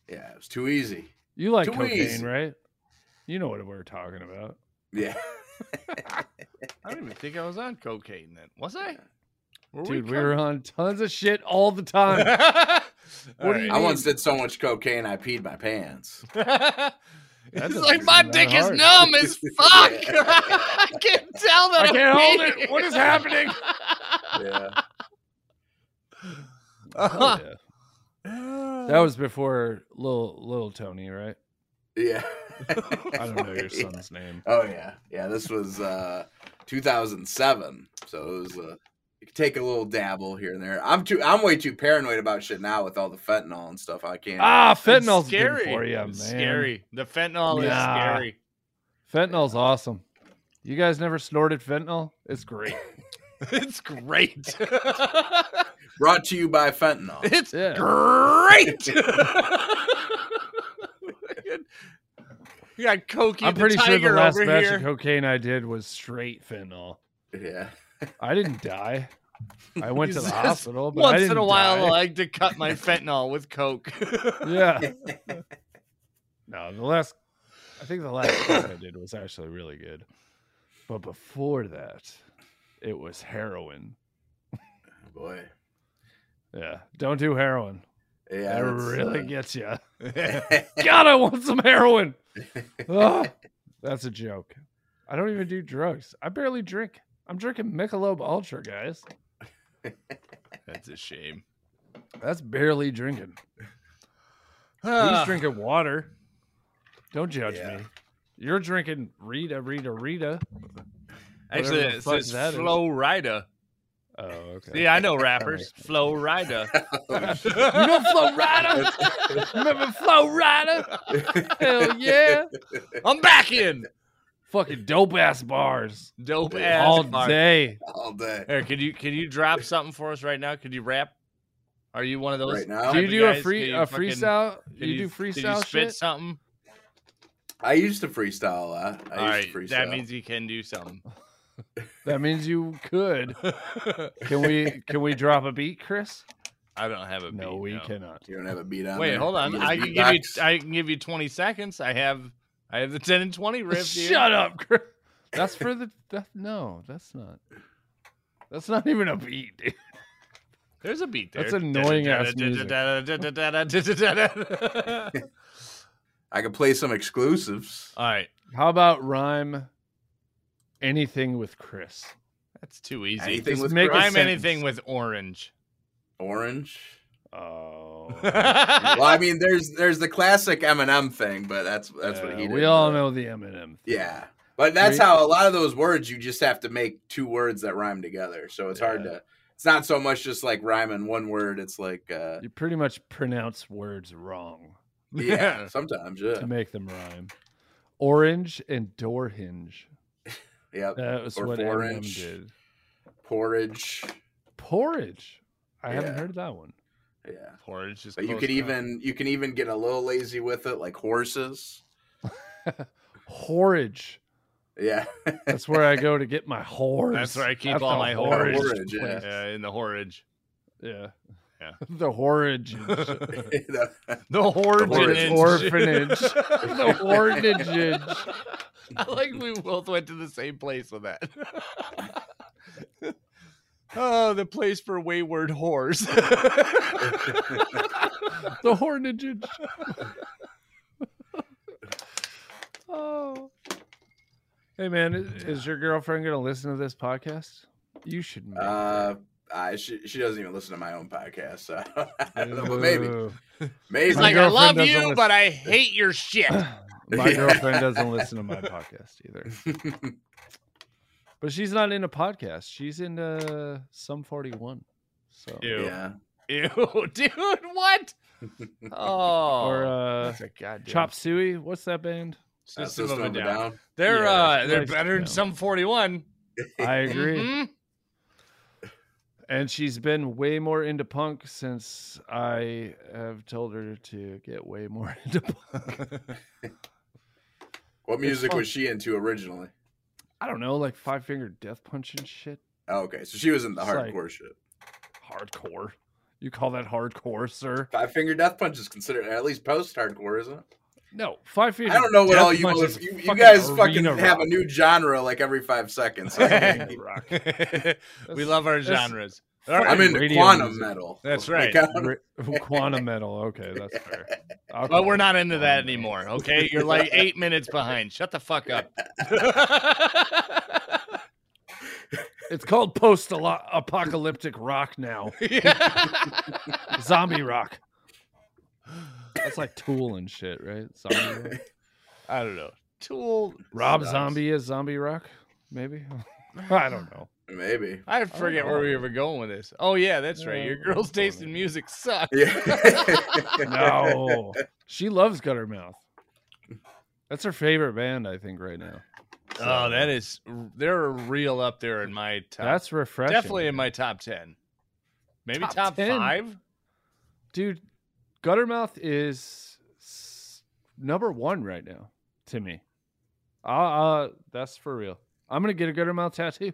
yeah, it was too easy.
You like
Too
cocaine,
easy.
right? You know what we're talking about.
Yeah,
I don't even think I was on cocaine then. Was I? Were
Dude, we
co-
were on tons of shit all the time.
(laughs) All
do you
I once did so much cocaine I peed my pants.
(laughs)
It's
doesn't
like my
seem that
dick is
hard.
numb as
(laughs)
fuck. (laughs) I can't tell
I
that. I'm
can't hold
peeing.
it. What is
(laughs)
happening?
Yeah,
Oh, yeah. That was before little little Tony, right?
yeah.
I don't
(laughs)
know
(laughs)
your son's name.
Oh yeah, yeah. This was uh 2007, so it was. Uh, you could take a little dabble here and there. I'm too. I'm way too paranoid about shit now with all the fentanyl and stuff. I can't.
Ah,
It's
fentanyl's good
scary
for you, man.
It's Scary. The fentanyl
Nah.
is
(laughs)
scary.
Fentanyl's awesome. You guys never snorted fentanyl? It's great.
(laughs) It's great.
Brought to you by fentanyl.
(laughs) it's
Yeah. (laughs)
great. you got Cokie
I'm
the
pretty sure
tiger
the last
over
batch
here.
of cocaine I did was straight fentanyl.
yeah.
I didn't die.
(laughs)
I went to
He
the
says,
hospital, but I
Once in
didn't
a while, I
die."
like to cut my fentanyl with coke.
(laughs)
(laughs)
yeah. No, the last, I think the last batch I did was actually really good, but before that, it was heroin.
Boy.
Yeah, don't do heroin.
Yeah.
That
that's,
really
uh,
gets you.
(laughs)
God, I want some heroin. Ugh. that's a joke. I don't even do drugs. I barely drink. I'm drinking Michelob Ultra, guys.
That's a shame.
That's barely drinking. He's
Ah,
drinking water. Don't judge
Yeah.
me. You're drinking Rita, Rita, Rita.
actually,
whatever the
it
fuck
says
that is.
Flow Rida.
Oh, okay.
Yeah, I know
(laughs)
rappers. Flow Rida.
You know Flow
(laughs)
Rider? Remember Flow Rider? Hell yeah.
I'm back in
Fucking dope ass bars.
dope ass
All
bar.
day.
all day.
Eric, can you can you drop something for us right now? Could you rap? Are you one of those?
Right now?
Do
type
you
of
do a
guys? Can
free
you
a
fucking-
freestyle?
can
You, do
did you
freestyle
spit
shit?
something?
I used to freestyle a lot. I
All
used
right,
to freestyle.
that means you can
(laughs)
do something.
That means you could. Can we can we drop a beat, Chris?
I don't have a beat.
No, we cannot.
you don't have a beat on.
Wait,
there.
hold on.
You just
I can give you.
beatbox.
I can give you twenty seconds. I have. I have the ten
(laughs)
and twenty riff. Here.
Shut up, Chris. That's for the that, no, that's not. That's not even a beat, dude.
There's a beat there.
That's annoying ass
(laughs)
music.
All
I could play some exclusives.
right,
How about rhyme anything with Chris?
that's too easy.
Anything
Just
with
make a
Chris.
Rhyme
sentence.
anything with (laughs) orange. (laughs)
orange.
Oh,
Well, I mean, there's there's the classic Eminem thing, but that's (laughs) that's what
Yeah,
he. Did,
We all
but-
know the Eminem. Thing.
Yeah, but that's
Right.
how a lot of those words you just have to make two words that rhyme together. So it's hard
Yeah.
to. It's not so much just like rhyming one word. It's like
(laughs)
uh,
You pretty much pronounce words wrong
yeah, sometimes yeah,
to make them rhyme. Orange and door hinge.
yep.
That was
Or
what
four-inch.
Eminem did.
Porridge.
Porridge. I haven't
Yeah.
heard that one.
Yeah,
Orange is.
but you
close
could
enough.
even you can even get a little lazy with it, like horses.
Horridge.
Yeah,
That's where I go to get my whores.
That's where I keep
That's
all
the
my
whores
horridge.
Horridge,
place.
Yeah, in the horridge.
(laughs)
(laughs)
Yeah.
Yeah.
the horridge.
(laughs)
The horridge.
horridge.
orphanage. the horridge.
(laughs) I like we both went to the same place with that. (laughs) oh, the place for wayward whores. (laughs)
The horridge. (laughs) oh. Hey man, is, is your girlfriend gonna listen to this podcast? You should. Make
uh, I, she she doesn't even listen to my own podcast, so (laughs) I don't know, but maybe maybe
He's like,
(laughs)
My
I love
girlfriend doesn't
you, but I hate your shit.
My
Yeah.
girlfriend doesn't listen to my podcast either, but she's not into podcasts. She's into some forty one. So
Ew.
yeah,
Ew, (laughs) dude,
(laughs)
what? Oh,
or uh,
that's a goddamn
Chop Suey. What's that band?
Uh,
System of a
a
Down. They're
Yeah,
uh, they're
nice
better than
sound.
some forty-one.
I agree.
Mm-hmm.
Mhm.
And she's been way more into punk since I have told her to get way more (laughs) into
(laughs)
punk.
What music
fun.
was she into originally?
I don't know, like Five Finger Death Punch and shit.
Oh, okay, so she was into
It's like-
hardcore shit.
Hardcore. You call that hardcore, sir?
Five Finger Death Punch is considered at least post hardcore, isn't it?
No, Five Finger.
I don't know what
Death
all you
Punch
mother-
is
you, you
fucking
guys fucking
arena
have a
rock.
new genre like every five seconds. I
(laughs)
mean,
(laughs) we love our
Mm-hmm. that's-
genres. All
fucking
I'm into
radio
quantum
music.
metal.
That's
Like,
right.
I'm-
Ra- Quantum metal. Okay, that's fair. I'll
But
call
we're
it
not into that
quantum metal.
anymore, okay? You're (laughs) like eight minutes behind. Shut the fuck (laughs) up.
It's called post apocalyptic rock now. Zombie rock. That's like Tool and shit, right?
(laughs)
Zombie rock.
I don't know. Tool.
Rob
sucks.
Zombie is Zombie Rock, maybe. (laughs) I don't
(laughs)
know.
Maybe.
I forget where we were going with this. Oh yeah, that's right. Your
Yeah,
girl's
that's
taste in
funny.
music sucks.
Yeah.
(laughs) No, she loves Gutter Mouth. That's her favorite band, I think, right now.
Oh, that is they're real up there in my top.
uh, That's refreshing.
definitely in my top ten. Maybe
Top
top,
10?
five.
dude. Guttermouth is s- number one right now to me. Uh, uh that's for real. I'm gonna get a Guttermouth tattoo.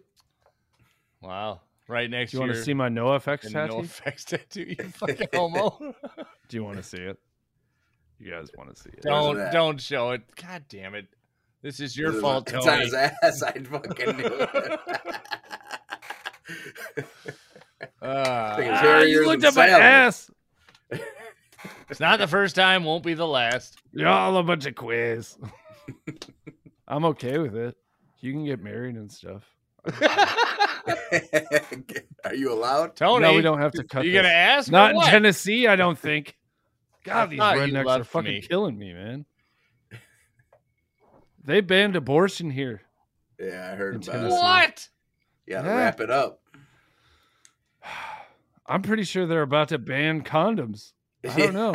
Wow. Right next
Do you
to
want
your
to see my No Effects
fucking
tattoo?
no effects tattoo, (laughs) you fucking homo.
Do you want to see it? You guys want to see it?
Where's it
don't
at?
don't show it. God damn it. This is your
It's
fault,
on- (laughs) It's on
Tony.
his ass. I fucking knew it.
Uh,
Fucking
Ah, you
terriers
looked
and
at my
salmon.
ass.
it's not the first time, won't be the last.
You're all a bunch of quiz. I'm okay with it. You can get married and stuff.
Are you allowed? (laughs)
Tony,
no, we don't have to cut.
Oh, you
this.
gonna ask? or
Not in
what? (laughs)
Tennessee, I don't think. God, these
thought you
rednecks are
loved
fucking
me.
killing me, man. They banned abortion here.
Yeah, I heard
In
about it.
Tennessee.
What?
Yeah,
Yeah.
wrap it up.
I'm pretty sure they're about to ban condoms. I don't know.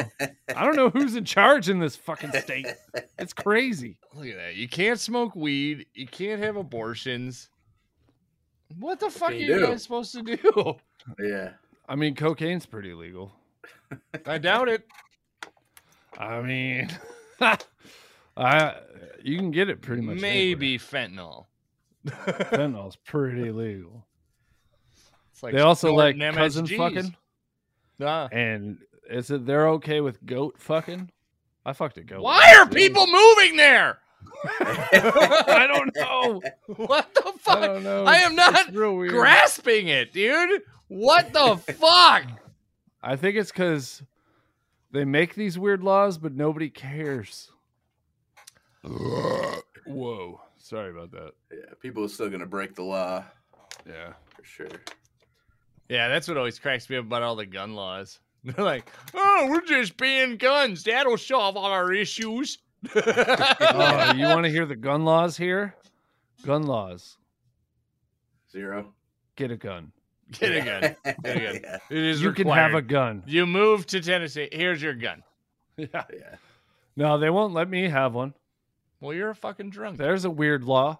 I don't know who's in charge in this fucking state.
(laughs)
It's crazy.
Look at that. You can't smoke weed. You can't have abortions. What the fuck
can
are
you
you
do?
guys supposed to do?
Yeah.
I mean, cocaine's pretty legal.
I doubt it.
I mean, (laughs) I you can get it (laughs) pretty much. anywhere.
Maybe fentanyl.
(laughs) fentanyl's
(laughs)
pretty legal.
It's like
they also like
snorting
cousin
MSGs.
fucking,
Nah.
and it's that they're okay with goat fucking. I fucked a goat.
Why are people
(laughs)
moving there?
(laughs)
(laughs)
I don't know.
What the
I
fuck?
don't know.
I am
It's
not
real weird.
grasping it, dude.
(laughs)
What the fuck?
I think it's because they make these weird laws, but nobody
(laughs)
cares. Whoa! Sorry about
(laughs)
that.
Yeah. People are still gonna break the law
Yeah.
for sure.
Yeah, that's what always cracks me up about all the gun laws. (laughs) They're like, oh, we're just banning guns. That'll solve all our issues. (laughs)
Oh, you want to hear the gun laws here? Gun laws.
Zero. (laughs)
Get a gun.
Get a gun. Get a gun.
yeah.
It is
you can have a
required.
gun.
You move to Tennessee. Here's your gun.
Yeah.
Yeah.
No, they won't let me have one.
Well, you're a fucking drunk.
There's a weird law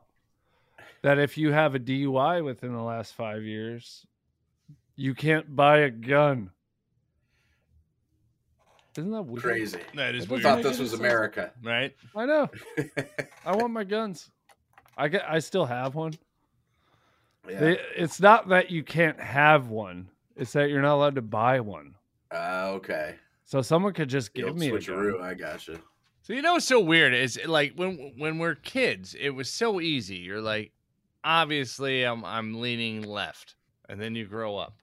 that if you have a DUI within the last five years, you can't buy a gun. Isn't that weird?
Crazy.
That is
It
We
weird,
thought
doesn't make
this
any
was
sense.
America.
right?
I
(laughs)
know. I want my guns. I get. I still have one.
Yeah.
They, it's not that you can't have one. It's that you're not allowed to buy one.
Ah, okay.
So someone could just
The
give
old
me a gun.
switcheroo. I gotcha.
So you know what's so weird is like when when we're kids, it was so easy. You're like, obviously, I'm I'm leaning left, and then you grow up,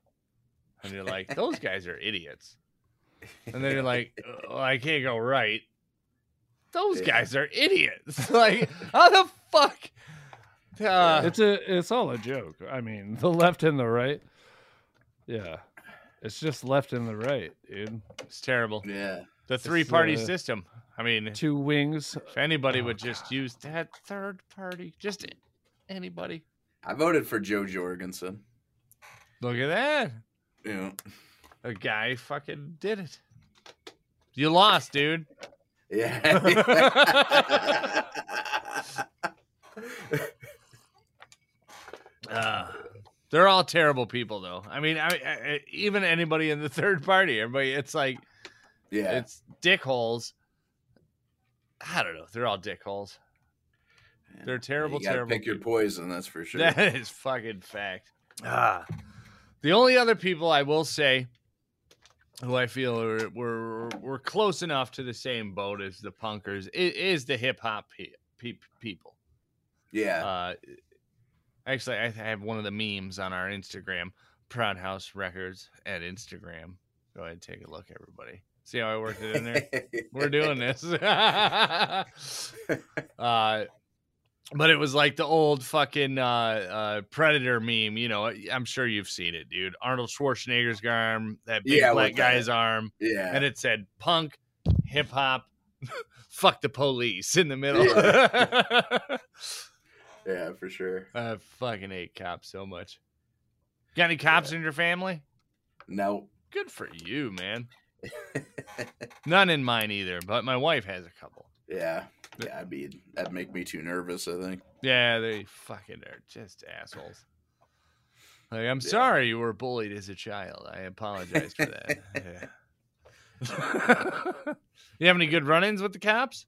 and you're like, those guys are idiots, and then you're like, oh, I can't go right. Those
Yeah.
guys are idiots. (laughs) like, how the fuck? Uh,
it's a it's all a joke. I mean, (laughs) the left and the right. Yeah. It's just left and the right, dude.
It's terrible.
Yeah.
The three party
uh,
system. I mean,
Two
(laughs)
wings.
if anybody
Oh,
would just use that third party, just anybody.
I voted for Joe Jorgensen.
Look at that.
Yeah.
A guy fucking did it. You lost, dude.
Yeah. (laughs)
Uh, they're all terrible people, though. I mean, I, I, even anybody in the (laughs) third party, everybody, it's like
yeah.
it's dickholes. I don't know. They're all dickholes. They're terrible,
you gotta
terrible.
Pick your poison. That's for sure.
(laughs) That is fucking fact. Ah. The only other people I will say who I feel are, were were close enough to the same boat as the punkers i- is the hip hop pe- pe- people.
yeah.
Uh, actually, I have one of the memes on our Instagram, Proud House Records at Instagram. Go ahead and take a look, everybody. See how I worked it in there?
(laughs)
we're doing this. (laughs) uh, but it was like the old fucking uh, uh, Predator meme. You know, I'm sure you've seen it, dude. Arnold Schwarzenegger's arm, that big
Yeah,
black
with that.
guy's arm,
yeah.
and it said punk, hip hop, (laughs) fuck the police in the middle. (laughs)
yeah, for sure.
I fucking hate cops so much. Got any cops in your family?
No.
Good for you,
(laughs)
man. None in mine either, but my wife has a couple.
Yeah. Yeah, I'd be that'd make me too nervous, I think.
Yeah, they fucking are just assholes. Like, I'm
Yeah.
sorry you were bullied as a child. I apologize for that.
(laughs)
Yeah. you have any good run-ins with the cops?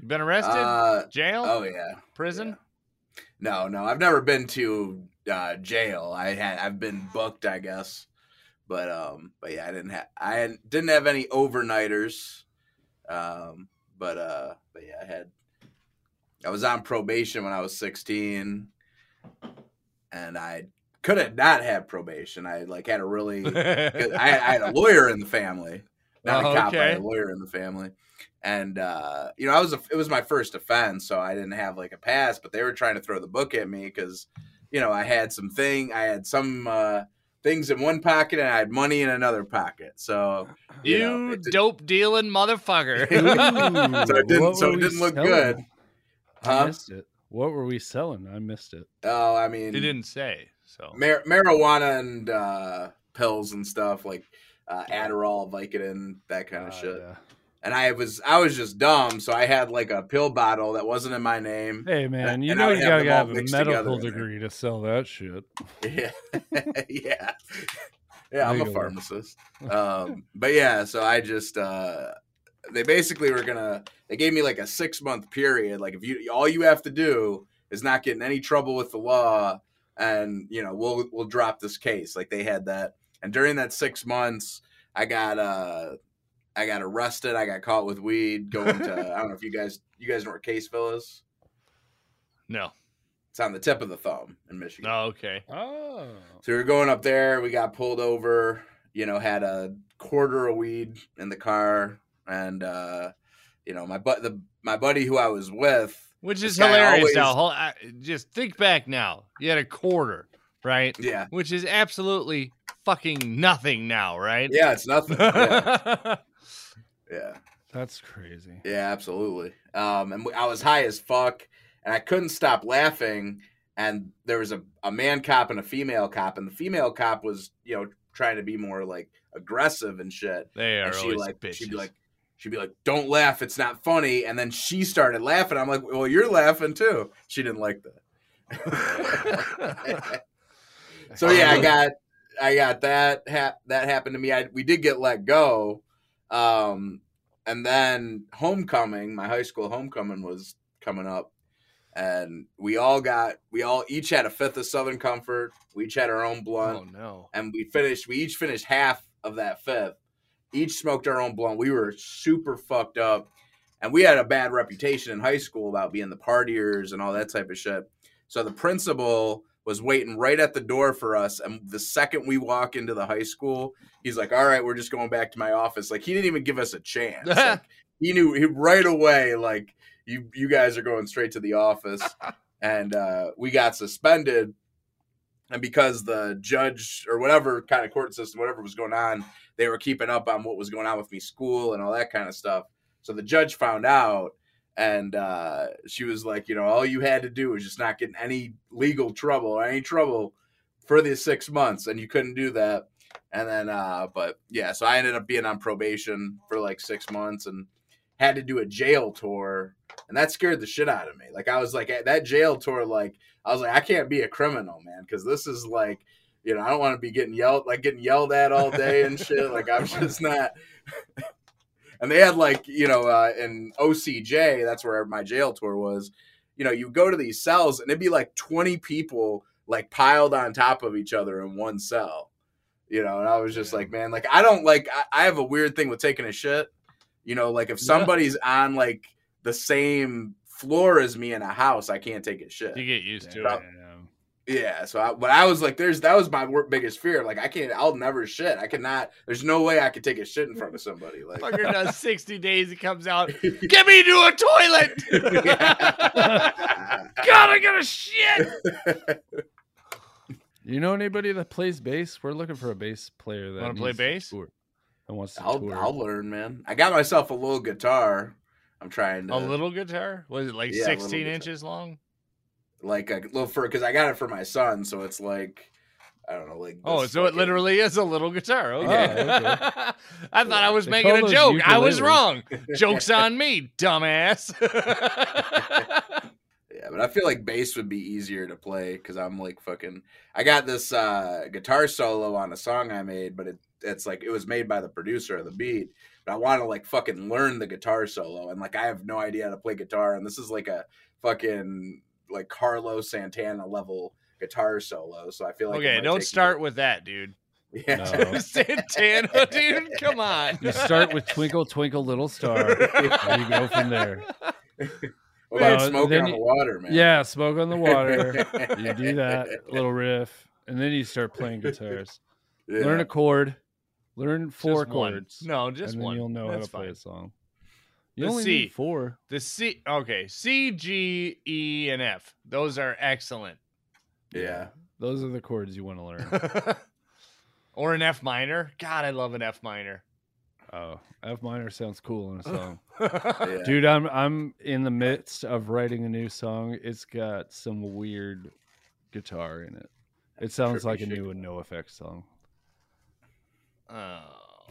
You been arrested?
Uh,
Jail?
oh yeah.
Prison?
No, no, I've never been to uh, jail. I had I've been booked, I guess, but um, but yeah, I didn't have I hadn't- didn't have any overnighters, um, but uh, but yeah, I had I was on probation when I was sixteen, and I could have not had probation. I like had a really good, I, I had
(laughs)
a lawyer in the family, not
Oh,
a cop, I
okay.
had a lawyer in the family and uh, you know, I was a, it was my first offense, so I didn't have like a pass, but they were trying to throw the book at me because you know I had some thing, I had some uh, things in one pocket and I had money in another pocket. So
You,
know, it did-
dope
(laughs)
dealing motherfucker.
so it didn't
What
so
were
it
we
didn't look
selling?
good.
I
Huh?
missed it. What were we selling? I missed it.
Oh, I mean,
he didn't say. So
mar- marijuana and uh, pills and stuff like uh, Adderall, Vicodin, that kind
Ah,
of
Uh,
shit.
yeah.
And I was I was just dumb, so I had like a pill bottle that wasn't in my name.
Hey man, you
and I
know
would
you
have
gotta
them all
have a
mixed together
medical
in there.
degree to sell that shit.
(laughs) Yeah, yeah, yeah. I'm
There you
a
go. (laughs)
pharmacist. Um, but yeah, so I just uh, they basically were gonna they gave me like a six month period. Like if you all you have to do is not get in any trouble with the law, and you know we'll we'll drop this case. Like they had that, and during that six months, I got uh. I got arrested. I got caught with weed going
(laughs)
to. I don't know if you guys you guys know where Caseville is.
no.
It's on the tip of the thumb in Michigan.
Oh, okay.
Oh,
So we were going up there. We got pulled over. You know, had a quarter of weed in the car, and uh, you know, my but the my buddy who I was with.
Which is
This guy
hilarious.
always-
Now, Hold- I- just think back now. You had a quarter, right?
Yeah,
Which is absolutely fucking nothing now, right? (laughs)
yeah, it's nothing. Yeah, yeah,
that's crazy.
yeah, absolutely. Um, and I was high as fuck, and I couldn't stop laughing. And there was a, a man cop and a female cop, and the female cop was you know trying to be more like aggressive and shit.
they are
and she
always
like
bitches.
she'd be like she'd be like don't laugh it's not funny and then she started laughing i'm like well you're laughing too she didn't like that (laughs)
(laughs)
so yeah
(laughs)
i got i got that hap- that happened to me I, we did get let go um and then homecoming my high school homecoming was coming up and we all got we all each had a fifth of southern comfort we each had our own blunt
oh no.
and we finished we each finished half of that fifth each smoked our own blunt we were super fucked up and we had a bad reputation in high school about being the partiers and all that type of shit so the principal was waiting right at the door for us and the second we walk into the high school he's like all right we're just going back to my office like he didn't even give us a chance Like, he knew he, right away like you you guys are going straight to the office and uh, we got suspended and because the judge or whatever kind of court system whatever was going on they were keeping up on what was going on with me school and all that kind of stuff so the judge found out and uh, she was like you know all you had to do was just not get in any legal trouble or any trouble for the six months and you couldn't do that and then uh but yeah so i ended up being on probation for like six months and had to do a jail tour and that scared the shit out of me like i was like at that jail tour like i was like i can't be a criminal man because this is like you know i don't want to be getting yelled like getting yelled at all day and shit like i'm just not (laughs) and they had like you know uh, in ocj that's where my jail tour was you know you go to these cells and it'd be like 20 people like piled on top of each other in one cell you know and i was just like man like i don't like I, I have a weird thing with taking a shit you know like if somebody's on like the same floor as me in a house i can't take a shit
You get used to it.
Damn.
yeah, so I, but I was like, there's that was my wor- biggest fear. Like, I can't, I'll never shit. I cannot. There's no way I could take a shit in front of somebody. Like, (laughs)
Fucker does 60 days. He comes out. Get me to a
(laughs)
toilet.
(laughs)
God, I got a shit.
You know anybody that plays bass? We're looking for a bass player that
Wanna play
needs to
bass?
tour- That wants to
I'll,
tour.
I'll (laughs) learn, man. I got myself a little guitar. I'm trying to
(laughs) A little guitar? Was it like
Yeah, a little
16
guitar.
inches long?
like a little for because I got it for my son. So it's like, I don't know, like
Oh,
this
so it
fucking- (laughs)
literally is a little guitar. Okay. (laughs) I thought I was
They
making
call
a
those
joke. I was
ukuleles.
wrong.
(laughs)
Joke's on me, dumbass. (laughs)
Yeah, but I feel like bass would be easier to play because I'm like fucking. I got this uh, guitar solo on a song I made, but it it's like it was made by the producer of the beat. But I want to like fucking learn the guitar solo, and like I have no idea how to play guitar, and this is like a fucking like Carlos Santana level guitar solo. So I feel like it
okay,
might
don't
take
start with
(laughs)
that, dude.
Me- (laughs) yeah,
(laughs) No.
Santana, (laughs) dude, come on.
You
(laughs)
start with Twinkle Twinkle Little Star. and you go from there.
What about
Well,
smoking
then
on the
you-
water, man.
Yeah, smoke on
(laughs)
the water. you do that little riff, and then you start playing guitars.
Yeah.
Learn a chord. Learn four
Just one.
chords.
No, just
and then
one.
You'll know
That's
how to play
fine.
a song. You
Let's
only
see.
need four.
The C, okay, C, G, E, and
(laughs)
F. Those are excellent.
yeah. (laughs)
Those are the chords you want to learn.
All or an F minor. God, I love an F minor.
Oh, F minor sounds cool in a
Oh.
song. Dude, I'm I'm in the midst of writing a new song. It's got some weird guitar in it. It sounds
Sure,
like a
you should.
new No Effects song.
Oh.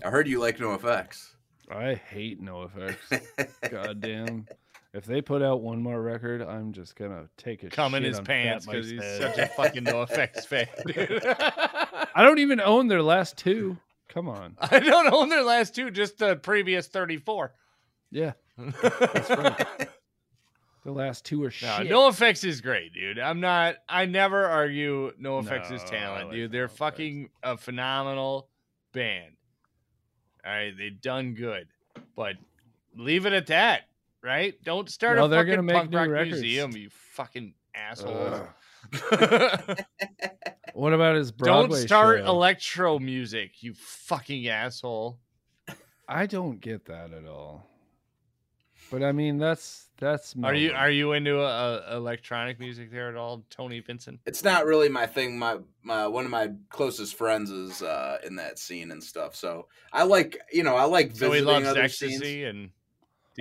I heard you like no effects.
I hate No Effects. Goddamn. If they put out one more record, I'm just gonna take a
Come in
shit
his
on Fat
pants
Mike's
because he's
head.
such a fucking no
(laughs)
effects fan, dude. (laughs)
I don't even own their last two. Come on.
I don't own their last two, just the previous 34.
Yeah. The last two are
(laughs) No,
shit.
no effects is great, dude. I'm not. I never argue no effects is
No, I
talent,
like
dude. They're
NoFX.
fucking a phenomenal band. All right, they've done good, but leave it at that, right? Don't start
No,
a
they're
fucking
gonna make
punk
new
rock
records.
museum, you fucking assholes.
Ugh. (laughs)
(laughs)
What about his Broadway
Don't start
show?
electro music, you fucking asshole.
I don't get that at all. But I mean, that's that's.
Are you
mellow.
are you into uh, electronic music there at all, Tony Vincent?
It's not really my thing. My my one of my closest friends is uh, in that scene and stuff. So I like you know I like
So he
visiting
loves
other
ecstasy
scenes.
and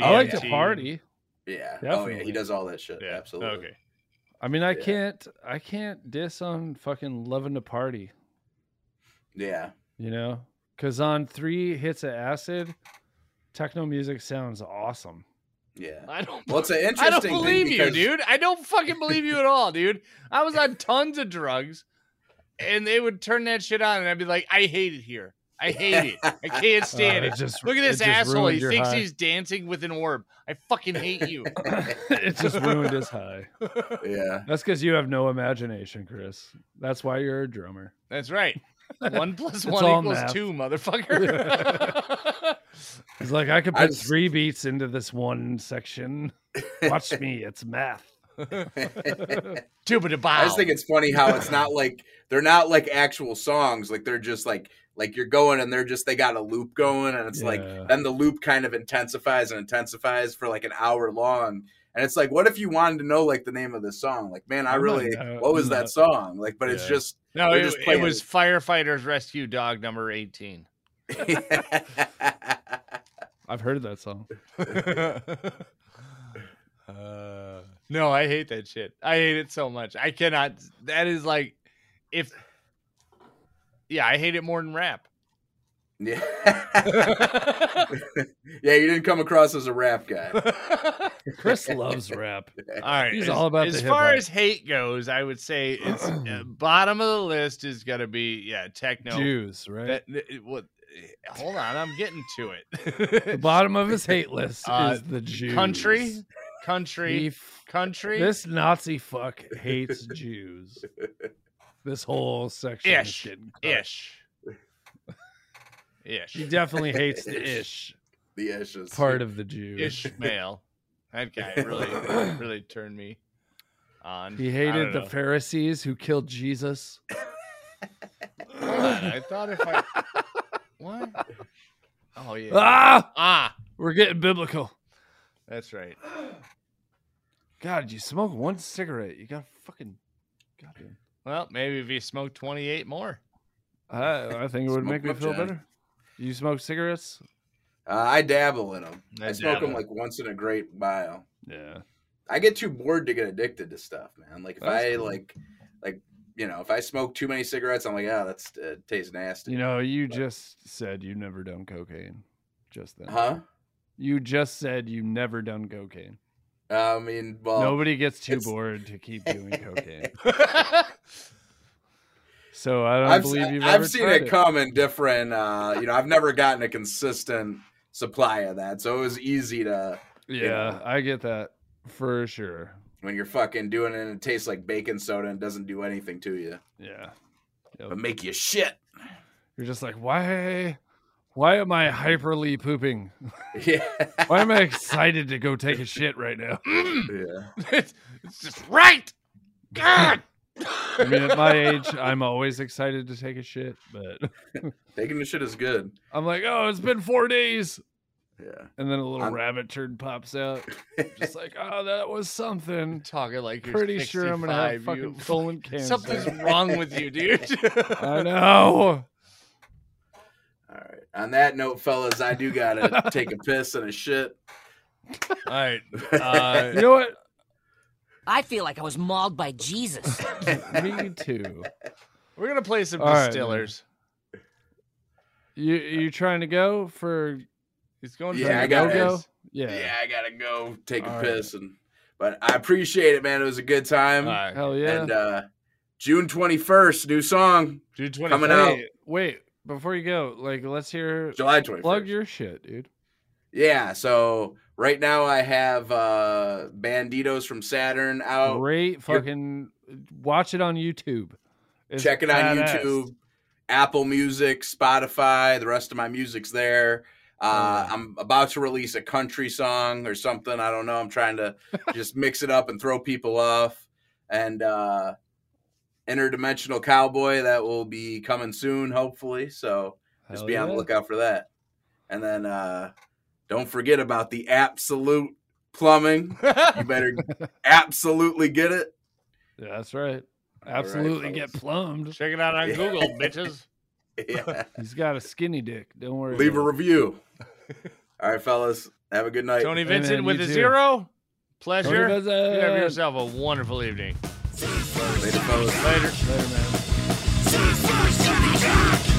I like
DMT.
to party.
Yeah. Oh yeah,
Definitely.
he does all that shit.
Yeah,
Absolutely.
Okay.
I mean, I
Yeah.
can't I can't diss on fucking loving to party.
Yeah.
You know, because on three hits of acid, techno music sounds awesome.
Yeah. (laughs)
I don't.
Well, it's an interesting.
I don't
thing
believe you,
because-
dude. I don't
(laughs)
fucking believe you at all, dude. I was on tons of drugs, and they would turn that shit on, and I'd be like, "I hate it here. I hate it.
(laughs)
I can't stand
Uh,
it."
it just-
Look at
it
this
just
asshole. He
ruined your
thinks
high.
he's dancing with an orb. I fucking hate you.
(laughs) it just ruined his high.
(laughs) Yeah.
That's because you have no imagination, Chris. That's why you're a drummer.
That's
(laughs)
right. One plus
It's
one
all
equals
math. (laughs)
two, motherfucker. (laughs)
He's like, I could
I
put
just-
three beats into this one section. Watch me, it's math.
(laughs) Tuba de
(laughs) I just think it's funny how it's
(laughs)
not like they're not like actual songs. Like they're just like like you're going and they're just they got a loop going and it's
Yeah.
like then the loop kind of intensifies and intensifies for like an hour long. And it's like, what if you wanted to know like the name of the song? Like, man, I
I'm not
really
that-
what was
I'm
that
not-
song? Like, but it's
Yeah.
just (laughs)
No,
They're
it,
just
it
playing
was firefighters rescue dog
(laughs)
number eighteen. (laughs)
I've heard that song.
Uh, no, I hate that shit. I hate it so much. I cannot. That is like, if yeah, I hate it more
(laughs)
than rap.
yeah. (laughs)
All
yeah, you didn't come across as a rap guy.
Chris loves
(laughs)
rap.
right,
He's
as,
all about
as
the hip
far
hop.
as hate goes, I would say
(clears throat)
it's uh, bottom of the list is gonna be yeah, techno.
Jews, right?
That- that- it- what- eh, hold on, I'm getting to it. (laughs)
the bottom of his hate list
Uh,
is the Jews.
country,
He
country,
f-
country.
this Nazi fuck
(laughs)
hates Jews. This whole section is
Ish.
getting cut.
ish, (laughs) ish.
He definitely hates the ish
The issues
part of the Jews.
Ishmael. That
(laughs)
guy really, really turned me on.
He
I
hated
don't
the
know.
Pharisees who killed Jesus.
Hold on, I thought if I
(laughs)
what? Oh yeah.
Ah,
Ah,
we're getting biblical.
that's right.
God, you smoke one cigarette, you got fucking. Goddamn.
Well, maybe if you smoked twenty eight more.
I, I think it would
Smoke
make me
up,
feel
Johnny.
better. You smoke cigarettes?
Uh, I dabble in them. I,
I
smoke them
dabble.
like once in a great while.
Yeah.
I get too bored to get addicted to stuff, man. Like if
That's
I
cool.
like, like you know, if I smoke too many cigarettes, I'm like, oh, that's uh, tastes nasty.
You know, you just said you've never done cocaine. Just then.
huh?
You just said you never done cocaine.
I mean, well,
Nobody gets too
it's-
bored to keep
(laughs)
doing cocaine.
(laughs) I've
So I don't
I've,
believe you've
I've
ever
seen
tried
it come in different. Uh, you know, I've never gotten a consistent supply of that, so it was easy to
Yeah,
know.
I get that for sure.
when you're fucking doing it and it tastes like baking soda and doesn't do anything to you,
Yeah. Oh.
but make you
(laughs)
shit.
You're just like, why why am I hyperly pooping?
Yeah,
Why am I excited to go take a shit right now?
yeah.
it's, it's just right. God.
I mean, at my age, I'm always excited to take a shit, but (laughs)
Taking the shit is good.
I'm like, oh, it's been four days.
Yeah.
And then a little
I'm-
rabbit turd pops
(laughs)
out. Just like, oh, that was something.
Talking like you're
Pretty sure I'm gonna have
(laughs)
65, you
fucking colon cancer. (laughs)
(laughs) Something's wrong with you, dude.
I know.
On that note, fellas, I do
(laughs)
gotta take a piss and a shit.
All right. Uh,
(laughs)
You know what?
I feel like I was mauled by Jesus.
Me too.
we're gonna play some
All right, man.
distillers.
You you trying to go for
He's going.
Yeah,
for
I
the
got
go-go.
this. Yeah, I gotta go take
All
a
right.
piss and. But I appreciate it, man. It was a good time.
All right.
Hell yeah.
And uh, June twenty first, new song.
Dude, 20
Coming out.
wait, wait, before you go, like let's hear
July twenty first.
plug your shit, dude.
Yeah, so right now I have uh Banditos from Saturn out.
Great fucking watch it on YouTube. It's
Check it on
badass.
YouTube, Apple Music, Spotify, the rest of my music's there. Uh, I'm about to release a country song or something. I don't know. I'm trying
(laughs)
to just mix it up and throw people off. And uh, Interdimensional Cowboy, that will be coming soon, hopefully. So just
Hell
be on the
yeah.
lookout for that. And then uh, don't forget about the absolute plumbing.
(laughs)
you better absolutely get it.
Yeah, that's right. Absolutely get
fellas.
plumbed.
Check it out on
Yeah.
(laughs)
Google, bitches.
Yeah.
He's got a skinny dick. Don't worry.
Leave a
about
review. All right, fellas. Have a good night.
Tony
Hey,
Vincent
man,
with
you
a
too.
zero.
it.
Pleasure.
Tony
You have
Vincent.
yourself a wonderful evening.
Later, fellas.
Later.
Later, man.
She's first in the dark.